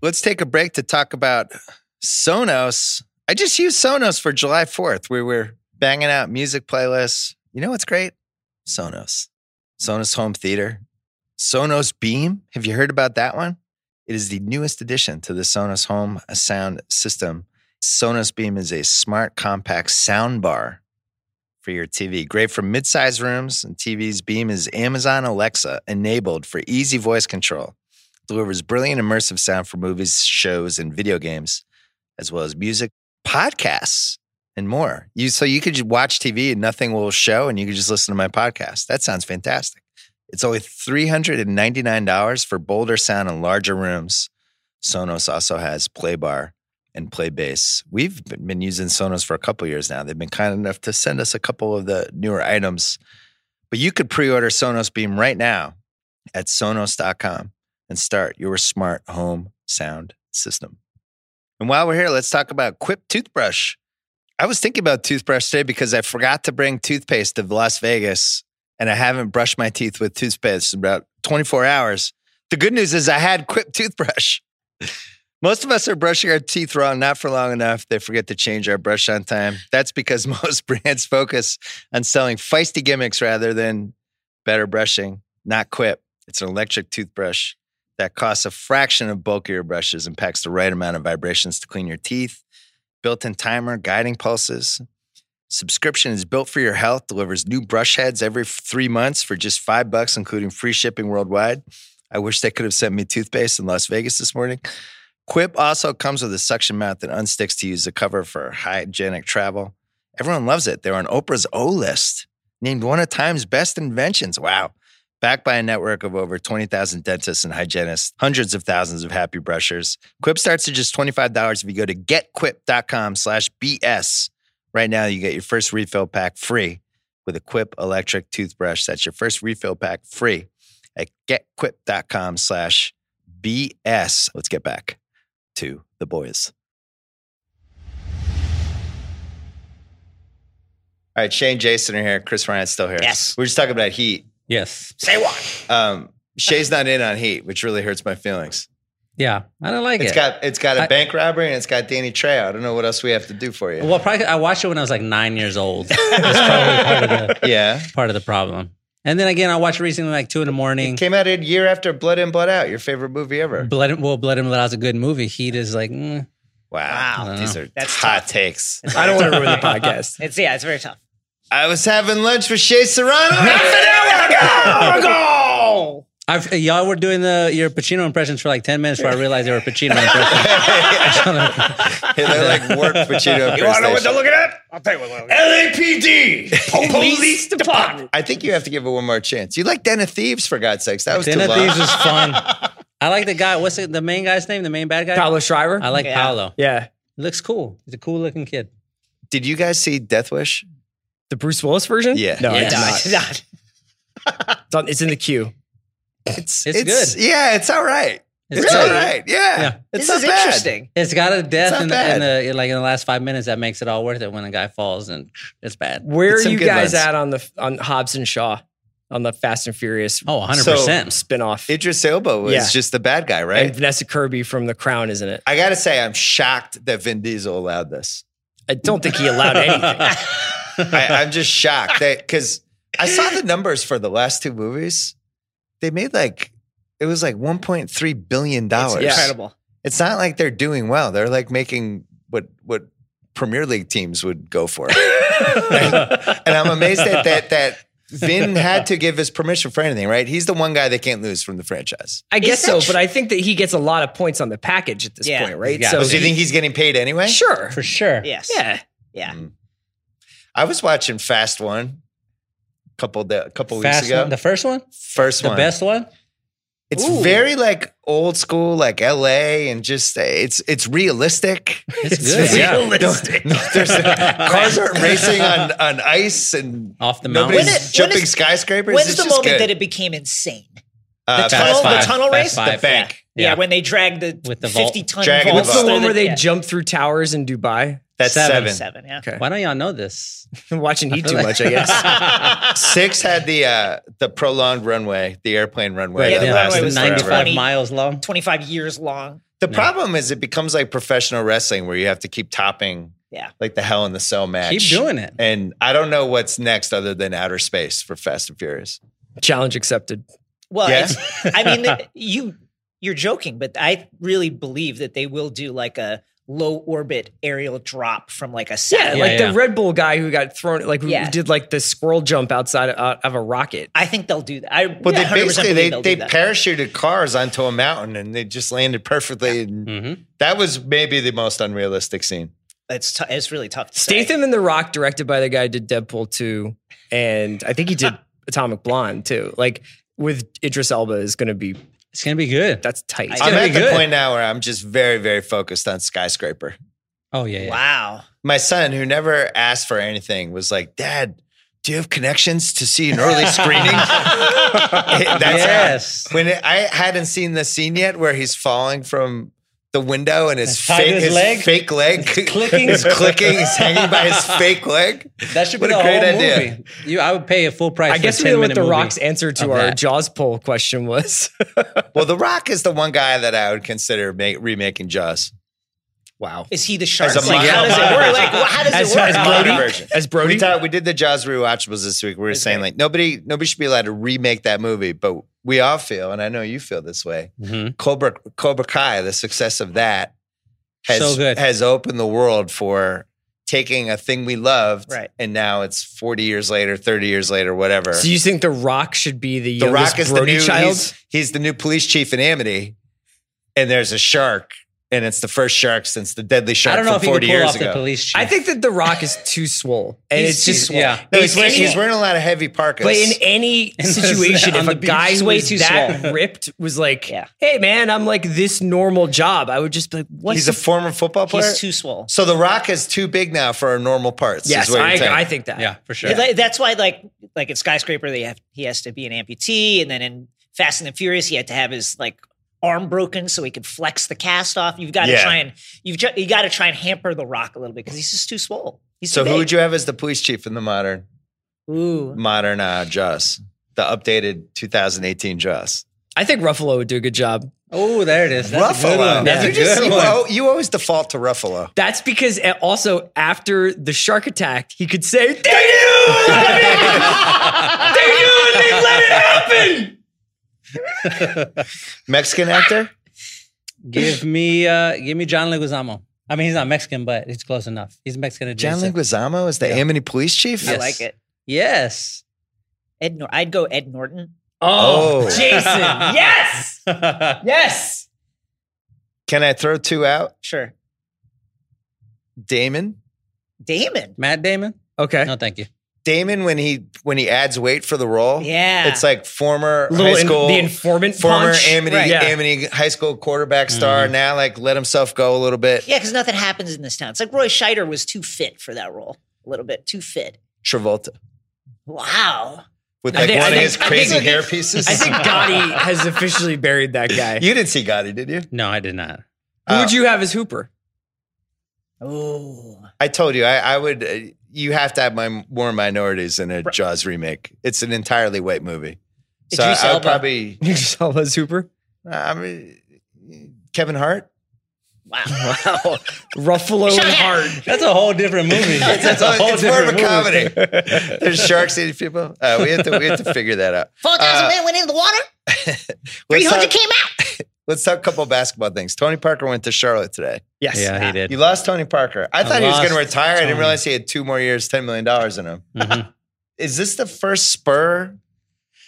[SPEAKER 1] Let's take a break to talk about Sonos. I just used Sonos for July 4th. We were banging out music playlists. You know what's great? Sonos. Sonos Home Theater. Sonos Beam. Have you heard about that one? It is the newest addition to the Sonos Home sound system. Sonos Beam is a smart, compact sound bar for your TV. Great for mid-sized rooms and TVs. Beam is Amazon Alexa enabled for easy voice control. Delivers brilliant immersive sound for movies, shows, and video games, as well as music, podcasts, and more. You so you could just watch TV and nothing will show, and you could just listen to my podcast. That sounds fantastic. It's only three hundred and ninety nine dollars for bolder sound and larger rooms. Sonos also has Play Bar and play bass. We've been been using Sonos for a couple years now. They've been kind enough to send us a couple of the newer items. But you could pre-order Sonos Beam right now at sonos.com and start your smart home sound system. And while we're here, let's talk about Quip toothbrush. I was thinking about toothbrush today because I forgot to bring toothpaste to Las Vegas and I haven't brushed my teeth with toothpaste in about 24 hours. The good news is I had Quip toothbrush. Most of us are brushing our teeth wrong, not for long enough. They forget to change our brush on time. That's because <laughs> most brands focus on selling feisty gimmicks rather than better brushing, not Quip. It's an electric toothbrush that costs a fraction of bulkier brushes and packs the right amount of vibrations to clean your teeth. Built in timer, guiding pulses. Subscription is built for your health, delivers new brush heads every three months for just five bucks, including free shipping worldwide. I wish they could have sent me toothpaste in Las Vegas this morning. Quip also comes with a suction mount that unsticks to use as a cover for hygienic travel. Everyone loves it. They're on Oprah's O list, named one of Time's best inventions. Wow. Backed by a network of over 20,000 dentists and hygienists, hundreds of thousands of happy brushers. Quip starts at just $25 if you go to getquip.com slash BS. Right now, you get your first refill pack free with a Quip electric toothbrush. That's your first refill pack free at getquip.com slash BS. Let's get back to the boys. All right, Shane Jason are here. Chris Ryan's still here.
[SPEAKER 5] Yes.
[SPEAKER 1] We We're just talking about heat.
[SPEAKER 8] Yes.
[SPEAKER 5] Say what?
[SPEAKER 1] Um, Shay's not in on heat, which really hurts my feelings.
[SPEAKER 8] Yeah. I don't like
[SPEAKER 1] It's
[SPEAKER 8] it.
[SPEAKER 1] got it's got a
[SPEAKER 8] I-
[SPEAKER 1] bank robbery and it's got Danny Trejo. I don't know what else we have to do for you.
[SPEAKER 8] well, probably I watched it when I was like nine years old. That's probably part of the <laughs>
[SPEAKER 1] yeah.
[SPEAKER 8] part of the problem. And then again, I watched it recently, like two in the morning.
[SPEAKER 1] It came out a year after Blood In, Blood Out, your favorite movie ever.
[SPEAKER 8] Blood, well, Blood and Blood Out's a good movie. Heat is like, mm.
[SPEAKER 1] Wow.
[SPEAKER 8] Wow.
[SPEAKER 1] These are
[SPEAKER 9] That's
[SPEAKER 1] hot takes.
[SPEAKER 5] I don't want to ruin the podcast.
[SPEAKER 9] <laughs> It's yeah, it's very tough. <laughs>
[SPEAKER 1] I was having lunch with Shay Serrano.
[SPEAKER 9] Half an hour ago.
[SPEAKER 8] I've, y'all were doing the your Pacino impressions for like ten minutes before I realized they were Pacino impressions.
[SPEAKER 6] Hey, they're like work Pacino.
[SPEAKER 1] You want to know what they're looking at? I'll tell you what they're looking at.
[SPEAKER 3] LAPD.
[SPEAKER 1] Police Department.
[SPEAKER 6] I think you have to give it one more chance. You like Den of Thieves for God's sakes? That was
[SPEAKER 8] Den
[SPEAKER 6] too
[SPEAKER 8] of
[SPEAKER 6] long.
[SPEAKER 8] Thieves was fun. I like the guy. What's the, the main guy's name? The main bad guy.
[SPEAKER 5] Paolo Schreiber.
[SPEAKER 8] I like Paolo.
[SPEAKER 5] yeah.
[SPEAKER 8] He looks cool. He's a cool looking kid.
[SPEAKER 6] Did you guys see Death Wish?
[SPEAKER 5] The Bruce Willis version?
[SPEAKER 6] Yeah.
[SPEAKER 5] No, I
[SPEAKER 8] Yeah.
[SPEAKER 5] did not. It's, on, it's in the queue.
[SPEAKER 6] It's
[SPEAKER 8] It's
[SPEAKER 6] good. <laughs> Yeah, it's all right. It's, all right. Yeah,
[SPEAKER 8] Yeah.
[SPEAKER 6] it's
[SPEAKER 9] This
[SPEAKER 6] not
[SPEAKER 9] is
[SPEAKER 6] bad.
[SPEAKER 9] interesting.
[SPEAKER 8] It's got a
[SPEAKER 6] It's
[SPEAKER 8] death
[SPEAKER 6] not
[SPEAKER 8] in the, in
[SPEAKER 6] bad.
[SPEAKER 8] the like in the last five minutes that makes it all worth it when a guy falls and it's bad.
[SPEAKER 5] Where
[SPEAKER 6] It's
[SPEAKER 5] are
[SPEAKER 6] some
[SPEAKER 5] you
[SPEAKER 6] good
[SPEAKER 5] guys
[SPEAKER 6] ones.
[SPEAKER 5] at on the on Hobbs and Shaw on the Fast and Furious
[SPEAKER 8] Oh, 100 percent.
[SPEAKER 5] spinoff?
[SPEAKER 6] Idris Elba was
[SPEAKER 5] Yeah.
[SPEAKER 6] just the bad guy, right?
[SPEAKER 5] and Vanessa Kirby from The Crown, isn't it?
[SPEAKER 6] I gotta say, I'm shocked that Vin Diesel allowed this.
[SPEAKER 5] <laughs> I don't think he allowed
[SPEAKER 8] <laughs>
[SPEAKER 5] anything.
[SPEAKER 6] I, I'm just shocked that because I saw the numbers for the last two movies. They made like it was like 1.3 billion dollars.
[SPEAKER 5] Yeah.
[SPEAKER 9] Incredible.
[SPEAKER 6] It's not like they're doing well. They're like making what what Premier League teams would go for. and I'm amazed that that that Vin had to give his permission for anything, right? He's the one guy they can't lose from the franchise.
[SPEAKER 5] I guess
[SPEAKER 9] Is that
[SPEAKER 5] so, but I think that he gets a lot of points on the package at this
[SPEAKER 9] Yeah.
[SPEAKER 5] point, right?
[SPEAKER 8] Yeah.
[SPEAKER 5] So
[SPEAKER 6] So do you
[SPEAKER 5] he-
[SPEAKER 6] think he's getting paid anyway?
[SPEAKER 5] sure.
[SPEAKER 8] For sure.
[SPEAKER 9] Yes.
[SPEAKER 5] Yeah.
[SPEAKER 9] Yeah.
[SPEAKER 6] I was watching Fast One a couple da a couple
[SPEAKER 8] Fast
[SPEAKER 6] weeks ago.
[SPEAKER 8] one. The first one?
[SPEAKER 6] First
[SPEAKER 8] The
[SPEAKER 6] one.
[SPEAKER 8] best one?
[SPEAKER 6] It's very like old school, like LA, and just uh, it's it's realistic.
[SPEAKER 8] It's good. yeah.
[SPEAKER 6] Realistic. There's, cars aren't racing on, on ice and
[SPEAKER 8] Off the mountain.
[SPEAKER 6] nobody's
[SPEAKER 9] When it-
[SPEAKER 6] jumping
[SPEAKER 9] when is-
[SPEAKER 6] skyscrapers.
[SPEAKER 9] When's
[SPEAKER 6] It's
[SPEAKER 9] the
[SPEAKER 6] just
[SPEAKER 9] moment
[SPEAKER 6] good.
[SPEAKER 9] that it became insane?
[SPEAKER 6] Uh,
[SPEAKER 9] the
[SPEAKER 6] Fast
[SPEAKER 9] tunnel, the
[SPEAKER 6] Five.
[SPEAKER 9] tunnel
[SPEAKER 8] Fast
[SPEAKER 9] race,
[SPEAKER 8] five.
[SPEAKER 6] The bank.
[SPEAKER 9] Yeah.
[SPEAKER 8] Yeah.
[SPEAKER 9] when they drag the
[SPEAKER 8] With the vault.
[SPEAKER 9] fifty ton
[SPEAKER 6] Dragging the
[SPEAKER 9] vaults
[SPEAKER 5] What's the
[SPEAKER 6] vault.
[SPEAKER 9] through
[SPEAKER 5] one where they
[SPEAKER 9] yeah.
[SPEAKER 5] jump through towers in Dubai? <laughs>
[SPEAKER 6] That's seven.
[SPEAKER 8] Seven.
[SPEAKER 9] seven? Yeah,
[SPEAKER 5] Okay.
[SPEAKER 8] Why don't y'all know this?
[SPEAKER 5] I'm watching Heat too
[SPEAKER 8] like-
[SPEAKER 5] much, I
[SPEAKER 8] <laughs>
[SPEAKER 5] guess.
[SPEAKER 6] Six had the uh, the prolonged runway, the airplane runway.
[SPEAKER 5] Right,
[SPEAKER 6] that
[SPEAKER 9] yeah, the runway
[SPEAKER 6] lasted
[SPEAKER 9] was
[SPEAKER 6] forever.
[SPEAKER 8] 95
[SPEAKER 9] 20.
[SPEAKER 8] miles long.
[SPEAKER 9] twenty five years long.
[SPEAKER 6] The problem is it becomes like professional wrestling where you have to keep topping
[SPEAKER 9] Yeah.
[SPEAKER 6] like the Hell in the Cell match.
[SPEAKER 8] Keep doing it.
[SPEAKER 6] And I don't know what's next other than outer space for Fast and Furious.
[SPEAKER 5] Challenge accepted.
[SPEAKER 9] Well,
[SPEAKER 6] Yeah.
[SPEAKER 9] it's, I mean, th- you you're joking, but I really believe that they will do like a low orbit aerial drop from like a
[SPEAKER 5] Yeah,
[SPEAKER 9] satellite.
[SPEAKER 5] like
[SPEAKER 8] yeah.
[SPEAKER 5] the Red Bull guy who got thrown, like who
[SPEAKER 9] Yeah.
[SPEAKER 5] did like the squirrel jump outside of, out of a rocket.
[SPEAKER 9] I think they'll do that. I
[SPEAKER 6] Well,
[SPEAKER 9] yeah,
[SPEAKER 6] they
[SPEAKER 9] 100%
[SPEAKER 6] basically
[SPEAKER 9] believe
[SPEAKER 6] they,
[SPEAKER 9] they'll
[SPEAKER 6] they
[SPEAKER 9] do that.
[SPEAKER 6] parachuted cars onto a mountain and they just landed perfectly. And
[SPEAKER 9] Mm-hmm.
[SPEAKER 6] That was maybe the most unrealistic scene.
[SPEAKER 9] it's t- it's really tough. To say.
[SPEAKER 5] Statham and The Rock, directed by the guy who did Deadpool 2, and I think he
[SPEAKER 9] <laughs>
[SPEAKER 5] did Atomic Blonde too. Like with Idris Elba is going to be
[SPEAKER 8] It's going to be good.
[SPEAKER 5] that's tight.
[SPEAKER 9] I-
[SPEAKER 6] I'm
[SPEAKER 8] gonna
[SPEAKER 6] at
[SPEAKER 8] be
[SPEAKER 6] the
[SPEAKER 8] good.
[SPEAKER 6] point now where I'm just very very focused on skyscraper.
[SPEAKER 8] Oh, yeah. yeah.
[SPEAKER 9] Wow.
[SPEAKER 6] My son, who never asked for anything, was like, "Dad, do you have connections to see an early screening?" <laughs> It- that's
[SPEAKER 8] Yes.
[SPEAKER 6] how- when it, I hadn't seen the scene yet where he's falling from the window and his
[SPEAKER 8] Tied to
[SPEAKER 6] fake
[SPEAKER 8] his
[SPEAKER 6] his,
[SPEAKER 8] leg?
[SPEAKER 6] fake leg <laughs>
[SPEAKER 8] clicking.
[SPEAKER 1] <laughs>
[SPEAKER 6] is clicking, he's hanging by his fake leg.
[SPEAKER 8] That should be
[SPEAKER 6] What
[SPEAKER 8] the
[SPEAKER 6] a great
[SPEAKER 8] whole
[SPEAKER 6] idea.
[SPEAKER 8] movie. You, I would pay a full price.
[SPEAKER 5] I guess
[SPEAKER 8] for a
[SPEAKER 5] we know
[SPEAKER 8] 10
[SPEAKER 5] what
[SPEAKER 8] minute
[SPEAKER 5] The
[SPEAKER 8] movie.
[SPEAKER 5] Rock's answer to
[SPEAKER 8] of
[SPEAKER 5] our
[SPEAKER 8] that.
[SPEAKER 5] Jaws poll question was.
[SPEAKER 6] Well, The Rock is the one guy that I would consider ma- remaking Jaws.
[SPEAKER 5] wow.
[SPEAKER 9] Is he the shark?
[SPEAKER 6] a
[SPEAKER 9] Like, how
[SPEAKER 6] model
[SPEAKER 9] does it
[SPEAKER 6] body
[SPEAKER 9] work?
[SPEAKER 6] version.
[SPEAKER 9] Like, wh- how
[SPEAKER 5] <laughs>
[SPEAKER 9] does
[SPEAKER 5] As,
[SPEAKER 9] it work?
[SPEAKER 5] as
[SPEAKER 6] Modern
[SPEAKER 5] Brody,
[SPEAKER 6] version.
[SPEAKER 5] as
[SPEAKER 6] We
[SPEAKER 5] Brody,
[SPEAKER 6] thought we did the Jaws rewatchables this week. We were saying like nobody nobody should be allowed to remake that movie, but we all feel, and I know you feel this way.
[SPEAKER 8] Mhm.
[SPEAKER 6] Cobra Cobra Kai, the success of that has
[SPEAKER 8] So good.
[SPEAKER 6] has opened the world for taking a thing we loved,
[SPEAKER 9] Right.
[SPEAKER 6] and now it's forty years later, thirty years later, whatever.
[SPEAKER 5] so you think The Rock should be the
[SPEAKER 6] the
[SPEAKER 5] youngest
[SPEAKER 6] Rock is
[SPEAKER 5] Brody
[SPEAKER 6] the new
[SPEAKER 5] child?
[SPEAKER 6] He's, he's the new police chief in Amity, and there's a shark, and it's the first shark since the deadly shark
[SPEAKER 8] I don't know
[SPEAKER 6] from
[SPEAKER 8] if he could
[SPEAKER 6] forty
[SPEAKER 8] pull
[SPEAKER 6] years
[SPEAKER 8] off
[SPEAKER 6] ago.
[SPEAKER 8] the police chief.
[SPEAKER 5] I think that The Rock is too swole, and
[SPEAKER 8] He's
[SPEAKER 5] it's
[SPEAKER 8] too
[SPEAKER 5] just
[SPEAKER 8] swole. Yeah.
[SPEAKER 6] No,
[SPEAKER 5] It's
[SPEAKER 6] he's, wearing, he's wearing a lot of heavy parkas.
[SPEAKER 5] But in
[SPEAKER 8] <laughs>
[SPEAKER 5] any
[SPEAKER 8] the-
[SPEAKER 5] situation,
[SPEAKER 8] on
[SPEAKER 5] if a
[SPEAKER 8] the beach,
[SPEAKER 5] guy
[SPEAKER 8] he's
[SPEAKER 5] who
[SPEAKER 8] way
[SPEAKER 5] is
[SPEAKER 8] too
[SPEAKER 5] that
[SPEAKER 8] small.
[SPEAKER 5] ripped was like,
[SPEAKER 9] Yeah.
[SPEAKER 5] "Hey, man, I'm like this normal job," I would just be like, "What's
[SPEAKER 6] he's
[SPEAKER 5] the
[SPEAKER 6] a former football player.
[SPEAKER 9] He's too swole.
[SPEAKER 6] so the Rock is too big now for our normal parts.
[SPEAKER 5] yes?"
[SPEAKER 6] is what you're
[SPEAKER 5] I, agree.
[SPEAKER 6] saying.
[SPEAKER 5] I think that.
[SPEAKER 8] yeah, for sure.
[SPEAKER 9] Like, That's why, like, like in skyscraper, they have he has to be an amputee, and then in Fast and the Furious, he had to have his like arm broken so he could flex the cast off. You've got to
[SPEAKER 6] Yeah.
[SPEAKER 9] try and you've ju- you got to try and hamper the Rock a little bit because he's just too swole. He's
[SPEAKER 6] So
[SPEAKER 9] too
[SPEAKER 6] who
[SPEAKER 9] big.
[SPEAKER 6] would you have as the police chief in the modern
[SPEAKER 9] Ooh,
[SPEAKER 6] modern uh, Jaws, the updated 2018 Jaws?
[SPEAKER 5] I think Ruffalo would do a good job.
[SPEAKER 8] Oh, there it is. That's A good
[SPEAKER 6] Ruffalo.
[SPEAKER 8] one. That's
[SPEAKER 6] you,
[SPEAKER 8] a
[SPEAKER 6] just-
[SPEAKER 8] good
[SPEAKER 6] you
[SPEAKER 8] one.
[SPEAKER 6] al- Oh, you always default to Ruffalo.
[SPEAKER 5] That's because uh, also after the shark attack, he could say, "They knew, they
[SPEAKER 6] <laughs>
[SPEAKER 5] knew, and they let it happen."
[SPEAKER 6] Mexican actor?
[SPEAKER 8] Give me, uh, give me John Leguizamo. I mean, he's not Mexican, but he's close enough. He's Mexican.
[SPEAKER 6] John
[SPEAKER 8] adjacent.
[SPEAKER 6] Leguizamo is the Amity police chief?
[SPEAKER 9] I like it.
[SPEAKER 8] Yes.
[SPEAKER 9] Ed, Nor- I'd go Ed Norton.
[SPEAKER 6] Oh.
[SPEAKER 5] Oh, Jason.
[SPEAKER 8] <laughs>
[SPEAKER 5] yes. Yes.
[SPEAKER 6] Can I throw two out?
[SPEAKER 9] Sure.
[SPEAKER 6] Damon.
[SPEAKER 9] Damon.
[SPEAKER 8] Matt Damon?
[SPEAKER 5] Okay.
[SPEAKER 8] No, thank you.
[SPEAKER 6] Damon when he when he adds weight for the role.
[SPEAKER 9] Yeah.
[SPEAKER 6] It's like former
[SPEAKER 5] Little
[SPEAKER 6] high
[SPEAKER 5] in,
[SPEAKER 6] school
[SPEAKER 5] the informant
[SPEAKER 6] former
[SPEAKER 5] punch.
[SPEAKER 6] Amity
[SPEAKER 5] Right. Yeah.
[SPEAKER 6] Amity high school quarterback star now like let himself go a little bit.
[SPEAKER 9] Yeah, because nothing happens in this town. It's like Roy Scheider was too fit for that role, a little bit too fit.
[SPEAKER 6] Travolta
[SPEAKER 9] Wow.
[SPEAKER 6] with
[SPEAKER 5] I
[SPEAKER 6] like
[SPEAKER 5] think-
[SPEAKER 6] one of
[SPEAKER 5] I think-
[SPEAKER 6] his
[SPEAKER 5] I think-
[SPEAKER 6] crazy hair
[SPEAKER 5] <laughs>
[SPEAKER 6] pieces.
[SPEAKER 5] I think Gotti has officially buried that
[SPEAKER 6] <laughs>
[SPEAKER 5] guy.
[SPEAKER 6] you didn't see Gotti, did you?
[SPEAKER 8] No, I did not.
[SPEAKER 5] Who
[SPEAKER 6] Oh.
[SPEAKER 5] would you have
[SPEAKER 6] <laughs>
[SPEAKER 5] as Hooper?
[SPEAKER 9] Oh,
[SPEAKER 6] I told you I, I would. Uh, you have to have my more minorities in a Jaws remake. It's an entirely white movie. So I,
[SPEAKER 9] Idris
[SPEAKER 6] I would
[SPEAKER 9] Elba.
[SPEAKER 6] probably.
[SPEAKER 5] Idris Elba as Hooper.
[SPEAKER 6] I mean, Kevin <laughs> Hart.
[SPEAKER 9] wow.
[SPEAKER 8] <laughs>
[SPEAKER 5] Wow. Ruffalo and Hart.
[SPEAKER 8] That's a whole different movie. That's a whole
[SPEAKER 6] <laughs> it's more of
[SPEAKER 8] different
[SPEAKER 6] a
[SPEAKER 8] movie.
[SPEAKER 6] comedy. There's sharks eating people. Uh, we have to we have to figure that out.
[SPEAKER 9] 4,000
[SPEAKER 6] Uh,
[SPEAKER 9] men went into the water,
[SPEAKER 6] Let's
[SPEAKER 9] 300
[SPEAKER 6] talk,
[SPEAKER 9] came out.
[SPEAKER 6] let's talk a couple basketball things. Tony Parker went to Charlotte today.
[SPEAKER 5] Yes.
[SPEAKER 8] Yeah, he did.
[SPEAKER 6] You lost Tony Parker. I thought he was
[SPEAKER 8] lost
[SPEAKER 6] going to retire. I didn't
[SPEAKER 8] Tony.
[SPEAKER 6] realize he had two more years, ten million dollars in him.
[SPEAKER 8] Mhm.
[SPEAKER 6] Is this the first Spur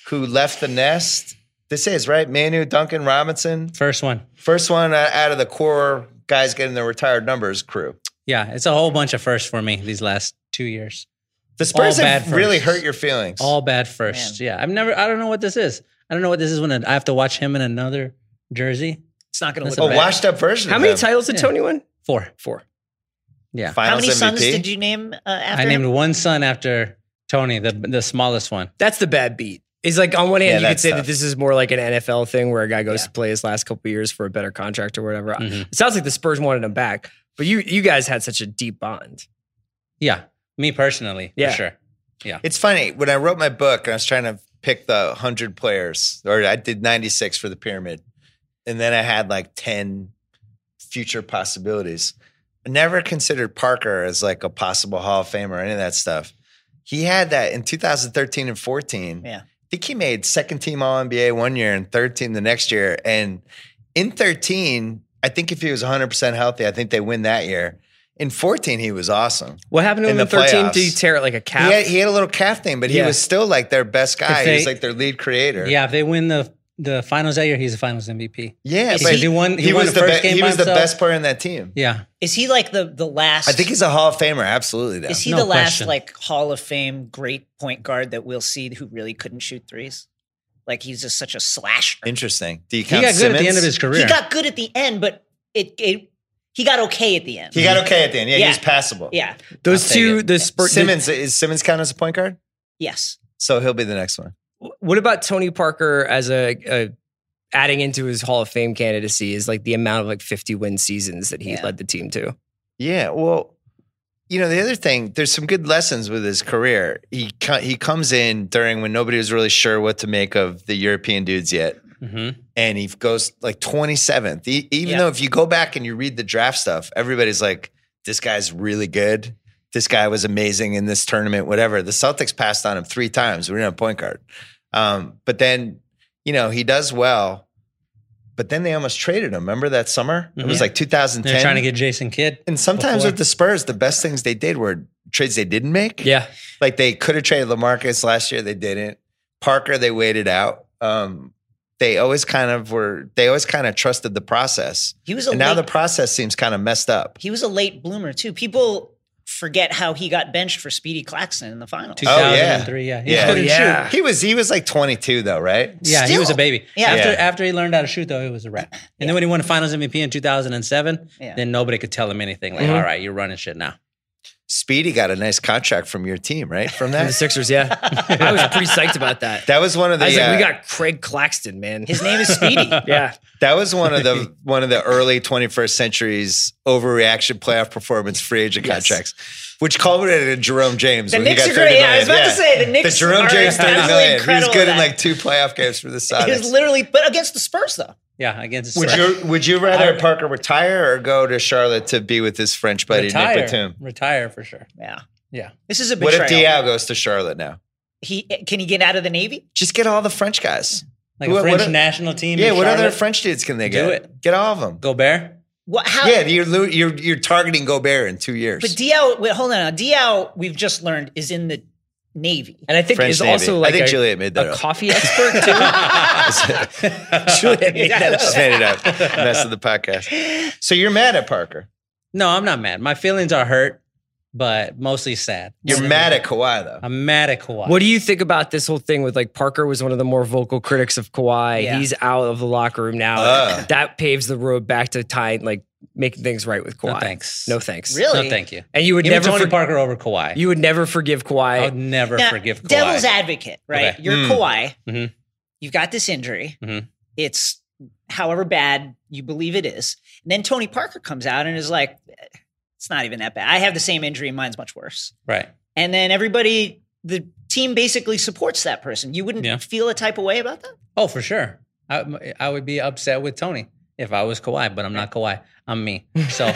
[SPEAKER 6] who left the nest? This is right. Manu, Duncan, Robinson,
[SPEAKER 8] First one.
[SPEAKER 6] first one uh, out of the core guys getting the retired numbers crew.
[SPEAKER 8] Yeah, it's a whole bunch of firsts for me these last two years.
[SPEAKER 6] The Spurs
[SPEAKER 8] All
[SPEAKER 6] have
[SPEAKER 8] bad
[SPEAKER 6] really
[SPEAKER 8] firsts.
[SPEAKER 6] hurt your feelings.
[SPEAKER 8] All bad firsts. Yeah, I've never. I don't know what this is. I don't know what this is when I have to watch him in another jersey.
[SPEAKER 9] It's not going to
[SPEAKER 8] That's
[SPEAKER 6] a
[SPEAKER 9] look
[SPEAKER 8] bad.
[SPEAKER 6] Oh, washed up version.
[SPEAKER 5] How
[SPEAKER 6] of
[SPEAKER 5] many
[SPEAKER 6] them.
[SPEAKER 5] titles did
[SPEAKER 8] Yeah.
[SPEAKER 5] Tony win?
[SPEAKER 8] Four.
[SPEAKER 5] Four.
[SPEAKER 8] Yeah,
[SPEAKER 6] Finals
[SPEAKER 9] How many sons
[SPEAKER 6] MVP?
[SPEAKER 9] did you name uh, after
[SPEAKER 8] I
[SPEAKER 9] him?
[SPEAKER 8] named one son after Tony, the the smallest one.
[SPEAKER 5] That's the bad beat. Is like on one hand
[SPEAKER 6] Yeah,
[SPEAKER 5] you could
[SPEAKER 6] that's
[SPEAKER 5] say
[SPEAKER 6] tough.
[SPEAKER 5] that this is more like an NFL thing where a guy goes to play his last couple years for a better contract or whatever.
[SPEAKER 8] Mhm.
[SPEAKER 5] It sounds like the Spurs wanted him back, but you you guys had such a deep bond.
[SPEAKER 8] Yeah, me personally,
[SPEAKER 5] Yeah.
[SPEAKER 8] for sure.
[SPEAKER 6] It's funny when I wrote my book and I was trying to pick the hundred players, or I did ninety six for the pyramid, and then I had like ten future possibilities. I never considered Parker as like a possible Hall of Fame or any of that stuff. He had that in 2013 and 14.
[SPEAKER 9] Yeah.
[SPEAKER 6] I think he made second team All NBA one year and third team the next year. And in 13, I think if he was 100% healthy, I think they win that year. In 14, he was awesome.
[SPEAKER 5] What happened to
[SPEAKER 6] In
[SPEAKER 5] him in
[SPEAKER 6] the
[SPEAKER 5] thirteen? Did
[SPEAKER 6] playoffs.
[SPEAKER 5] he tear it like a
[SPEAKER 6] He
[SPEAKER 5] calf?
[SPEAKER 6] had, he had a little calf thing, but he
[SPEAKER 5] Yeah.
[SPEAKER 6] was still like their best guy. he was
[SPEAKER 8] they-
[SPEAKER 6] like their lead creator.
[SPEAKER 8] Yeah, if they win the the finals that year, he's the finals MVP.
[SPEAKER 6] yeah.
[SPEAKER 8] Is
[SPEAKER 6] But
[SPEAKER 8] he the one- he
[SPEAKER 6] he
[SPEAKER 8] won
[SPEAKER 6] was
[SPEAKER 8] the
[SPEAKER 6] the,
[SPEAKER 8] first
[SPEAKER 6] be-
[SPEAKER 8] game
[SPEAKER 6] he
[SPEAKER 8] by
[SPEAKER 6] was the
[SPEAKER 8] himself?
[SPEAKER 6] best player in that team.
[SPEAKER 8] Yeah,
[SPEAKER 9] Is he like the the last?
[SPEAKER 6] I think he's a Hall of Famer. Absolutely. Though.
[SPEAKER 9] is he
[SPEAKER 8] No
[SPEAKER 9] the last
[SPEAKER 8] question.
[SPEAKER 9] like Hall of Fame great point guard that we'll see who really couldn't shoot threes? Like he's just such a slasher.
[SPEAKER 6] Interesting. Do you
[SPEAKER 8] he
[SPEAKER 6] count
[SPEAKER 8] got good at the
[SPEAKER 6] Simmons?
[SPEAKER 8] end of his career.
[SPEAKER 9] He got good at the end, but it, it he got okay at the end.
[SPEAKER 6] He got okay at the end. Yeah,
[SPEAKER 9] Yeah.
[SPEAKER 6] he was passable.
[SPEAKER 9] yeah.
[SPEAKER 5] Those
[SPEAKER 8] I'll take
[SPEAKER 5] two,
[SPEAKER 8] it.
[SPEAKER 5] the Spurs.
[SPEAKER 6] Simmons is Simmons count as a point guard?
[SPEAKER 9] Yes.
[SPEAKER 6] So he'll be the next one.
[SPEAKER 5] What about Tony Parker as a, a adding into his Hall of Fame candidacy is like the amount of like fifty win seasons that he
[SPEAKER 9] Yeah.
[SPEAKER 5] led the team to.
[SPEAKER 6] Yeah. Well, you know the other thing. There's some good lessons with his career. He co- he comes in during when nobody was really sure what to make of the European dudes yet.
[SPEAKER 8] Mhm.
[SPEAKER 6] and he goes like 27th. E- even
[SPEAKER 9] Yeah.
[SPEAKER 6] though if you go back and you read the draft stuff, everybody's like, this guy's really good. This guy was amazing in this tournament, whatever. The Celtics passed on him three times. We didn't have a point guard. Um, but then, you know, he does well. But then they almost traded him. Remember that summer? It was
[SPEAKER 8] Mhm.
[SPEAKER 6] like 2010.
[SPEAKER 8] They're trying to get Jason Kidd.
[SPEAKER 6] and sometimes
[SPEAKER 8] before.
[SPEAKER 6] with the Spurs, the best things they did were trades they didn't make.
[SPEAKER 5] Yeah,
[SPEAKER 6] Like they could have traded Lamarcus last year, they didn't. Parker, they waited out. Um, they always kind of were. They always kind of trusted the process,
[SPEAKER 9] He was a
[SPEAKER 6] and now the
[SPEAKER 9] late,
[SPEAKER 6] process seems kind of messed up.
[SPEAKER 9] he was a late bloomer too. People forget how he got benched for Speedy Claxton in the finals.
[SPEAKER 6] Oh, yeah.
[SPEAKER 8] 2003. Yeah, he
[SPEAKER 6] Yeah.
[SPEAKER 8] couldn't
[SPEAKER 5] Oh, yeah.
[SPEAKER 8] shoot.
[SPEAKER 6] He was he was like 22 though, right?
[SPEAKER 8] Yeah, he was a
[SPEAKER 9] Still.
[SPEAKER 8] baby.
[SPEAKER 9] Yeah.
[SPEAKER 8] After
[SPEAKER 6] Yeah.
[SPEAKER 8] after he learned how to shoot, though, it was a wrap. And then when he won Finals MVP in 2007,
[SPEAKER 9] Yeah.
[SPEAKER 8] then nobody could tell him anything.
[SPEAKER 5] Mm-hmm.
[SPEAKER 8] Like, "All right, you're running shit now.
[SPEAKER 6] Speedy got a nice contract from your team, right? From
[SPEAKER 5] the
[SPEAKER 6] that,
[SPEAKER 5] Sixers. Yeah, I was pretty psyched about that.
[SPEAKER 6] that was one
[SPEAKER 9] <laughs>
[SPEAKER 6] of the.
[SPEAKER 5] I was like,
[SPEAKER 6] uh,
[SPEAKER 5] we got Craig Claxton, man.
[SPEAKER 9] His name is Speedy.
[SPEAKER 5] yeah,
[SPEAKER 6] that was one of the
[SPEAKER 9] <laughs>
[SPEAKER 6] one of the early 21st century's overreaction playoff performance free agent contracts, which culminated in Jerome James.
[SPEAKER 9] The
[SPEAKER 6] when he
[SPEAKER 9] Knicks
[SPEAKER 6] got
[SPEAKER 9] are
[SPEAKER 6] 30
[SPEAKER 9] great. Yeah, I was
[SPEAKER 6] million.
[SPEAKER 9] about to say, the Knicks
[SPEAKER 6] The Jerome
[SPEAKER 9] are
[SPEAKER 6] James 30
[SPEAKER 9] absolutely
[SPEAKER 6] million. He was
[SPEAKER 9] incredible
[SPEAKER 6] good
[SPEAKER 9] at
[SPEAKER 6] in
[SPEAKER 9] that.
[SPEAKER 6] like two playoff games
[SPEAKER 9] <laughs>
[SPEAKER 6] for the
[SPEAKER 9] he
[SPEAKER 6] Sonics.
[SPEAKER 9] was literally but against the Spurs though.
[SPEAKER 8] Yeah, against the
[SPEAKER 6] Would
[SPEAKER 8] Spurs.
[SPEAKER 6] you would you rather
[SPEAKER 9] <laughs>
[SPEAKER 6] Parker retire or go to Charlotte to be with his French buddy Nick
[SPEAKER 8] retire,
[SPEAKER 6] Batum?
[SPEAKER 8] retire for sure.
[SPEAKER 9] Yeah.
[SPEAKER 8] Yeah.
[SPEAKER 9] This is a
[SPEAKER 6] What
[SPEAKER 9] betrayal.
[SPEAKER 6] if Diao goes to Charlotte now?
[SPEAKER 9] He can he get out of the Navy?
[SPEAKER 6] Just get all the French guys.
[SPEAKER 8] Like
[SPEAKER 6] What- what
[SPEAKER 8] a French
[SPEAKER 6] if-
[SPEAKER 8] national team.
[SPEAKER 6] yeah,
[SPEAKER 8] in
[SPEAKER 6] what other
[SPEAKER 8] Charlotte.
[SPEAKER 6] French dudes can they get?
[SPEAKER 8] Do it.
[SPEAKER 6] Get all of them.
[SPEAKER 8] Gobert?
[SPEAKER 9] What how
[SPEAKER 6] yeah, you're lo- you're you're targeting Gobert in two years.
[SPEAKER 9] but Diao wait, hold on now. Diao we've just learned is in the Navy.
[SPEAKER 5] And I think
[SPEAKER 6] French
[SPEAKER 5] is
[SPEAKER 6] Navy.
[SPEAKER 5] also like
[SPEAKER 6] I think
[SPEAKER 5] a,
[SPEAKER 6] Juliet made that
[SPEAKER 5] a
[SPEAKER 6] up. <laughs>
[SPEAKER 5] coffee expert
[SPEAKER 8] <laughs>
[SPEAKER 5] too. Juliet made that <laughs> up.
[SPEAKER 6] Just made it up. Mess of the podcast. So you're mad at Parker.
[SPEAKER 8] No, I'm not mad. My feelings are hurt, but mostly sad.
[SPEAKER 6] You're mad at Kawhi though.
[SPEAKER 8] I'm mad at
[SPEAKER 5] <laughs>
[SPEAKER 8] Kawhi.
[SPEAKER 5] What do you think about this whole thing with like Parker was one of the more vocal critics of Kawhi.
[SPEAKER 8] Yeah.
[SPEAKER 5] He's out of the locker room now.
[SPEAKER 6] Ah.
[SPEAKER 5] That paves the road back to tying like making things right with Kawhi.
[SPEAKER 8] No thanks.
[SPEAKER 5] No thanks.
[SPEAKER 9] Really?
[SPEAKER 8] No, thank you.
[SPEAKER 5] And you would
[SPEAKER 8] Give me
[SPEAKER 5] never
[SPEAKER 8] Tony
[SPEAKER 5] for-
[SPEAKER 8] Parker over Kawhi.
[SPEAKER 5] you would never forgive
[SPEAKER 8] I
[SPEAKER 5] Kawhi.
[SPEAKER 8] would never
[SPEAKER 9] Now,
[SPEAKER 8] forgive Kawhi.
[SPEAKER 9] Devil's advocate, right?
[SPEAKER 8] Okay.
[SPEAKER 9] You're
[SPEAKER 6] Mm.
[SPEAKER 9] Kawhi.
[SPEAKER 8] Mhm.
[SPEAKER 9] You've got this injury.
[SPEAKER 8] Mhm.
[SPEAKER 9] It's however bad you believe it is. And then Tony Parker comes out and is like, "Eh, it's not even that bad. I have the same injury. Mine's much worse.
[SPEAKER 8] Right.
[SPEAKER 9] And then everybody, the team basically supports that person. You wouldn't
[SPEAKER 8] Yeah.
[SPEAKER 9] feel a type of way about that?
[SPEAKER 8] Oh, for sure. I, I would be upset with Tony if I was Kawhi, but I'm not Kawhi. I'm
[SPEAKER 6] <laughs>
[SPEAKER 8] me. So, so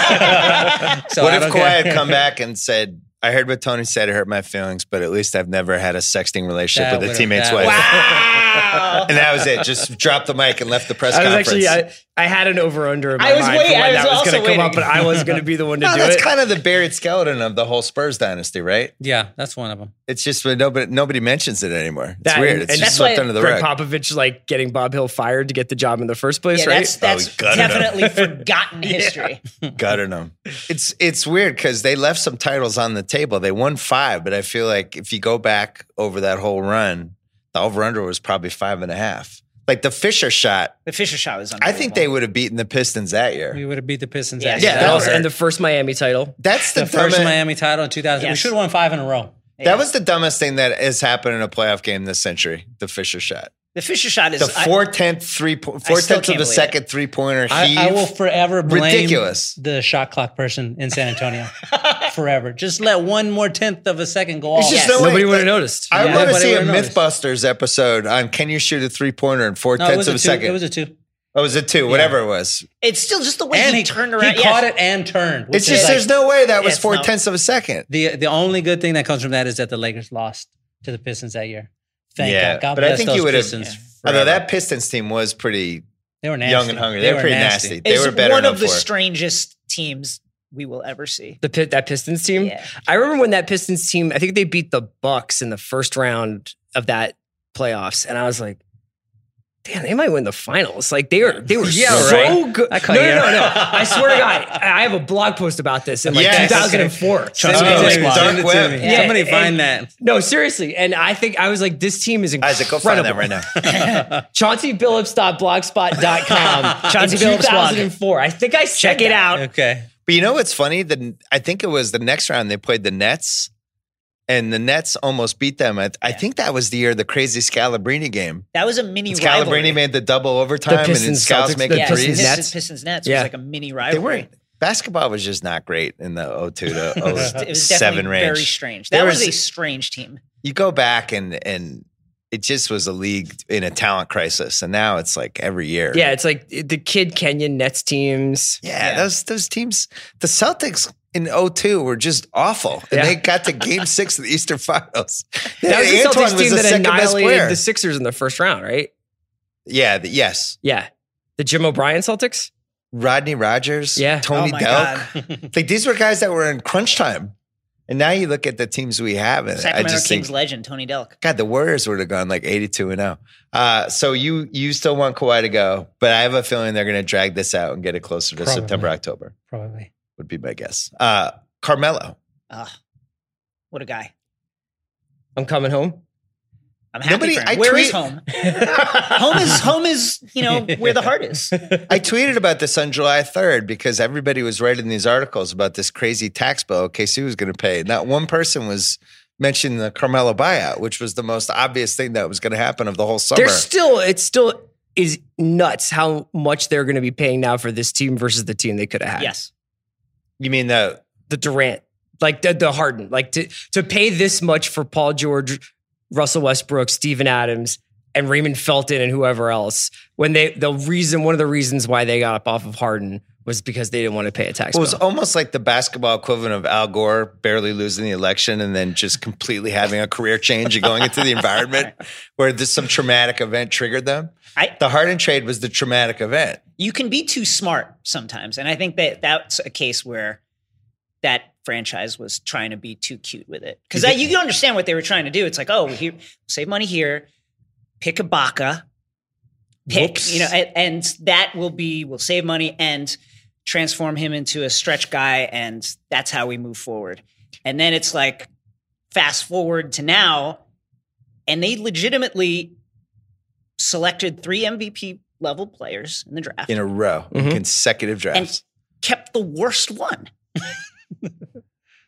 [SPEAKER 8] <laughs>
[SPEAKER 6] what
[SPEAKER 8] I
[SPEAKER 6] if
[SPEAKER 8] don't
[SPEAKER 6] Kawhi had
[SPEAKER 8] care.
[SPEAKER 6] come
[SPEAKER 5] <laughs>
[SPEAKER 6] back and said, I heard what Tony said, it hurt my feelings, but at least I've never had a sexting relationship
[SPEAKER 8] That
[SPEAKER 6] with a
[SPEAKER 8] would've-
[SPEAKER 6] teammate's
[SPEAKER 8] that
[SPEAKER 6] wife.
[SPEAKER 8] would've-
[SPEAKER 9] Wow.
[SPEAKER 6] And that was it. Just dropped the mic and left the press
[SPEAKER 5] I was
[SPEAKER 6] conference.
[SPEAKER 5] actually I, I had an over under in my
[SPEAKER 9] I was
[SPEAKER 5] mind
[SPEAKER 9] wait-
[SPEAKER 5] for when
[SPEAKER 9] I was
[SPEAKER 5] that was
[SPEAKER 9] also
[SPEAKER 5] going to come
[SPEAKER 9] waiting.
[SPEAKER 5] up, but I was going to be the one
[SPEAKER 6] <laughs>
[SPEAKER 5] to
[SPEAKER 6] no,
[SPEAKER 5] do
[SPEAKER 6] that's
[SPEAKER 5] it.
[SPEAKER 6] kind of the buried skeleton of the whole Spurs dynasty, right?
[SPEAKER 8] <laughs> Yeah, that's one of them.
[SPEAKER 6] It's just that nobody nobody mentions it anymore. It's
[SPEAKER 5] That-
[SPEAKER 6] weird. It's
[SPEAKER 5] and
[SPEAKER 6] just
[SPEAKER 9] that's why
[SPEAKER 6] swept under the
[SPEAKER 5] Greg
[SPEAKER 6] rug.
[SPEAKER 5] Popovich like getting Bob Hill fired to get the job in the first place,
[SPEAKER 9] Yeah,
[SPEAKER 5] right?
[SPEAKER 9] that's that's
[SPEAKER 6] Oh, gutted him.
[SPEAKER 9] definitely forgotten history.
[SPEAKER 6] gutted them. <laughs> It's it's weird because they left some titles on the table. They won five, but I feel like if you go back over that whole run, the over under was probably five and a half. Like the Fisher shot,
[SPEAKER 9] The Fisher shot was on.
[SPEAKER 6] I think they would have beaten the Pistons that year.
[SPEAKER 8] We would have beat the Pistons.
[SPEAKER 9] Yeah.
[SPEAKER 6] <laughs>
[SPEAKER 8] at
[SPEAKER 6] Yeah,
[SPEAKER 8] that
[SPEAKER 5] and,
[SPEAKER 6] that
[SPEAKER 5] also,
[SPEAKER 6] hurt.
[SPEAKER 5] and the first Miami title.
[SPEAKER 6] That's the,
[SPEAKER 8] the first
[SPEAKER 6] dumbest-
[SPEAKER 8] Miami title in 2000. We
[SPEAKER 9] Yes.
[SPEAKER 8] should have won five in a row.
[SPEAKER 6] That was the dumbest thing that has happened in a playoff game this century. The Fisher shot,
[SPEAKER 9] the Fisher shot is
[SPEAKER 6] the
[SPEAKER 9] I-
[SPEAKER 6] four tenth three po-
[SPEAKER 9] still
[SPEAKER 6] four tenths of
[SPEAKER 9] can't
[SPEAKER 6] a
[SPEAKER 9] believe
[SPEAKER 6] second three pointer heave.
[SPEAKER 8] I, I will forever blame
[SPEAKER 6] Ridiculous.
[SPEAKER 8] the shot clock person in
[SPEAKER 6] <laughs>
[SPEAKER 8] San Antonio. forever. Just let one more tenth of a second go
[SPEAKER 6] It's
[SPEAKER 8] off.
[SPEAKER 6] just
[SPEAKER 9] Yes.
[SPEAKER 6] no way-
[SPEAKER 5] Nobody would have noticed.
[SPEAKER 6] I
[SPEAKER 8] Yeah.
[SPEAKER 6] want to
[SPEAKER 8] Nobody
[SPEAKER 6] see a
[SPEAKER 8] would've noticed.
[SPEAKER 6] MythBusters episode on can you shoot a three pointer in four
[SPEAKER 8] no, it
[SPEAKER 6] tenths
[SPEAKER 8] was
[SPEAKER 6] of
[SPEAKER 8] a
[SPEAKER 6] a,
[SPEAKER 8] two.
[SPEAKER 6] second.
[SPEAKER 8] It was a two.
[SPEAKER 6] Oh, it was a two, whatever it was.
[SPEAKER 9] It's still just the way he, turned around.
[SPEAKER 8] He
[SPEAKER 9] yeah.
[SPEAKER 8] caught it and turned. which
[SPEAKER 6] It's just
[SPEAKER 8] is
[SPEAKER 6] there's no way that was
[SPEAKER 9] it's
[SPEAKER 6] four
[SPEAKER 9] not-
[SPEAKER 6] tenths of a second.
[SPEAKER 8] the the only good thing that comes from that is that the Lakers lost to the Pistons that year. Thank
[SPEAKER 6] Yeah,
[SPEAKER 8] God. God
[SPEAKER 6] but I
[SPEAKER 8] bless
[SPEAKER 6] think
[SPEAKER 8] those
[SPEAKER 6] you would have-
[SPEAKER 8] Pistons.
[SPEAKER 6] Although
[SPEAKER 8] forever.
[SPEAKER 6] that Pistons team was pretty
[SPEAKER 8] they were nasty.
[SPEAKER 6] young and hungry. They, were pretty nasty. They
[SPEAKER 9] It's
[SPEAKER 6] were better
[SPEAKER 9] one
[SPEAKER 6] than
[SPEAKER 9] of the
[SPEAKER 6] four.
[SPEAKER 9] strangest teams we will ever see.
[SPEAKER 5] the pit, that Pistons team.
[SPEAKER 9] Yeah.
[SPEAKER 5] I remember when that Pistons team. I think they beat the Bucks in the first round of that playoffs, and I was like, "Damn, they might win the finals!" Like they were, they were
[SPEAKER 6] Yeah,
[SPEAKER 5] so
[SPEAKER 6] right?
[SPEAKER 5] good. No,
[SPEAKER 8] cut
[SPEAKER 5] no,
[SPEAKER 8] you.
[SPEAKER 5] no, no. I swear to God, I have a blog post about this in like
[SPEAKER 6] Yes.
[SPEAKER 5] 2004.
[SPEAKER 6] Send it to me. Dark web.
[SPEAKER 5] Yeah,
[SPEAKER 8] Somebody
[SPEAKER 5] and-
[SPEAKER 8] find that.
[SPEAKER 5] No, seriously, and I think I was like, "This team is incredible."
[SPEAKER 6] Isaac, go find them right now.
[SPEAKER 8] <laughs>
[SPEAKER 5] <laughs> ChaunceyBillups.blogspot.com. <laughs> Chauncey
[SPEAKER 9] Chauncey
[SPEAKER 5] Billups
[SPEAKER 9] Billups blog.
[SPEAKER 5] 2004. I think I check it out.
[SPEAKER 6] <laughs>
[SPEAKER 8] Okay.
[SPEAKER 6] But you know what's funny? The I think it was the next round they played the Nets, and the Nets almost beat them. I, I think that was the year of the crazy Scalabrini game.
[SPEAKER 9] That was a mini rivalry.
[SPEAKER 6] Scalabrini made the double overtime, and then
[SPEAKER 5] Pistons,
[SPEAKER 6] Scals
[SPEAKER 5] Celtics,
[SPEAKER 6] making
[SPEAKER 5] the
[SPEAKER 9] yeah,
[SPEAKER 5] Pistons,
[SPEAKER 6] threes.
[SPEAKER 5] Nets.
[SPEAKER 9] Pistons, Pistons Nets
[SPEAKER 5] Yeah.
[SPEAKER 9] was like a mini
[SPEAKER 6] They
[SPEAKER 9] rivalry.
[SPEAKER 6] weren't. Basketball was just not great in the 02
[SPEAKER 5] <laughs>
[SPEAKER 6] to oh.
[SPEAKER 9] It was definitely
[SPEAKER 6] 07
[SPEAKER 9] very
[SPEAKER 6] range.
[SPEAKER 9] strange.
[SPEAKER 6] There
[SPEAKER 9] That was,
[SPEAKER 6] was-
[SPEAKER 9] a strange team.
[SPEAKER 6] you go back and and it just was a league in a talent crisis, and now it's like every year.
[SPEAKER 5] Yeah, it's like the Kid Kenyon Nets teams.
[SPEAKER 6] yeah. Those those teams, the Celtics in 02 were just awful, and
[SPEAKER 5] Yeah.
[SPEAKER 6] they got to Game
[SPEAKER 5] <laughs>
[SPEAKER 6] Six of the Eastern Finals.
[SPEAKER 5] That was the
[SPEAKER 6] Antoine
[SPEAKER 5] Celtics team
[SPEAKER 6] the
[SPEAKER 5] that
[SPEAKER 6] second best player.
[SPEAKER 5] annihilated the Sixers in the first round, right?
[SPEAKER 6] yeah, the, yes,
[SPEAKER 5] Yeah. The Jim O'Brien Celtics?
[SPEAKER 6] Rodney Rogers,
[SPEAKER 5] Yeah.
[SPEAKER 6] Tony
[SPEAKER 9] oh my
[SPEAKER 6] Delk.
[SPEAKER 9] god,
[SPEAKER 6] Like these were guys that were in crunch time, and now you look at the teams we have, and I
[SPEAKER 9] Sacramento
[SPEAKER 6] just think
[SPEAKER 9] Kings legend Tony Delk.
[SPEAKER 6] God, the Warriors would have gone like 82 and 0. Uh, so you you still want Kawhi to go, but I have a feeling they're going to drag this out and get it closer to
[SPEAKER 8] Probably.
[SPEAKER 6] September, October,
[SPEAKER 8] Probably.
[SPEAKER 6] would be my guess. Uh, Carmelo.
[SPEAKER 9] Ugh, what a guy.
[SPEAKER 5] I'm coming home.
[SPEAKER 9] I'm happy
[SPEAKER 6] Nobody-
[SPEAKER 9] for him.
[SPEAKER 6] I
[SPEAKER 9] Where is
[SPEAKER 6] tweet-
[SPEAKER 9] home? <laughs> home is home is you know where the heart
[SPEAKER 6] <laughs>
[SPEAKER 9] is.
[SPEAKER 6] I tweeted about this on July 3rd because everybody was writing these articles about this crazy tax bill KC was going to pay. Not one person was mentioning the Carmelo buyout, which was the most obvious thing that was going to happen of the whole summer.
[SPEAKER 5] They're still, it still is nuts how much they're going to be paying now for this team versus the team they could have had.
[SPEAKER 9] Yes,
[SPEAKER 6] you mean the
[SPEAKER 5] The Durant, like the, the Harden, like to, to pay this much for Paul George, Russell Westbrook, Steven Adams, and Raymond Felton and whoever else when they, the reason, one of the reasons why they got up off of Harden was because they didn't want to pay a tax
[SPEAKER 6] Well, it
[SPEAKER 5] bill.
[SPEAKER 6] was almost like the basketball equivalent of Al Gore barely losing the election and then just completely having a career change and going into the environment where this, some traumatic event triggered them.
[SPEAKER 9] I-
[SPEAKER 6] the Harden trade was the traumatic event.
[SPEAKER 9] you can be too smart sometimes, and I think that that's a case where that franchise was trying to be too cute with it because you can understand what they were trying to do. It's like, oh, here, save money here, pick a Baca, pick,
[SPEAKER 5] Whoops.
[SPEAKER 9] you know, and, and that will be we'll save money and transform him into a stretch guy, and that's how we move forward. And then it's like, fast forward to now, and they legitimately selected three MVP level players in the draft
[SPEAKER 1] in a row,
[SPEAKER 5] Mhm.
[SPEAKER 1] consecutive drafts.
[SPEAKER 9] kept the worst one.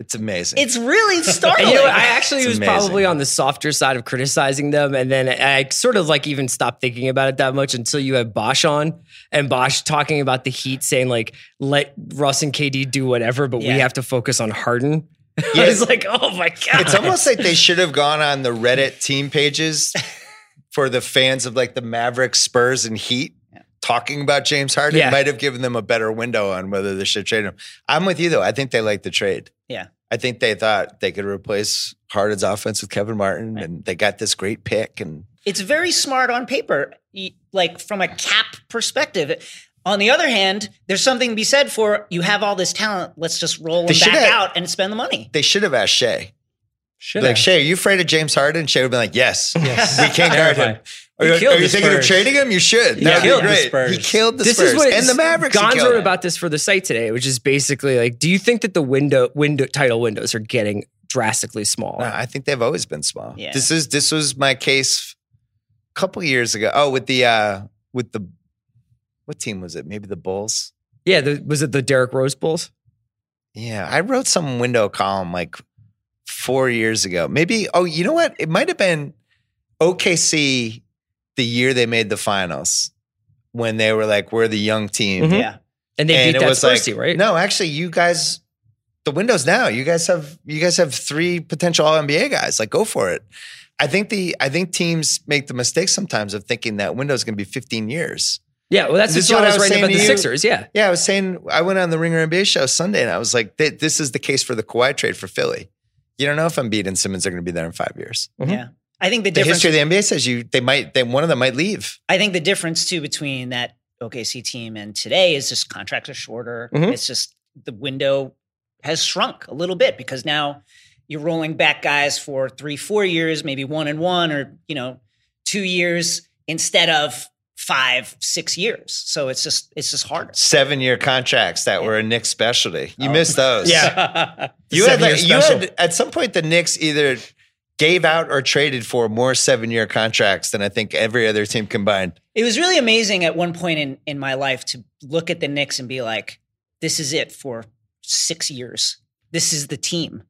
[SPEAKER 1] it's amazing.
[SPEAKER 9] It's really startling.
[SPEAKER 5] And <laughs> you know, what? I actually
[SPEAKER 1] It's
[SPEAKER 5] was
[SPEAKER 1] amazing.
[SPEAKER 5] probably on the softer side of criticizing them, and then I sort of like even stopped thinking about it that much until you had Bosch on and Bosch talking about the Heat, saying like, "Let Russ and KD do whatever, but
[SPEAKER 9] Yeah.
[SPEAKER 5] we have to focus on Harden."
[SPEAKER 1] Yeah.
[SPEAKER 5] I was like, "Oh my god!"
[SPEAKER 1] It's almost like they should have gone on the Reddit team pages for the fans of like the Mavericks, Spurs, and Heat talking about James Harden.
[SPEAKER 5] Yeah.
[SPEAKER 1] Might have given them a better window on whether they should trade him. I'm with you though. I think they like the trade.
[SPEAKER 9] Yeah.
[SPEAKER 1] I think they thought they could replace Harden's offense with Kevin Martin, and they got this great pick. And
[SPEAKER 9] it's very smart on paper, y- like from a cap perspective. On the other hand, there's something to be said for you have all this talent. Let's just roll
[SPEAKER 1] They
[SPEAKER 9] them
[SPEAKER 1] should
[SPEAKER 9] back
[SPEAKER 1] have-
[SPEAKER 9] out and spend the money.
[SPEAKER 1] they should have asked Shea,
[SPEAKER 8] Should
[SPEAKER 1] like
[SPEAKER 8] I?
[SPEAKER 1] Shea, are you afraid of James Harden? Shea would have been like, Yes,
[SPEAKER 8] Yes. <laughs>
[SPEAKER 1] we can't guard him.
[SPEAKER 8] Terrified.
[SPEAKER 1] Are
[SPEAKER 8] He
[SPEAKER 1] you,
[SPEAKER 8] killed
[SPEAKER 1] are you
[SPEAKER 8] the
[SPEAKER 1] thinking of
[SPEAKER 8] Spurs.
[SPEAKER 1] trading him? You should. That
[SPEAKER 8] killed
[SPEAKER 1] would
[SPEAKER 8] the
[SPEAKER 1] be great.
[SPEAKER 8] Spurs.
[SPEAKER 1] He killed the
[SPEAKER 5] this
[SPEAKER 1] Spurs
[SPEAKER 5] is what
[SPEAKER 1] and the Mavericks. he
[SPEAKER 5] Gonzo
[SPEAKER 1] killed.
[SPEAKER 5] wrote about this for the site today, which is basically like, do you think that the window window title windows are getting drastically small?
[SPEAKER 1] No, I think they've always been small.
[SPEAKER 9] Yeah.
[SPEAKER 1] This is this was my case a couple years ago. Oh, with the uh with the what team was it? Maybe the Bulls.
[SPEAKER 5] Yeah, the, was it the Derrick Rose Bulls?
[SPEAKER 1] Yeah, I wrote some window column like four years ago. Maybe. Oh, you know what? It might have been OKC the year they made the finals when they were like we're the young team.
[SPEAKER 5] Mhm.
[SPEAKER 9] Yeah.
[SPEAKER 5] And they
[SPEAKER 1] and
[SPEAKER 5] beat
[SPEAKER 1] it
[SPEAKER 5] that
[SPEAKER 1] was
[SPEAKER 5] Spurs
[SPEAKER 1] like
[SPEAKER 5] team, right?
[SPEAKER 1] no, actually, you guys. The windows now. You guys have you guys have three potential All NBA guys. Like, go for it. I think the I think teams make the mistake sometimes of thinking that window's going to be 15 years.
[SPEAKER 5] Yeah, well, that's
[SPEAKER 1] This is
[SPEAKER 5] what
[SPEAKER 1] what
[SPEAKER 5] I
[SPEAKER 1] I
[SPEAKER 5] was
[SPEAKER 1] was
[SPEAKER 5] writing
[SPEAKER 1] saying
[SPEAKER 5] about
[SPEAKER 1] to
[SPEAKER 5] the
[SPEAKER 1] you. <laughs>
[SPEAKER 5] Sixers. Yeah,
[SPEAKER 1] Yeah, I was saying I went on the Ringer NBA show Sunday and I was like, th- this is the case for the Kawhi trade for Philly. You don't know if Embiid and Simmons are going to be there in five years.
[SPEAKER 5] Mhm.
[SPEAKER 9] Yeah. I think the,
[SPEAKER 1] The
[SPEAKER 9] difference
[SPEAKER 1] history of the NBA says you they might then one of them might leave.
[SPEAKER 9] I think the difference too between that OKC team and today is just contracts are shorter.
[SPEAKER 5] Mhm.
[SPEAKER 9] It's just the window has shrunk a little bit because now you're rolling back guys for three, four years, maybe one and one, or you know, two years instead of five, six years. So it's just it's just harder.
[SPEAKER 1] Seven year contracts that were a Knicks specialty. You missed those.
[SPEAKER 9] <laughs>
[SPEAKER 8] Yeah.
[SPEAKER 1] You had,
[SPEAKER 4] Seven-year
[SPEAKER 1] like, you
[SPEAKER 4] special.
[SPEAKER 1] had at some point the Knicks either gave out or traded for more seven year contracts than I think every other team combined.
[SPEAKER 9] It was really amazing at one point in in my life to look at the Knicks and be like, this is it for six years. This is the team.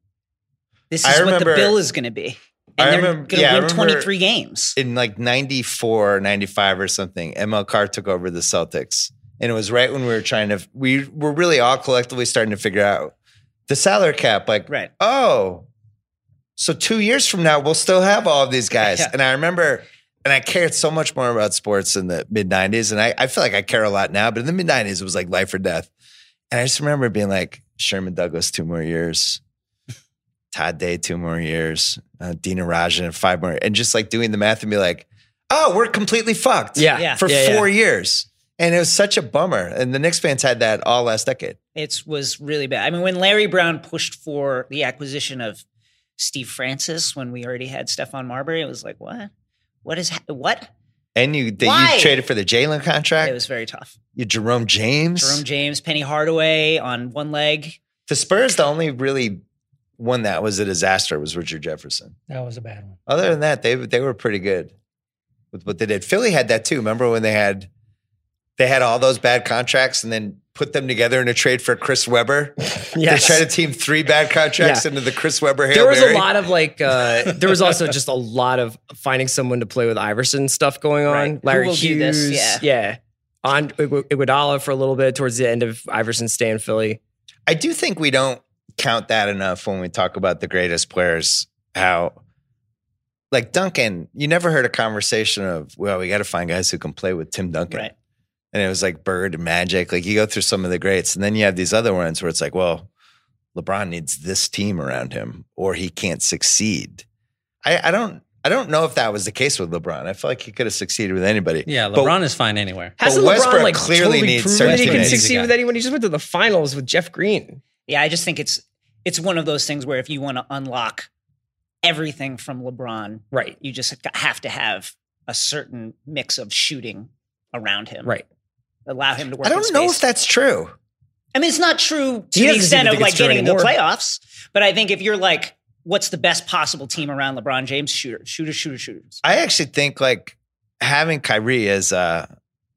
[SPEAKER 9] This
[SPEAKER 1] I
[SPEAKER 9] is what
[SPEAKER 1] remember-
[SPEAKER 9] the bill is going to be. And
[SPEAKER 1] I
[SPEAKER 9] they're
[SPEAKER 1] remember-
[SPEAKER 9] going to
[SPEAKER 1] yeah, I
[SPEAKER 9] win
[SPEAKER 1] remember-
[SPEAKER 9] 23 games.
[SPEAKER 1] In like 94 or 95 or something, ML Carr took over the Celtics. And it was right when we were trying to, we were really all collectively starting to figure out the salary cap. Like,
[SPEAKER 9] Right.
[SPEAKER 1] oh, so two years from now, we'll still have all of
[SPEAKER 9] <laughs>
[SPEAKER 1] these guys.
[SPEAKER 9] Yeah.
[SPEAKER 1] And I remember, and I cared so much more about sports in the mid 90s. And I, I feel like I care a lot now, but in the mid 90s, it was like life or death. And I just remember being like, Sherman Douglas, two more years. Todd Day, two more years. Uh, Dina Rajan, five more. And just like doing the math and be like, oh, we're completely fucked
[SPEAKER 5] yeah,
[SPEAKER 9] Yeah.
[SPEAKER 1] for
[SPEAKER 5] yeah.
[SPEAKER 1] four years. And it was such a bummer. And the Knicks fans had that all last decade.
[SPEAKER 9] It was really bad. I mean, when Larry Brown pushed for the acquisition of Steve Francis when we already had Stefan Marbury, it was like, what? What is ha- what?
[SPEAKER 1] And you, that
[SPEAKER 9] Why?
[SPEAKER 1] you traded for the Jalen contract.
[SPEAKER 9] It was very tough.
[SPEAKER 1] you Jerome James.
[SPEAKER 9] Jerome James, Penny Hardaway on one leg.
[SPEAKER 1] The Spurs, the only really one that was a disaster was Richard Jefferson.
[SPEAKER 8] That was a bad one.
[SPEAKER 1] Other than that, they they were pretty good with what they did. Philly had that too. Remember when they had they had all those bad contracts and then put them together in a trade for Chris Webber?
[SPEAKER 5] Yes.
[SPEAKER 1] They tried to team three bad contracts
[SPEAKER 5] Yeah.
[SPEAKER 1] into the Chris Webber Hail
[SPEAKER 5] There was a
[SPEAKER 1] Mary.
[SPEAKER 5] lot of like, uh, there was also just a lot of finding someone to play with Iverson stuff going on.
[SPEAKER 9] Right. Who
[SPEAKER 5] Larry
[SPEAKER 9] will do this?
[SPEAKER 5] Hughes,
[SPEAKER 9] Yeah.
[SPEAKER 5] yeah. On Igu- Iguodala for a little bit towards the end of Iverson's stay in Philly.
[SPEAKER 1] I do think we don't count that enough when we talk about the greatest players. How, like Duncan, you never heard a conversation of, well, we got to find guys who can play with Tim Duncan.
[SPEAKER 9] Right.
[SPEAKER 1] And it was like Bird and Magic. Like you go through some of the greats, and then you have these other ones where it's like, well, LeBron needs this team around him, or he can't succeed. I, I don't. I don't know if that was the case with LeBron. I feel like he could have succeeded with anybody.
[SPEAKER 8] Yeah,
[SPEAKER 1] But-
[SPEAKER 8] LeBron is fine anywhere.
[SPEAKER 5] Hasn't
[SPEAKER 1] Westbrook
[SPEAKER 5] LeBron like
[SPEAKER 1] clearly
[SPEAKER 5] totally
[SPEAKER 1] needs
[SPEAKER 5] proven that
[SPEAKER 1] certain
[SPEAKER 5] he can
[SPEAKER 1] teammates.
[SPEAKER 5] succeed
[SPEAKER 8] He's a
[SPEAKER 5] with
[SPEAKER 8] guy.
[SPEAKER 5] anyone? He just went to the finals with Jeff Green.
[SPEAKER 9] Yeah, I just think it's it's one of those things where if you want to unlock everything from LeBron,
[SPEAKER 5] Right.
[SPEAKER 9] you just have to have a certain mix of shooting around him.
[SPEAKER 5] Right.
[SPEAKER 9] Allow him to work.
[SPEAKER 1] I
[SPEAKER 9] in
[SPEAKER 1] don't know
[SPEAKER 9] space.
[SPEAKER 1] if that's true.
[SPEAKER 9] I mean, it's not true to
[SPEAKER 5] He doesn't
[SPEAKER 9] the
[SPEAKER 5] seem
[SPEAKER 9] extent
[SPEAKER 5] to
[SPEAKER 9] of
[SPEAKER 5] think
[SPEAKER 9] like
[SPEAKER 5] it's true
[SPEAKER 9] getting the
[SPEAKER 5] anymore.
[SPEAKER 9] playoffs, but I think if you're like, what's the best possible team around LeBron James? Shooter, shooter, shooter, shooters.
[SPEAKER 1] I actually think like having Kyrie as uh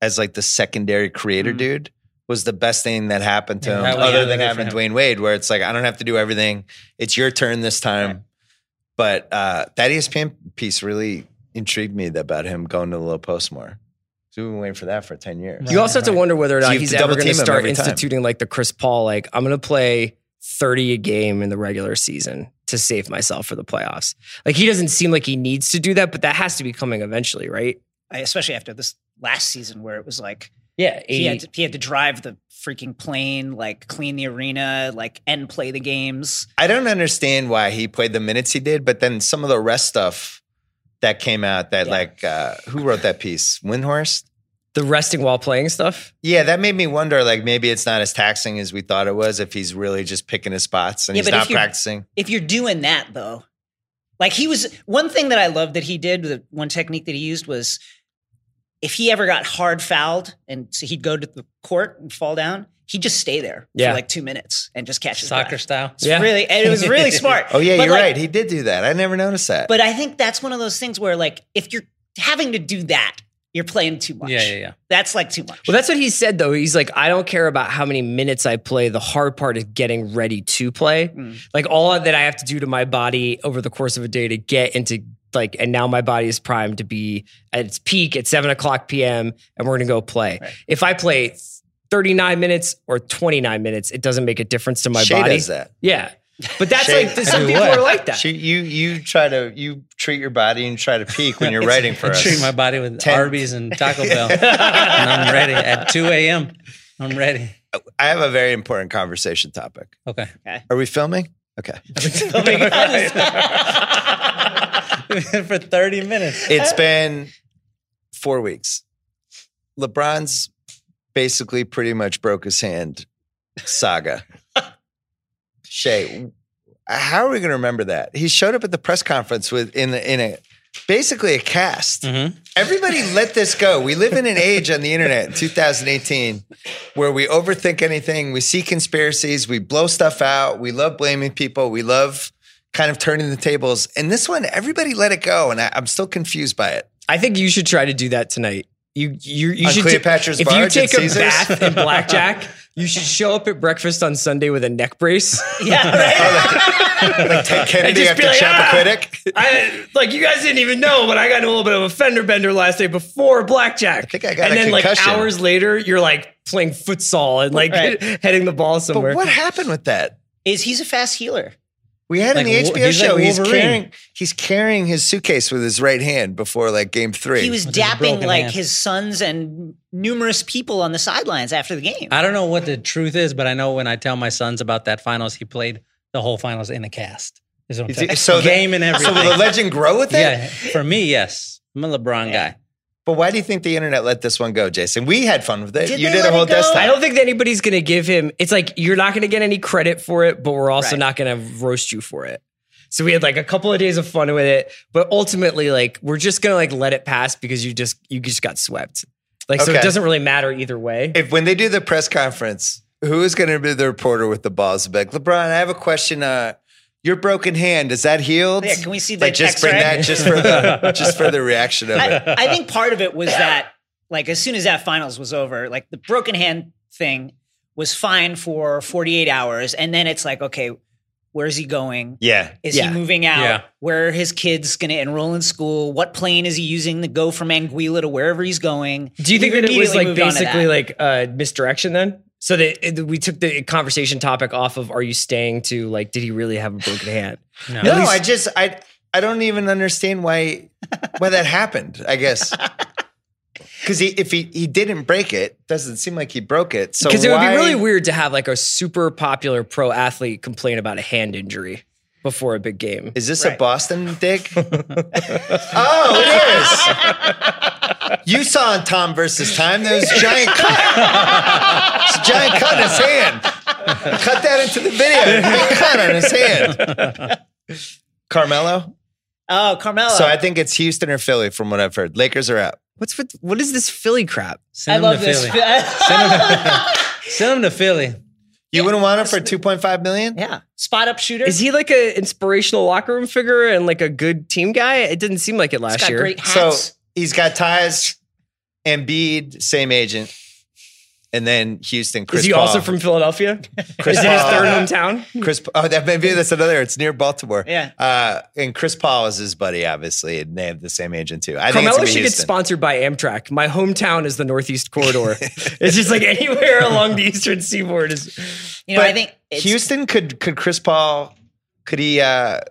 [SPEAKER 1] as like the secondary creator
[SPEAKER 9] Mm-hmm.
[SPEAKER 1] dude was the best thing that happened to
[SPEAKER 8] Yeah,
[SPEAKER 1] him,
[SPEAKER 8] that was
[SPEAKER 1] other
[SPEAKER 8] the
[SPEAKER 1] than
[SPEAKER 8] other
[SPEAKER 1] having
[SPEAKER 8] for
[SPEAKER 1] Dwayne Wade, where it's like I don't have to do everything. It's your turn this time. But uh, that ESPN piece really intrigued me about him going to the low post more. So we've been waiting for that for ten years.
[SPEAKER 5] You also have to wonder whether or
[SPEAKER 1] So
[SPEAKER 5] not
[SPEAKER 1] you have
[SPEAKER 5] he's
[SPEAKER 1] to
[SPEAKER 5] ever
[SPEAKER 1] double
[SPEAKER 5] going to
[SPEAKER 1] team him
[SPEAKER 5] start
[SPEAKER 1] every time.
[SPEAKER 5] instituting like the Chris Paul, like I'm going to play 30 a game in the regular season to save myself for the playoffs. Like he doesn't seem like he needs to do that, but that has to be coming eventually, right?
[SPEAKER 9] I, especially after this last season where it was like
[SPEAKER 5] Yeah,
[SPEAKER 9] he had, to, he had to drive the freaking plane, like clean the arena, like and play the games.
[SPEAKER 1] I don't understand why he played the minutes he did, but then some of the rest stuff that came out that
[SPEAKER 9] Yeah.
[SPEAKER 1] like uh, who wrote that piece? Windhorst?
[SPEAKER 5] the resting while playing stuff.
[SPEAKER 1] Yeah, that made me wonder. Like, maybe it's not as taxing as we thought it was. If he's really just picking his spots and
[SPEAKER 9] Yeah,
[SPEAKER 1] he's
[SPEAKER 9] but if
[SPEAKER 1] not
[SPEAKER 9] you-
[SPEAKER 1] practicing,
[SPEAKER 9] If you're doing that though, like he was one thing that I loved that he did, the one technique that he used was if he ever got hard fouled and so he'd go to the court and fall down, he'd just stay there
[SPEAKER 5] Yeah.
[SPEAKER 9] for like two minutes and just catch his
[SPEAKER 8] Soccer
[SPEAKER 9] breath.
[SPEAKER 8] style.
[SPEAKER 9] It's really, and it was
[SPEAKER 8] <laughs>
[SPEAKER 9] really smart.
[SPEAKER 1] oh yeah,
[SPEAKER 9] But,
[SPEAKER 1] you're
[SPEAKER 9] like,
[SPEAKER 1] right. He did do that. I never noticed that.
[SPEAKER 9] But I think that's one of those things where, like, if you're having to do that, you're playing too much.
[SPEAKER 8] Yeah, yeah, yeah.
[SPEAKER 9] That's like too much.
[SPEAKER 5] Well, that's what he said though. He's like, I don't care about how many minutes I play. The hard part is getting ready to play.
[SPEAKER 9] Mm.
[SPEAKER 5] Like all that I have to do to my body over the course of a day to get into like, and now my body is primed to be at its peak at seven o'clock p.m. and we're gonna go play. If I play thirty nine minutes or twenty nine minutes, it doesn't make a difference to my
[SPEAKER 1] Shay
[SPEAKER 5] body.
[SPEAKER 1] does that.
[SPEAKER 5] Yeah, but that's
[SPEAKER 1] Shay-
[SPEAKER 5] like some
[SPEAKER 8] Do
[SPEAKER 5] people
[SPEAKER 8] what?
[SPEAKER 5] are like that.
[SPEAKER 1] <laughs> She, you you try to you treat your body and try to peak when you're writing for
[SPEAKER 8] <laughs> I
[SPEAKER 1] us.
[SPEAKER 8] treat my body with
[SPEAKER 1] Ten-
[SPEAKER 8] Arby's and
[SPEAKER 6] <laughs>
[SPEAKER 8] Taco Bell, and I'm ready at 2 a.m. I'm ready.
[SPEAKER 1] I have a very important conversation topic.
[SPEAKER 6] <laughs>
[SPEAKER 8] Okay.
[SPEAKER 1] Are we filming?
[SPEAKER 8] <laughs>
[SPEAKER 1] Okay.
[SPEAKER 8] <laughs> for 30 minutes.
[SPEAKER 1] It's been four weeks. LeBron's basically pretty much broke his hand
[SPEAKER 8] <laughs>
[SPEAKER 1] saga. Shay, how are we going to remember that? He showed up at the press conference with in a- in a basically a cast.
[SPEAKER 8] Mm-hmm.
[SPEAKER 1] Everybody let this go. We live in an age on the internet, in 2018, where we overthink anything, we see conspiracies, we blow stuff out, we love blaming people, we love kind of turning the tables. And this one, everybody let it go, and I, I'm still confused by it.
[SPEAKER 5] I think you should try to do that tonight. You you you
[SPEAKER 1] On
[SPEAKER 5] should
[SPEAKER 1] Cleopatra's
[SPEAKER 5] if you
[SPEAKER 1] barge at
[SPEAKER 5] take a
[SPEAKER 1] Caesar's?
[SPEAKER 5] bath
[SPEAKER 1] <laughs>
[SPEAKER 5] in blackjack, you should show up at breakfast on Sunday with a neck brace.
[SPEAKER 8] <laughs>
[SPEAKER 9] <laughs> yeah, right?
[SPEAKER 1] Like Ted Kennedy
[SPEAKER 5] just
[SPEAKER 1] after
[SPEAKER 5] be like, "Ah!"
[SPEAKER 1] Chappaquiddick.
[SPEAKER 5] <laughs> I like you guys didn't even know, but I got in a little bit of a fender bender last night before blackjack. I
[SPEAKER 1] think I got
[SPEAKER 5] and
[SPEAKER 1] a
[SPEAKER 5] then
[SPEAKER 1] concussion.
[SPEAKER 5] like hours later, you're like playing futsal and like <laughs>
[SPEAKER 9] Right.
[SPEAKER 5] heading the ball
[SPEAKER 1] But
[SPEAKER 5] somewhere.
[SPEAKER 1] what happened with that?
[SPEAKER 9] Is he's a fast healer.
[SPEAKER 1] We had in
[SPEAKER 8] Like
[SPEAKER 1] the
[SPEAKER 8] Wo-
[SPEAKER 1] HBO
[SPEAKER 8] he's like
[SPEAKER 1] show. he's
[SPEAKER 8] Wolverine.
[SPEAKER 1] carrying he's carrying his suitcase with his right hand before like game three.
[SPEAKER 9] He was
[SPEAKER 8] With his
[SPEAKER 9] dapping
[SPEAKER 8] broken
[SPEAKER 9] like
[SPEAKER 8] hand.
[SPEAKER 9] his sons and numerous people on the sidelines after the game.
[SPEAKER 8] I don't know what the truth is, but I know when I tell my sons about that finals, he played the whole finals in a cast. Is what I'm
[SPEAKER 1] Is
[SPEAKER 8] telling-
[SPEAKER 1] it-
[SPEAKER 5] <laughs>
[SPEAKER 1] so that-
[SPEAKER 8] game and
[SPEAKER 1] so
[SPEAKER 8] everything.
[SPEAKER 1] will the legend grow with it?
[SPEAKER 8] yeah, for me, yes. I'm a LeBron guy.
[SPEAKER 1] But why do you think the internet let this one go, Jason? We had fun with it.
[SPEAKER 9] Did
[SPEAKER 1] you
[SPEAKER 9] they
[SPEAKER 1] did a
[SPEAKER 9] let
[SPEAKER 1] whole
[SPEAKER 9] it go?
[SPEAKER 1] desktop.
[SPEAKER 5] I don't think that anybody's gonna give him. It's like you're not gonna get any credit for it, but we're also
[SPEAKER 9] Right.
[SPEAKER 5] not gonna roast you for it. So we had like a couple of days of fun with it, but ultimately, like we're just gonna like let it pass because you just you just got swept. Like so,
[SPEAKER 1] Okay.
[SPEAKER 5] it doesn't really matter either way.
[SPEAKER 1] if when they do the press conference, who is going to be the reporter with the balls? Be Like LeBron, I have a question. Uh, your broken hand is that healed?
[SPEAKER 9] Yeah, can we see
[SPEAKER 1] like
[SPEAKER 9] the
[SPEAKER 1] just bring
[SPEAKER 9] X-ray?
[SPEAKER 1] that just for
[SPEAKER 9] <laughs>
[SPEAKER 1] the just for the reaction of it.
[SPEAKER 9] I, I think part of it was that, like, as soon as that finals was over, like the broken hand thing was fine for 48 hours. And then it's like, okay, where's he going?
[SPEAKER 1] Yeah,
[SPEAKER 9] Is
[SPEAKER 5] Yeah.
[SPEAKER 9] he moving out?
[SPEAKER 8] Yeah.
[SPEAKER 9] Where are his kids going to enroll in school? What plane is he using to go from Anguilla to wherever he's going?
[SPEAKER 5] Do you think
[SPEAKER 9] We've
[SPEAKER 5] that it was
[SPEAKER 9] immediately
[SPEAKER 5] like
[SPEAKER 9] moved on to
[SPEAKER 5] basically
[SPEAKER 9] that.
[SPEAKER 5] like uh, misdirection then? So that it, we took the conversation topic off of are you staying to like did he really have a broken hand?
[SPEAKER 1] no, I just I I don't even understand why why that happened. I
[SPEAKER 9] <laughs>
[SPEAKER 1] guess because he if he he didn't break it, doesn't seem like he broke it. So
[SPEAKER 5] Because it would be
[SPEAKER 1] why-
[SPEAKER 5] really weird to have like a super popular pro athlete complain about a hand injury before a big game.
[SPEAKER 1] Is this a
[SPEAKER 9] Right.
[SPEAKER 1] Boston dig? <laughs> oh, it is. You saw in Tom versus Time there was a giant cut. It's a giant cut in his hand.
[SPEAKER 6] Cut that into the video. Big cut on his hand. Carmelo.
[SPEAKER 9] Oh, Carmelo.
[SPEAKER 6] So I think it's Houston or Philly, from what I've heard. Lakers are out.
[SPEAKER 5] What's with, what is this Philly crap?
[SPEAKER 9] I
[SPEAKER 8] Send him
[SPEAKER 9] love
[SPEAKER 8] to
[SPEAKER 9] this.
[SPEAKER 8] Philly.
[SPEAKER 9] <laughs>
[SPEAKER 8] Send him, send him to Philly.
[SPEAKER 6] You wouldn't want him for two point five million?
[SPEAKER 9] yeah. Spot up shooter.
[SPEAKER 5] Is he like an inspirational locker room figure and like a good team guy? It didn't seem like it
[SPEAKER 9] He's
[SPEAKER 5] last
[SPEAKER 9] got
[SPEAKER 5] year.
[SPEAKER 9] great
[SPEAKER 6] So
[SPEAKER 9] hats.
[SPEAKER 6] he's got ties, Embiid, same agent, and then Houston. Chris
[SPEAKER 5] is he
[SPEAKER 6] Paul.
[SPEAKER 5] also from Philadelphia?
[SPEAKER 6] Chris
[SPEAKER 5] is it his
[SPEAKER 6] Paul.
[SPEAKER 5] third hometown?
[SPEAKER 6] Chris? Oh, that maybe that's another. It's near Baltimore.
[SPEAKER 9] Yeah.
[SPEAKER 6] Uh, and Chris Paul is his buddy, obviously, and they have the same agent too. I think
[SPEAKER 5] Carmelo
[SPEAKER 6] it's gonna be
[SPEAKER 5] should get
[SPEAKER 6] Houston.
[SPEAKER 5] sponsored by Amtrak. My hometown is the
[SPEAKER 6] <laughs>
[SPEAKER 5] Northeast Corridor. it's just like anywhere <laughs> along the Eastern Seaboard is.
[SPEAKER 9] you know,
[SPEAKER 6] but
[SPEAKER 9] I think it's
[SPEAKER 6] Houston could could Chris Paul could he uh, do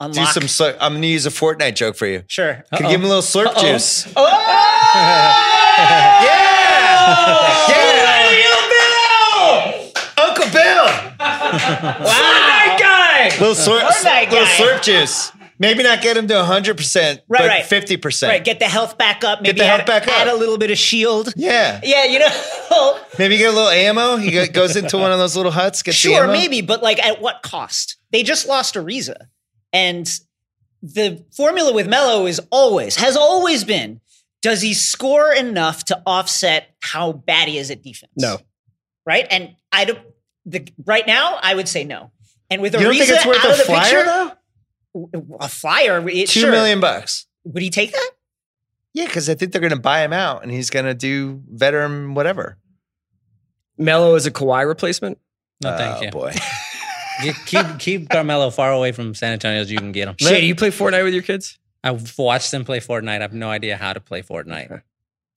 [SPEAKER 9] unlock.
[SPEAKER 6] some? Slur- I'm gonna use a Fortnite joke for you.
[SPEAKER 9] sure.
[SPEAKER 6] Could give him a little slurp juice. <laughs>
[SPEAKER 9] Oh!
[SPEAKER 6] Yeah! yeah! Uncle
[SPEAKER 9] <laughs>
[SPEAKER 6] Bill!
[SPEAKER 9] wow. guy.
[SPEAKER 6] Little slurp,
[SPEAKER 9] Fortnite
[SPEAKER 6] little
[SPEAKER 9] guy.
[SPEAKER 6] slurp juice. Maybe not get him to 100%,
[SPEAKER 9] Right,
[SPEAKER 6] but
[SPEAKER 9] right.
[SPEAKER 6] 50%.
[SPEAKER 9] Right, get the health back up. Maybe
[SPEAKER 6] the
[SPEAKER 9] add,
[SPEAKER 6] health back up.
[SPEAKER 9] add a little bit of shield.
[SPEAKER 6] Yeah.
[SPEAKER 9] Yeah, you <laughs> know.
[SPEAKER 6] Maybe get a little ammo. He go- goes into one of those little huts, gets the
[SPEAKER 9] sure,
[SPEAKER 6] ammo.
[SPEAKER 9] maybe, but like at what cost? They just lost Ariza. And the formula with Melo is always, has always been, does he score enough to offset how bad he is at defense?
[SPEAKER 5] No.
[SPEAKER 9] Right? And I don't the right now I would say no. And with
[SPEAKER 6] You don't
[SPEAKER 9] Ariza
[SPEAKER 6] think it's worth
[SPEAKER 9] out
[SPEAKER 6] a
[SPEAKER 9] of the
[SPEAKER 6] flyer,
[SPEAKER 9] picture,
[SPEAKER 6] though?
[SPEAKER 9] though? A flyer, it,
[SPEAKER 6] Two
[SPEAKER 9] sure.
[SPEAKER 6] million bucks.
[SPEAKER 9] Would he take that?
[SPEAKER 6] Yeah, because I think they're going to buy him out and he's going to do veteran whatever.
[SPEAKER 5] Melo is a Kawhi replacement.
[SPEAKER 8] No, thank
[SPEAKER 6] oh,
[SPEAKER 8] you.
[SPEAKER 6] boy. <laughs>
[SPEAKER 8] You- keep keep Carmelo far away from San Antonio as you can
[SPEAKER 5] <laughs>
[SPEAKER 8] get him.
[SPEAKER 5] Shay, do you play Fortnite with your kids?
[SPEAKER 8] I've watched them play Fortnite. I have no idea how to play Fortnite.
[SPEAKER 9] Do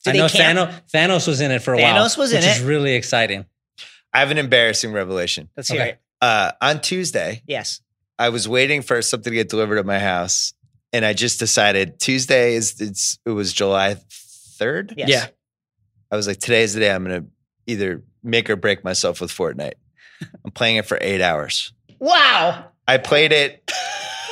[SPEAKER 8] I
[SPEAKER 9] they
[SPEAKER 8] know
[SPEAKER 9] camp?
[SPEAKER 8] Thanos, Thanos was in it for a while.
[SPEAKER 9] Thanos was in
[SPEAKER 8] which is
[SPEAKER 9] it.
[SPEAKER 8] really exciting.
[SPEAKER 6] I have an embarrassing revelation.
[SPEAKER 9] Let's
[SPEAKER 8] Okay.
[SPEAKER 9] hear it.
[SPEAKER 6] Uh, on Tuesday,
[SPEAKER 9] Yes.
[SPEAKER 6] I was waiting for something to get delivered at my house, and I just decided Tuesday is it's it was July third.
[SPEAKER 9] Yes.
[SPEAKER 5] Yeah.
[SPEAKER 6] I was like, today's the day I'm gonna either make or break myself with Fortnite. I'm playing it for eight hours.
[SPEAKER 9] Wow.
[SPEAKER 6] I played it.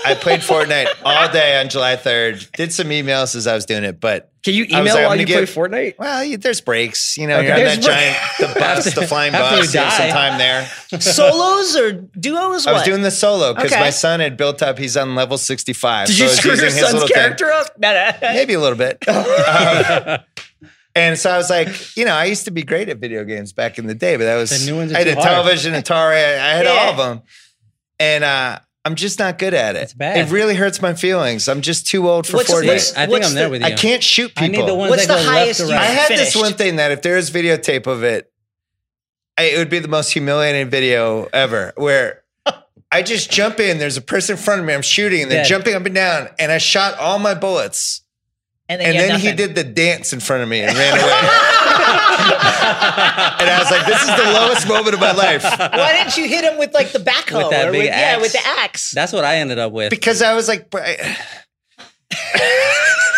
[SPEAKER 6] I played Fortnite all day on July third. Did some emails as I was doing it, but
[SPEAKER 5] Can you
[SPEAKER 6] I was
[SPEAKER 5] email
[SPEAKER 6] like, I'm
[SPEAKER 5] while you
[SPEAKER 6] gonna
[SPEAKER 5] play
[SPEAKER 6] give-
[SPEAKER 5] Fortnite?
[SPEAKER 6] well, you, there's breaks. You know,
[SPEAKER 5] Okay.
[SPEAKER 6] you're on
[SPEAKER 5] There's
[SPEAKER 6] that giant the bus, the flying
[SPEAKER 8] After you
[SPEAKER 6] bus. You have some
[SPEAKER 8] die.
[SPEAKER 6] time there.
[SPEAKER 9] Solos or duos?
[SPEAKER 6] I was
[SPEAKER 9] What?
[SPEAKER 6] doing the solo because
[SPEAKER 9] Okay.
[SPEAKER 6] my son had built up. He's on level sixty five.
[SPEAKER 5] Did you screw your son's character up?
[SPEAKER 9] No, <laughs> no.
[SPEAKER 6] maybe a little bit. Um, and so I was like, you know, I used to be great at video games back in the day, but that was
[SPEAKER 8] The new ones are
[SPEAKER 6] I had
[SPEAKER 8] too
[SPEAKER 6] a
[SPEAKER 8] hard.
[SPEAKER 6] television, Atari, I, I had all
[SPEAKER 9] Yeah.
[SPEAKER 6] of them, and uh, I'm just not good at it.
[SPEAKER 8] It's bad.
[SPEAKER 6] It really hurts my feelings. I'm just too old for
[SPEAKER 9] What's-
[SPEAKER 6] Fortnite.
[SPEAKER 9] what's-
[SPEAKER 8] I think
[SPEAKER 9] What's
[SPEAKER 8] I'm there
[SPEAKER 9] the-
[SPEAKER 8] with you.
[SPEAKER 6] I can't shoot
[SPEAKER 8] I
[SPEAKER 6] people.
[SPEAKER 8] need the ones
[SPEAKER 9] What's
[SPEAKER 8] that
[SPEAKER 9] the
[SPEAKER 8] go
[SPEAKER 9] highest
[SPEAKER 8] left or
[SPEAKER 9] you-
[SPEAKER 6] I
[SPEAKER 8] right.
[SPEAKER 6] had
[SPEAKER 9] finished.
[SPEAKER 6] this one thing that if there is videotape of it, I, it would be the most humiliating video ever. Where I just jump in, there's a person in front of me, I'm shooting, and they're
[SPEAKER 8] Dead.
[SPEAKER 6] jumping up and down, and I shot all my bullets,
[SPEAKER 9] And then,
[SPEAKER 6] and
[SPEAKER 9] you had
[SPEAKER 6] then he
[SPEAKER 9] nothing.
[SPEAKER 6] did the dance in front of me and ran away. and I was like, "This is the lowest moment of my life."
[SPEAKER 9] <laughs> Why didn't you hit him with like the backhoe?
[SPEAKER 8] With that
[SPEAKER 9] or
[SPEAKER 8] big
[SPEAKER 9] with, Yeah,
[SPEAKER 8] axe.
[SPEAKER 9] with the axe.
[SPEAKER 8] That's what I ended up with.
[SPEAKER 6] Because I was like, I-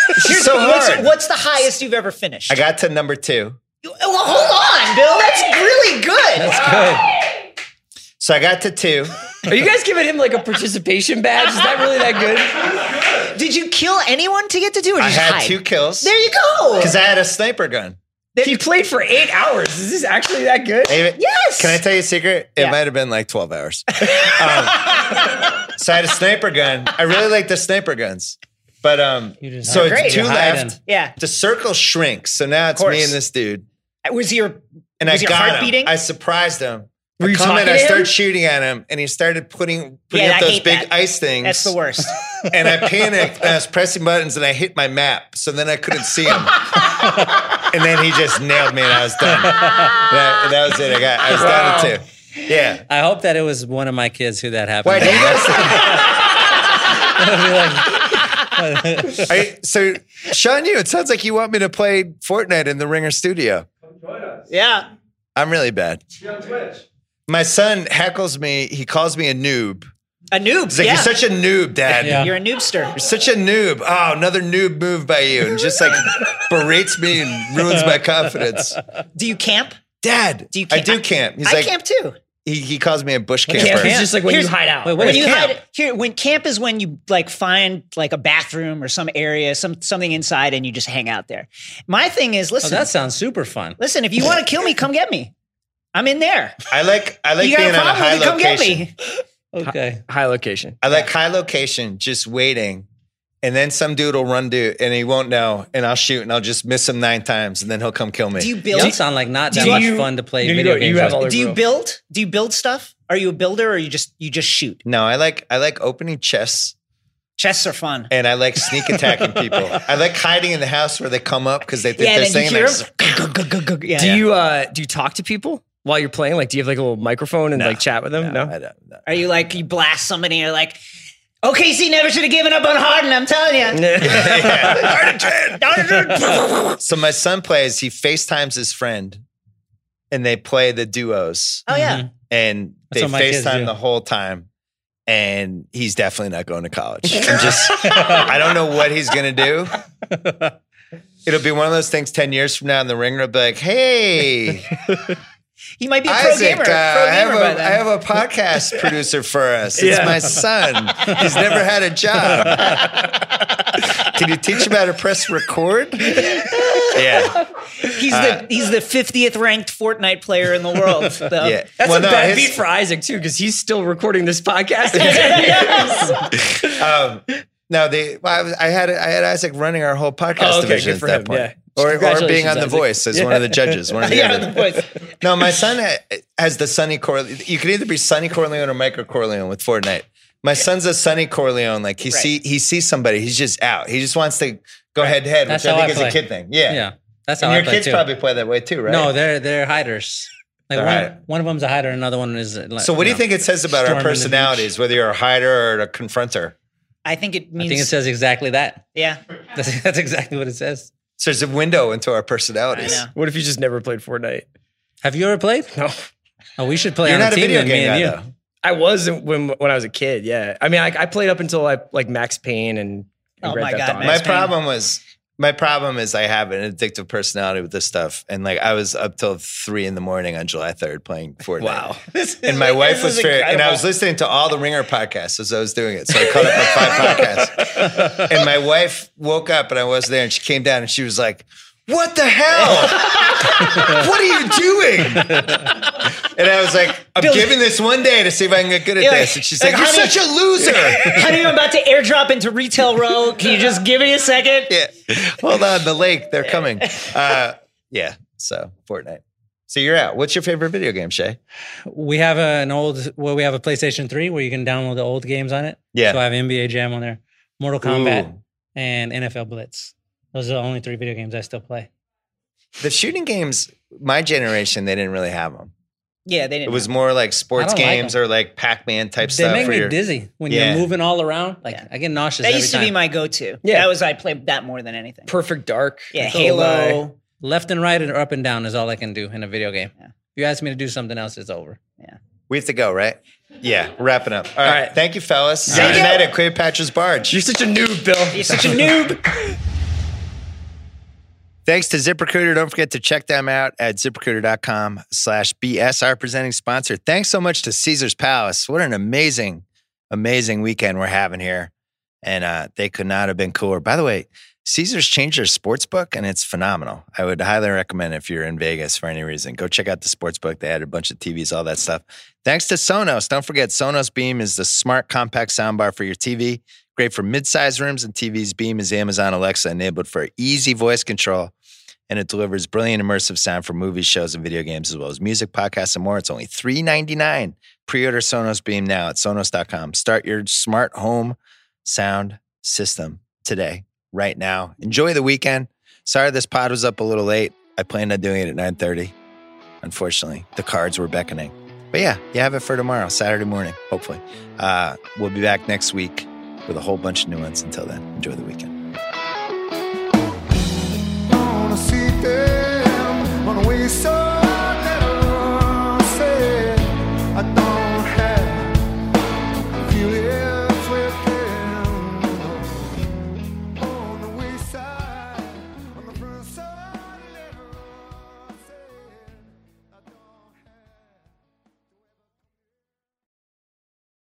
[SPEAKER 6] "It's so
[SPEAKER 9] what's,
[SPEAKER 6] hard."
[SPEAKER 9] what's the highest you've ever finished?
[SPEAKER 6] I got to number two.
[SPEAKER 9] You- well, hold on, Bill. That's really good.
[SPEAKER 6] So I got to two.
[SPEAKER 5] Are you guys giving him like a participation badge? Is that really that good?
[SPEAKER 9] Did you kill anyone to get to two? Or did
[SPEAKER 6] I
[SPEAKER 9] you
[SPEAKER 6] had
[SPEAKER 9] hide?
[SPEAKER 6] two kills
[SPEAKER 9] There you go.
[SPEAKER 6] because I had a sniper gun.
[SPEAKER 5] He played for eight hours. Is this actually that good?
[SPEAKER 6] David,
[SPEAKER 9] Yes.
[SPEAKER 6] Can I tell you a secret? It
[SPEAKER 9] Yeah.
[SPEAKER 6] might have been like 12 hours. Um, so I had a sniper gun. I really like the sniper guns. But um,
[SPEAKER 8] You just-
[SPEAKER 6] so
[SPEAKER 8] Oh,
[SPEAKER 9] great.
[SPEAKER 6] it's two
[SPEAKER 8] You're hiding.
[SPEAKER 6] left.
[SPEAKER 9] Yeah.
[SPEAKER 6] The circle shrinks. So now it's me
[SPEAKER 9] course.
[SPEAKER 6] and this dude.
[SPEAKER 9] Was your
[SPEAKER 6] And
[SPEAKER 9] Was
[SPEAKER 6] I
[SPEAKER 9] your
[SPEAKER 6] got
[SPEAKER 9] heart
[SPEAKER 6] him.
[SPEAKER 9] beating?
[SPEAKER 6] I surprised him.
[SPEAKER 5] Were
[SPEAKER 6] I
[SPEAKER 5] you
[SPEAKER 6] come
[SPEAKER 5] talking
[SPEAKER 6] in,
[SPEAKER 5] to
[SPEAKER 6] I
[SPEAKER 5] him?
[SPEAKER 6] started shooting at him, and he started putting putting
[SPEAKER 9] Yeah,
[SPEAKER 6] up
[SPEAKER 9] I
[SPEAKER 6] those
[SPEAKER 9] hate
[SPEAKER 6] big
[SPEAKER 9] that.
[SPEAKER 6] ice things.
[SPEAKER 9] that's the
[SPEAKER 6] <laughs>
[SPEAKER 9] worst.
[SPEAKER 6] And
[SPEAKER 9] <laughs>
[SPEAKER 6] I panicked. and I was pressing buttons, and I hit my map. So then I couldn't see
[SPEAKER 9] <laughs>
[SPEAKER 6] him. and then he just nailed me, and I was done. that, that was it. I got. I was done at two. Yeah.
[SPEAKER 8] I hope that it was one of my kids who that happened.
[SPEAKER 6] Wait,
[SPEAKER 8] to.
[SPEAKER 9] <laughs>
[SPEAKER 6] do you guys- I- so, Sean, you, it sounds like you want me to play Fortnite in the Ringer studio.
[SPEAKER 9] yeah.
[SPEAKER 6] I'm really bad. My son heckles me. He calls me a noob.
[SPEAKER 9] A noob.
[SPEAKER 6] He's like,
[SPEAKER 9] yeah.
[SPEAKER 6] You're such a noob, Dad.
[SPEAKER 8] Yeah.
[SPEAKER 9] You're a noobster.
[SPEAKER 6] You're such a noob. Oh, another noob move by you. And just like
[SPEAKER 9] <laughs>
[SPEAKER 6] berates me and ruins my confidence.
[SPEAKER 9] Do you camp?
[SPEAKER 6] Dad,
[SPEAKER 9] Do you
[SPEAKER 6] I
[SPEAKER 9] camp?
[SPEAKER 6] do camp. He's
[SPEAKER 9] I
[SPEAKER 6] like,
[SPEAKER 9] camp too.
[SPEAKER 6] He, he calls me a bush camper.
[SPEAKER 5] Camp is
[SPEAKER 8] Camp.
[SPEAKER 5] just like when you
[SPEAKER 9] Here's-
[SPEAKER 5] hide out.
[SPEAKER 8] Wait, what
[SPEAKER 9] When
[SPEAKER 8] is
[SPEAKER 9] you
[SPEAKER 8] camp?
[SPEAKER 9] hide here, when camp is when you like find like a bathroom or some area, some something inside, and you just hang out there. My thing is,
[SPEAKER 8] Oh,
[SPEAKER 9] listen,
[SPEAKER 8] that sounds super fun.
[SPEAKER 9] listen. If you want to kill me, come get me. I'm in there.
[SPEAKER 1] I like I like
[SPEAKER 9] you
[SPEAKER 1] being
[SPEAKER 9] got a
[SPEAKER 1] on a
[SPEAKER 9] problem with
[SPEAKER 1] high
[SPEAKER 9] it? Come get
[SPEAKER 1] location.
[SPEAKER 9] me.
[SPEAKER 8] Okay.
[SPEAKER 5] High location.
[SPEAKER 1] I like high location, just waiting. And then some dude will run dude and he won't know. And I'll shoot and I'll just miss him nine times and then he'll come kill me.
[SPEAKER 9] Do you
[SPEAKER 8] You
[SPEAKER 9] build?
[SPEAKER 8] don't sound like not
[SPEAKER 9] Do
[SPEAKER 8] that much
[SPEAKER 9] you-
[SPEAKER 8] fun to play
[SPEAKER 5] You
[SPEAKER 8] video
[SPEAKER 5] go- you
[SPEAKER 8] games.
[SPEAKER 5] have
[SPEAKER 8] with.
[SPEAKER 5] all-
[SPEAKER 9] Do you
[SPEAKER 5] Bro.
[SPEAKER 9] build? Do you build stuff? Are you a builder or you just you just shoot?
[SPEAKER 1] no, I like I like opening chests
[SPEAKER 9] Chests are fun.
[SPEAKER 1] and I like sneak attacking
[SPEAKER 9] <laughs>
[SPEAKER 1] people. I like hiding in the house where they come up because they think
[SPEAKER 9] Yeah,
[SPEAKER 1] they're
[SPEAKER 9] then
[SPEAKER 1] saying
[SPEAKER 9] you hear
[SPEAKER 1] things.
[SPEAKER 9] them. <laughs> Gug, gug, gug, Yeah.
[SPEAKER 5] Do you uh do you talk to people while you're playing? Like, do you have like a little microphone and like chat with them? No.
[SPEAKER 1] I don't know.
[SPEAKER 9] Are you like you blast somebody? and You're like, OKC never should have given up on Harden. I'm telling
[SPEAKER 1] <laughs>
[SPEAKER 9] you.
[SPEAKER 5] <laughs>
[SPEAKER 1] So my son plays, he FaceTimes his friend and they play the duos.
[SPEAKER 9] <laughs> Oh yeah.
[SPEAKER 1] and they
[SPEAKER 8] That's what my kids
[SPEAKER 1] FaceTime
[SPEAKER 8] do.
[SPEAKER 1] the whole time. And he's definitely not going to
[SPEAKER 9] <laughs>
[SPEAKER 1] college. I'm just, I don't know what he's going to do. It'll be one of those things 10 years from now, and the ringer will be like, hey,
[SPEAKER 9] He might be a pro
[SPEAKER 1] Isaac,
[SPEAKER 9] gamer.
[SPEAKER 1] uh,
[SPEAKER 9] pro
[SPEAKER 1] I, have
[SPEAKER 9] gamer by
[SPEAKER 1] a, I
[SPEAKER 9] then.
[SPEAKER 1] have a
[SPEAKER 9] <laughs>
[SPEAKER 1] podcast producer for us. It's my son. He's never had a
[SPEAKER 8] <laughs>
[SPEAKER 1] job. Can you teach him how to press record?
[SPEAKER 9] <laughs>
[SPEAKER 1] yeah.
[SPEAKER 9] he's the he's the 50th ranked Fortnite player in the world. So.
[SPEAKER 1] Yeah.
[SPEAKER 5] That's
[SPEAKER 1] Well,
[SPEAKER 5] a
[SPEAKER 1] no,
[SPEAKER 5] bad
[SPEAKER 1] his-
[SPEAKER 5] beat for Isaac too, because he's still recording this podcast.
[SPEAKER 1] Um, no, they. Well, I, was, I had I had Isaac running our whole podcast
[SPEAKER 5] Oh, okay,
[SPEAKER 1] division
[SPEAKER 5] good
[SPEAKER 1] at
[SPEAKER 5] for
[SPEAKER 1] that
[SPEAKER 5] him,
[SPEAKER 1] point,
[SPEAKER 5] yeah.
[SPEAKER 1] or, or being
[SPEAKER 5] Congratulations,
[SPEAKER 1] on The
[SPEAKER 5] Isaac.
[SPEAKER 1] Voice as one of the judges. One of
[SPEAKER 8] <laughs>
[SPEAKER 1] the
[SPEAKER 9] Yeah,
[SPEAKER 1] other.
[SPEAKER 9] the boys.
[SPEAKER 1] No, my son uh, has the Sonny Corleone. You could either be Sonny Corleone or Micro Corleone with Fortnite. My son's a Sonny Corleone. Like he see he sees somebody, he's just out. He just wants to go head to head, which
[SPEAKER 8] That's
[SPEAKER 1] I
[SPEAKER 8] how
[SPEAKER 1] think
[SPEAKER 8] I
[SPEAKER 1] is a
[SPEAKER 8] play.
[SPEAKER 1] kid thing. Yeah.
[SPEAKER 8] Yeah. That's how
[SPEAKER 1] And
[SPEAKER 8] I
[SPEAKER 1] your
[SPEAKER 8] play
[SPEAKER 1] kids
[SPEAKER 8] too.
[SPEAKER 1] probably play that way too, right?
[SPEAKER 8] No, they're they're hiders. Like
[SPEAKER 1] They're
[SPEAKER 8] one,
[SPEAKER 1] hider.
[SPEAKER 8] one of them's a hider, another one is like,
[SPEAKER 1] So what do you
[SPEAKER 8] know.
[SPEAKER 1] think it says about
[SPEAKER 8] Storm
[SPEAKER 1] our
[SPEAKER 8] in the beach.
[SPEAKER 1] personalities, whether you're a hider or a confronter?
[SPEAKER 9] I think it
[SPEAKER 8] I
[SPEAKER 9] means.
[SPEAKER 8] think it says exactly that. <laughs>
[SPEAKER 9] yeah.
[SPEAKER 8] That's, that's exactly what it says.
[SPEAKER 1] So there's a window into our
[SPEAKER 9] I
[SPEAKER 1] personalities.
[SPEAKER 9] know.
[SPEAKER 5] <laughs> what if you just never played Fortnite?
[SPEAKER 8] Have you ever played? No. Oh, we should play
[SPEAKER 1] You're
[SPEAKER 8] on
[SPEAKER 1] not a
[SPEAKER 8] a team
[SPEAKER 1] video
[SPEAKER 8] then,
[SPEAKER 1] game
[SPEAKER 8] me
[SPEAKER 1] guy,
[SPEAKER 8] and
[SPEAKER 1] though.
[SPEAKER 8] you.
[SPEAKER 5] I was when when I was a kid. Yeah, I mean, I, I played up until I like Max Payne and. and
[SPEAKER 9] Oh
[SPEAKER 5] Grand
[SPEAKER 9] my
[SPEAKER 5] Theft
[SPEAKER 9] God,
[SPEAKER 5] Auto.
[SPEAKER 1] my
[SPEAKER 9] Max Payne.
[SPEAKER 1] problem was my problem is I have an addictive personality with this stuff, and like I was up till three in the morning on July third playing Fortnite. Wow!
[SPEAKER 8] <laughs>
[SPEAKER 1] and my wife was very, and I was listening to all the Ringer podcasts as I was doing it, so I caught up on five podcasts. And my wife woke up, and I was there, and she came down, and she was like. What the hell? what are you doing? And I was like, I'm giving this one day to see if I can get good at
[SPEAKER 9] You're like-
[SPEAKER 1] this. And she's like,
[SPEAKER 9] like,
[SPEAKER 1] You're
[SPEAKER 9] honey-
[SPEAKER 1] such a loser.
[SPEAKER 9] <laughs> Honey, I'm about to airdrop into retail row. Can you just give me a second?
[SPEAKER 1] yeah. Hold on, the lake, they're coming.
[SPEAKER 9] <laughs>
[SPEAKER 1] Uh, yeah. So Fortnite. So you're out. What's your favorite video game, Shay?
[SPEAKER 8] <laughs> We have a, an old, well, we have a PlayStation 3 where you can download the old games on it.
[SPEAKER 1] Yeah.
[SPEAKER 8] So I have NBA Jam on there, Mortal Kombat, and NFL Blitz. Those are the only three video games I still play.
[SPEAKER 1] The shooting games, my generation, they didn't really have them.
[SPEAKER 9] Yeah, they
[SPEAKER 1] It
[SPEAKER 9] didn't.
[SPEAKER 1] was more like sports
[SPEAKER 8] I don't like
[SPEAKER 1] games
[SPEAKER 8] 'em.
[SPEAKER 1] or like Pac-Man type
[SPEAKER 8] They
[SPEAKER 1] stuff.
[SPEAKER 8] make
[SPEAKER 1] for
[SPEAKER 8] me
[SPEAKER 1] your-
[SPEAKER 8] dizzy when
[SPEAKER 1] Yeah.
[SPEAKER 8] you're moving all around. Like
[SPEAKER 9] Yeah.
[SPEAKER 8] I get nauseous.
[SPEAKER 9] that
[SPEAKER 8] every
[SPEAKER 9] used to
[SPEAKER 8] time.
[SPEAKER 9] be my go-to.
[SPEAKER 5] Yeah.
[SPEAKER 9] that was I played that more than anything.
[SPEAKER 5] Perfect Dark.
[SPEAKER 9] Yeah,
[SPEAKER 5] Oh, my.
[SPEAKER 9] Halo.
[SPEAKER 8] left and right and up and down is all I can do in a video game.
[SPEAKER 9] Yeah.
[SPEAKER 8] If you ask me to do something else, it's over.
[SPEAKER 1] We have to go, right? Yeah, wrapping up. All right.
[SPEAKER 5] right.
[SPEAKER 1] Thank you, fellas. See you
[SPEAKER 9] Thank you.
[SPEAKER 1] tonight at Cleopatra's Barge.
[SPEAKER 5] You're such a noob, Bill.
[SPEAKER 9] You're such a noob.
[SPEAKER 1] Thanks to ZipRecruiter. Don't forget to check them out at ziprecruiter.com slash BS, our presenting sponsor. Thanks so much to Caesar's Palace. What an amazing, amazing weekend we're having here. And uh, they could not have been cooler. By the way, Caesars changed their sports book and it's phenomenal. I would highly recommend if you're in Vegas for any reason, go check out the sports book. They added a bunch of TVs, all that stuff. Thanks to Sonos. Don't forget, Sonos Beam is the smart, compact soundbar for your TV. Great for mid-sized rooms and TVs. Beam is Amazon Alexa enabled for easy voice control, and it delivers brilliant immersive sound for movies, shows, and video games, as well as music, podcasts, and more. It's only $3.99. Pre-order Sonos Beam now at Sonos.com. Start your smart home sound system today, right now. Enjoy the weekend. Sorry this pod was up a little late. I planned on doing it at 9:30. Unfortunately, the cards were beckoning. But yeah, you have it for tomorrow, Saturday morning, hopefully. Uh, we'll be back next week with a whole bunch of new ones. Until then, enjoy the weekend.
[SPEAKER 10] wanna see them on wayside.